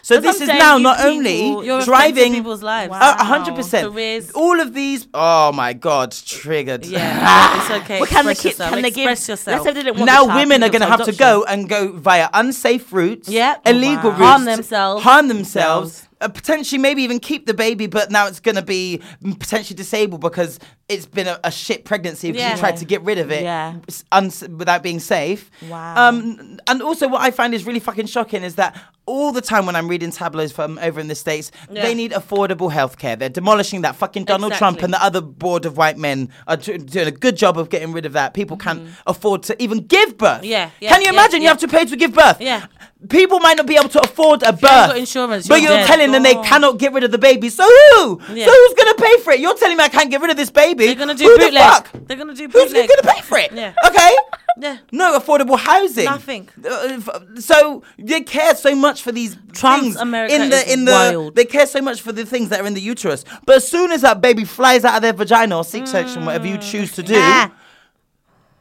So
That's what
this
I'm
is
saying,
now
you
not
people-
only
You're affecting
driving
people's lives.
Uh, A hundred
Wow.
percent.
Careers.
All of these. Oh my God, triggered. [laughs]
Yeah, it's okay.
What can the
Express
kids?
yourself.
Can they give?
Express
Let's
yourself.
say they didn't want the
Now
child,
women are
give it
going to have to go
adoption.
and go via unsafe routes, Oh,
Yep.
illegal
Wow.
routes,
Harm themselves.
harm themselves, uh, potentially maybe even keep the baby, but now it's going to be mm, potentially disabled because it's been a, a shit pregnancy because
Yeah.
you tried to get rid of it
Yeah.
s- uns- without being safe.
Wow.
Um, and also, what I find is really fucking shocking is that all the time when I'm reading tabloids from over in the states,
Yeah.
they need affordable healthcare. They're demolishing that fucking Donald Trump
Exactly.
and the other board of white men are do- doing a good job of getting rid of that. People can't afford to even give birth.
Mm-hmm. Yeah, yeah,
Can you
yeah,
imagine you
yeah.
have to pay to give birth?
Yeah.
People might not be able to afford a birth.
got insurance,
but
you're
you're
dead.
telling them they cannot get rid of the baby. So who?
Yeah.
So who's gonna pay for it? You're telling me I can't get rid of this baby.
They're gonna do
who The
bootleg.
fuck?
They're gonna do
Who's
bootleg.
gonna pay for it?
Yeah.
Okay.
[laughs] Yeah.
No affordable housing.
Nothing.
Uh, f- So they care so much for these
Trump's
things
America
in the
is
in the
wild.
they care so much for the things that are in the uterus. But as soon as that baby flies out of their vagina or C-section, whatever
Mm.
you choose to do,
Ah.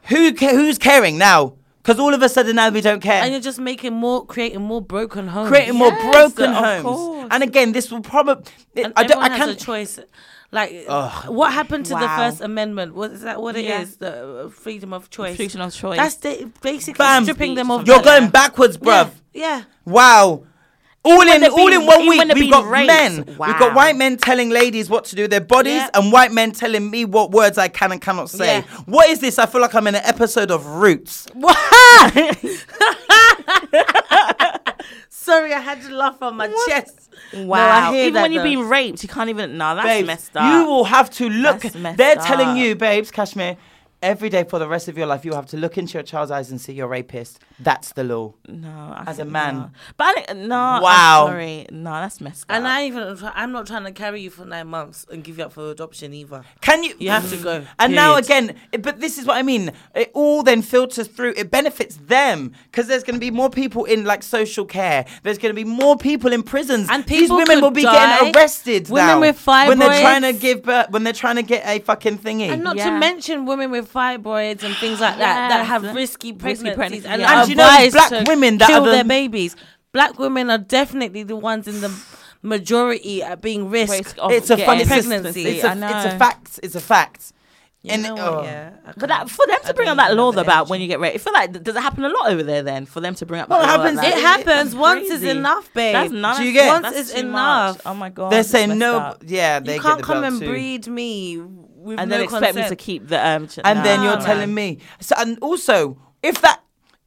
who ca- who's caring now? Because all of a sudden now we don't care
And you're just making more, creating more broken homes.
creating more
Yes,
broken
of
homes.
course.
And again, this will probably.
And
I don't. I
everyone has
can't.
a choice. Like, what happened to the
Wow.
First Amendment? What is that? What it is?
Yeah.
The uh, freedom of choice.
Freedom of choice.
That's the, basically
Bam.
stripping them of.
You're
that.
going backwards,
Yeah,
bruv.
Yeah.
Wow. All
when
in,
they're
all
being-
in one
even
week,
when they're
we've
being
got
raped.
men. We've got
Wow.
white men telling ladies what to do with their bodies,
Yeah.
and white men telling me what words I can and cannot say.
Yeah.
What is this? I feel like I'm in an episode of Roots.
Sorry, I had to laugh on my chest. No, I
Wow.
hear
even
that
when you're
though.
being raped, you can't even. Nah, that's
Babes,
messed up.
you will have to look.
That's messed
They're telling
up.
you, babes, Kashmir, every day for the rest of your life, you will have to look into your child's eyes and see your rapist. That's the law.
No, I
As a
think-
man.
no. But I, don't- no, I'm
Wow.
sorry, no, that's messed up.
And I even I'm not trying to carry you for nine months and give you up for adoption either.
Can you?
You have to go,
And now
period.
again, it- but this is what I mean. It all then filters through. It benefits them because there's going to be more people in like social care. There's going to be more people in prisons.
And
These
people
women
could
will be
die.
getting arrested.
Women
now,
with
when they're trying to
fibroids.
give birth, when they're trying to get a fucking thingy.
And not to
Yeah.
mention women with fibroids and things like that that
Yes.
have risky pregnancies
pregnancies,
and,
yeah.
are
And you know,
advised
black
to
women that
kill
are the-
their babies. Black women are definitely the ones in the majority at being risk.
Risk of
it's a
getting
funny
pregnancy,
It's a,
I
it's a
know.
fact. It's a fact.
You know what,
oh.
yeah, I
But
can't-
that, for them
I
to bring
don't
up that
even
law
have the
about
energy.
when you get raped, I feel like th- does it happen a lot over there? Then for them to bring up
Well,
that
it
law like
happens-
that?
it happens once is
crazy.
enough, babe.
That's none.
Do you get-
Once is
is
enough.
Oh my god,
they're
that's
saying
messed
no.
up.
Yeah, they
you
get
can't
the
come
belt
and
too.
breed me with
and
no
then expect me to
consent.
keep the um. ch-
and then
nah,
you're
Ah.
man.
telling me. So, and also, if that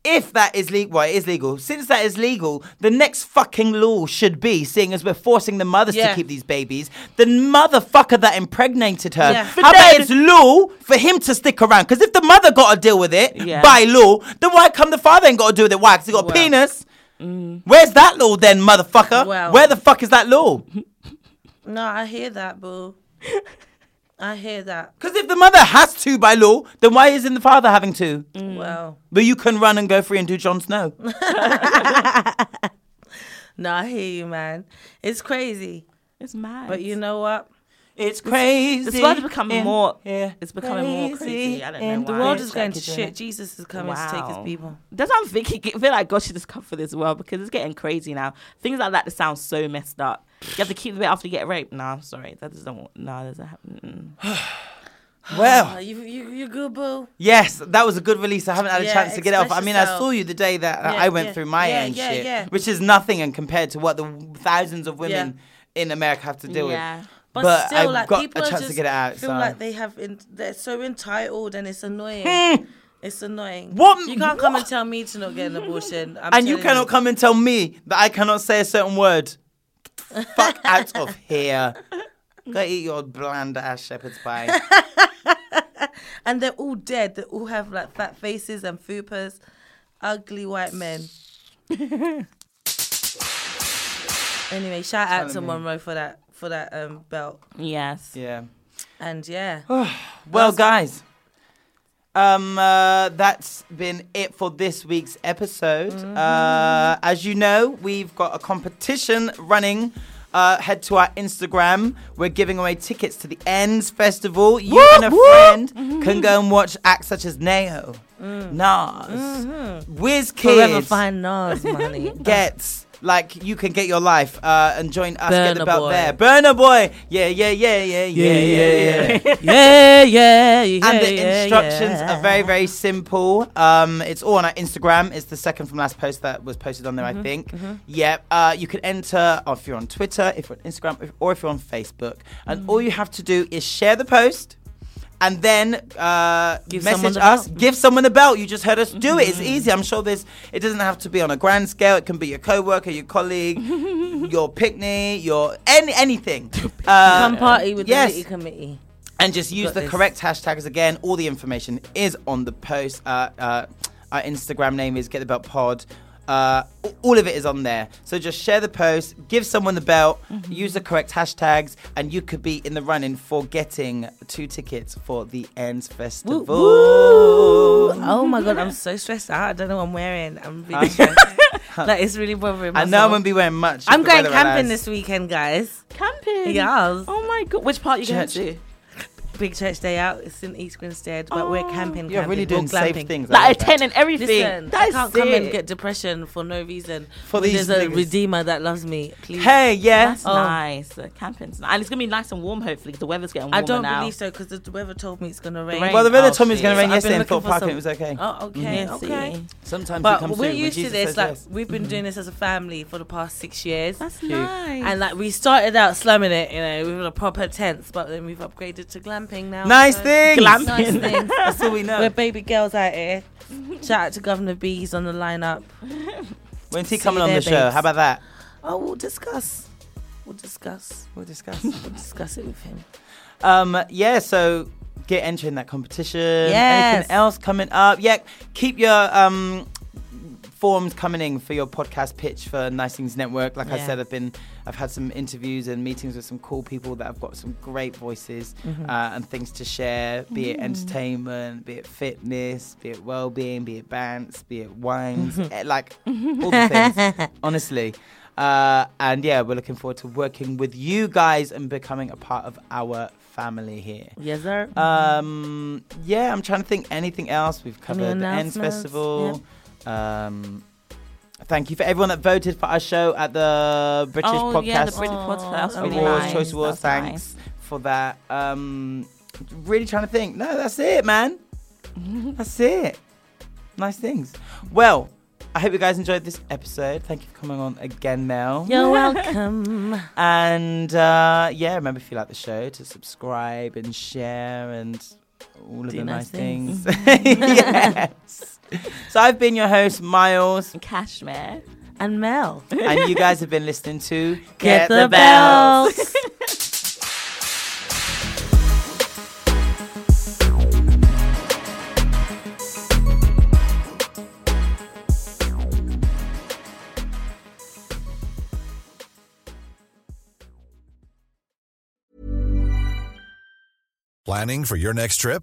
if that is legal, well, it is legal. Since that is legal, the next fucking law should be, seeing as we're forcing the mothers
Yeah.
to keep these babies, the motherfucker that impregnated her.
Yeah.
How about it's law for him to stick around? Because if the mother got to deal with it
Yeah.
by law, then why come the father ain't got to deal with it? Why? Because he got a penis. Where's that law then, motherfucker?
mm. Well.
Where the fuck is that law?
No, I hear that,
[laughs]
boo. I hear that.
Because if the mother has to by law, then why isn't the father having to?
Mm.
Well,
But you can run and go free and do Jon Snow.
no, I hear you, man. It's crazy,
It's mad.
but you know what?
It's crazy.
This world is becoming
in
more.
here.
It's becoming more crazy. I don't
in
know
the
why.
The world is going to
Jackie
shit.
Joyner.
Jesus is coming to take his people.
That's what I'm thinking. I feel like God should just come for this world because it's getting crazy now. Things like that that sound so messed up. You have to keep the bit after you get raped. No, I'm sorry. That doesn't. No, that doesn't happen. Mm-mm.
Well,
Uh, you, you, you good, boo.
Yes, that was a good release. I haven't had a
Yeah,
chance to get it off. I
express
mean, I
yourself.
saw you the day that uh
Yeah,
I went
yeah,
through my
yeah,
own
yeah,
shit,
yeah.
which is nothing and compared to what the thousands of women in America have to deal
Yeah.
with.
But,
But
still,
I've
like
got
people
a
are
chance to
just
get it out,
Feel
so-
like they have. In, they're so entitled, and it's annoying. It's annoying.
Hmm. What-
You can't come
what?
and tell me to not get an abortion. I'm
And you
telling
cannot come and tell me that I cannot say a certain word.
[laughs]
Fuck out of here. Go eat your bland ass shepherd's
[laughs]
pie.
And they're all dead. They all have like fat faces and fupas, ugly
[laughs]
white men. anyway, shout out to Monroe for that for that um, belt.
Yes.
yeah.
And
[sighs]
yeah,
Well, guys, um, uh, that's been it for this week's episode. Uh, as you know, we've got a competition running. Uh, head to our Instagram. We're giving away tickets to the Ends Festival. You and a friend can go and watch acts such as Neo, Mm. Nas, Wiz
forever
WizKid
find Nas [laughs] money.
gets like you can get your life uh, and join us. get the
Burna
belt
Boy.
there. Burner boy. Yeah, yeah, yeah, yeah, yeah, yeah, yeah.
yeah, yeah, yeah.
And the instructions are very, very simple. Um, it's all on our Instagram. It's the second from last post that was posted on there,
Mm-hmm,
I think. Yep. Uh, you can enter or if you're on Twitter, if you're on Instagram, if, or if you're on Facebook.
Mm.
And all you have to do is share the post. And then uh,
Give someone
message
the Mm-hmm.
us,
belt.
give someone the belt. You just heard us do it. It's easy. I'm sure there's, it doesn't have to be on a grand scale. It can be your co worker, your
[laughs]
colleague, your picnic, your any, anything. Uh,
Come party with
yes.
the Litty committee.
and just use
got
the
this.
correct hashtags again. All the information is on the post. Uh, uh, our Instagram name is Get the Belt Pod. Uh, a- all of it is on there. So just share the post, give someone the belt,
Mm-hmm.
use the correct hashtags, and you could be in the running for getting two tickets for the Ends Festival.
Oh my god, I'm so stressed out. I don't know what I'm wearing. I'm really stressed. like it's really bothering me.
I know I'm gonna be wearing much.
I'm
if the
going
weather
camping
allows.
this weekend, guys.
Camping.
Yes.
Oh my god. Which part are you going
Church.
to?
Big church day out. It's in East Grinstead, but we're camping.
Oh, You're
camping.
really doing
we're glamping.
safe things. I
Like
love that.
attending everything.
Listen,
that
I
is
can't come and
sick.
get depression for no reason.
For
When
these
there's a
niggas.
redeemer that loves me. Please.
Hey, yeah.
That's nice. Uh, camping's nice. And it's gonna be nice and warm. Hopefully, 'cause the weather's getting warmer
I don't
now.
believe so because the weather told me it's gonna rain.
rain.
Well, the weather
Oh,
told me it was gonna
shit.
rain
I've been
yesterday, and
looking
Thought
for
Park,
some-
it was okay. Mm-hmm.
Oh, okay,
Yes,
okay.
see.
Sometimes we
But
come
we're
through when
used to
Jesus
this.
says
Like
yes. Mm-hmm.
we've been doing this as a family for the past six years,
That's nice.
and like we started out slumming it, you know, we were a proper tents, but then we've upgraded to glamping now.
Nice
so-
things.
Glamping.
Nice things.
That's
[laughs]
all we know.
We're baby girls out here. Shout out to Governor B. He's on the lineup.
When's he
See
coming on the
there,
show?
babes.
How about that?
Oh, we'll discuss. We'll discuss.
We'll discuss.
We'll discuss it with him.
um, yeah, so get entering that competition.
Yes.
Anything else coming up? Yeah, keep your um forms coming in for your podcast pitch for Nice Things Network. Like I
Yeah.
said, I've been I've had some interviews and meetings with some cool people that have got some great voices uh, and things to share, be it entertainment, be it fitness, be it well-being, be it bands, be it wines, eh, like all the things. Honestly. Uh, and yeah, we're looking forward to working with you guys and becoming a part of our family here.
Yes, sir.
Um, yeah, I'm trying to think anything else. We've covered the Ends
announcements?
Festival. Um, thank you for everyone that voted for our show at the British
oh
Podcast
yeah, the British podcast. That was
Awards,
really nice.
Choice Awards.
That was
Thanks for that. Um, really trying to think. No, that's it,
[laughs]
man. that's it. Nice things. Well, I hope you guys enjoyed this episode. Thank you for coming on again, Mel.
You're welcome.
And uh, yeah, remember if you like the show to subscribe and share and all of
Do
the nice
nice
things. [laughs]
things.
yes. So I've been your host, Miles,
nice. Cashmere.
and Mel.
and you guys have been listening to Get,
bells.
Planning for your next trip?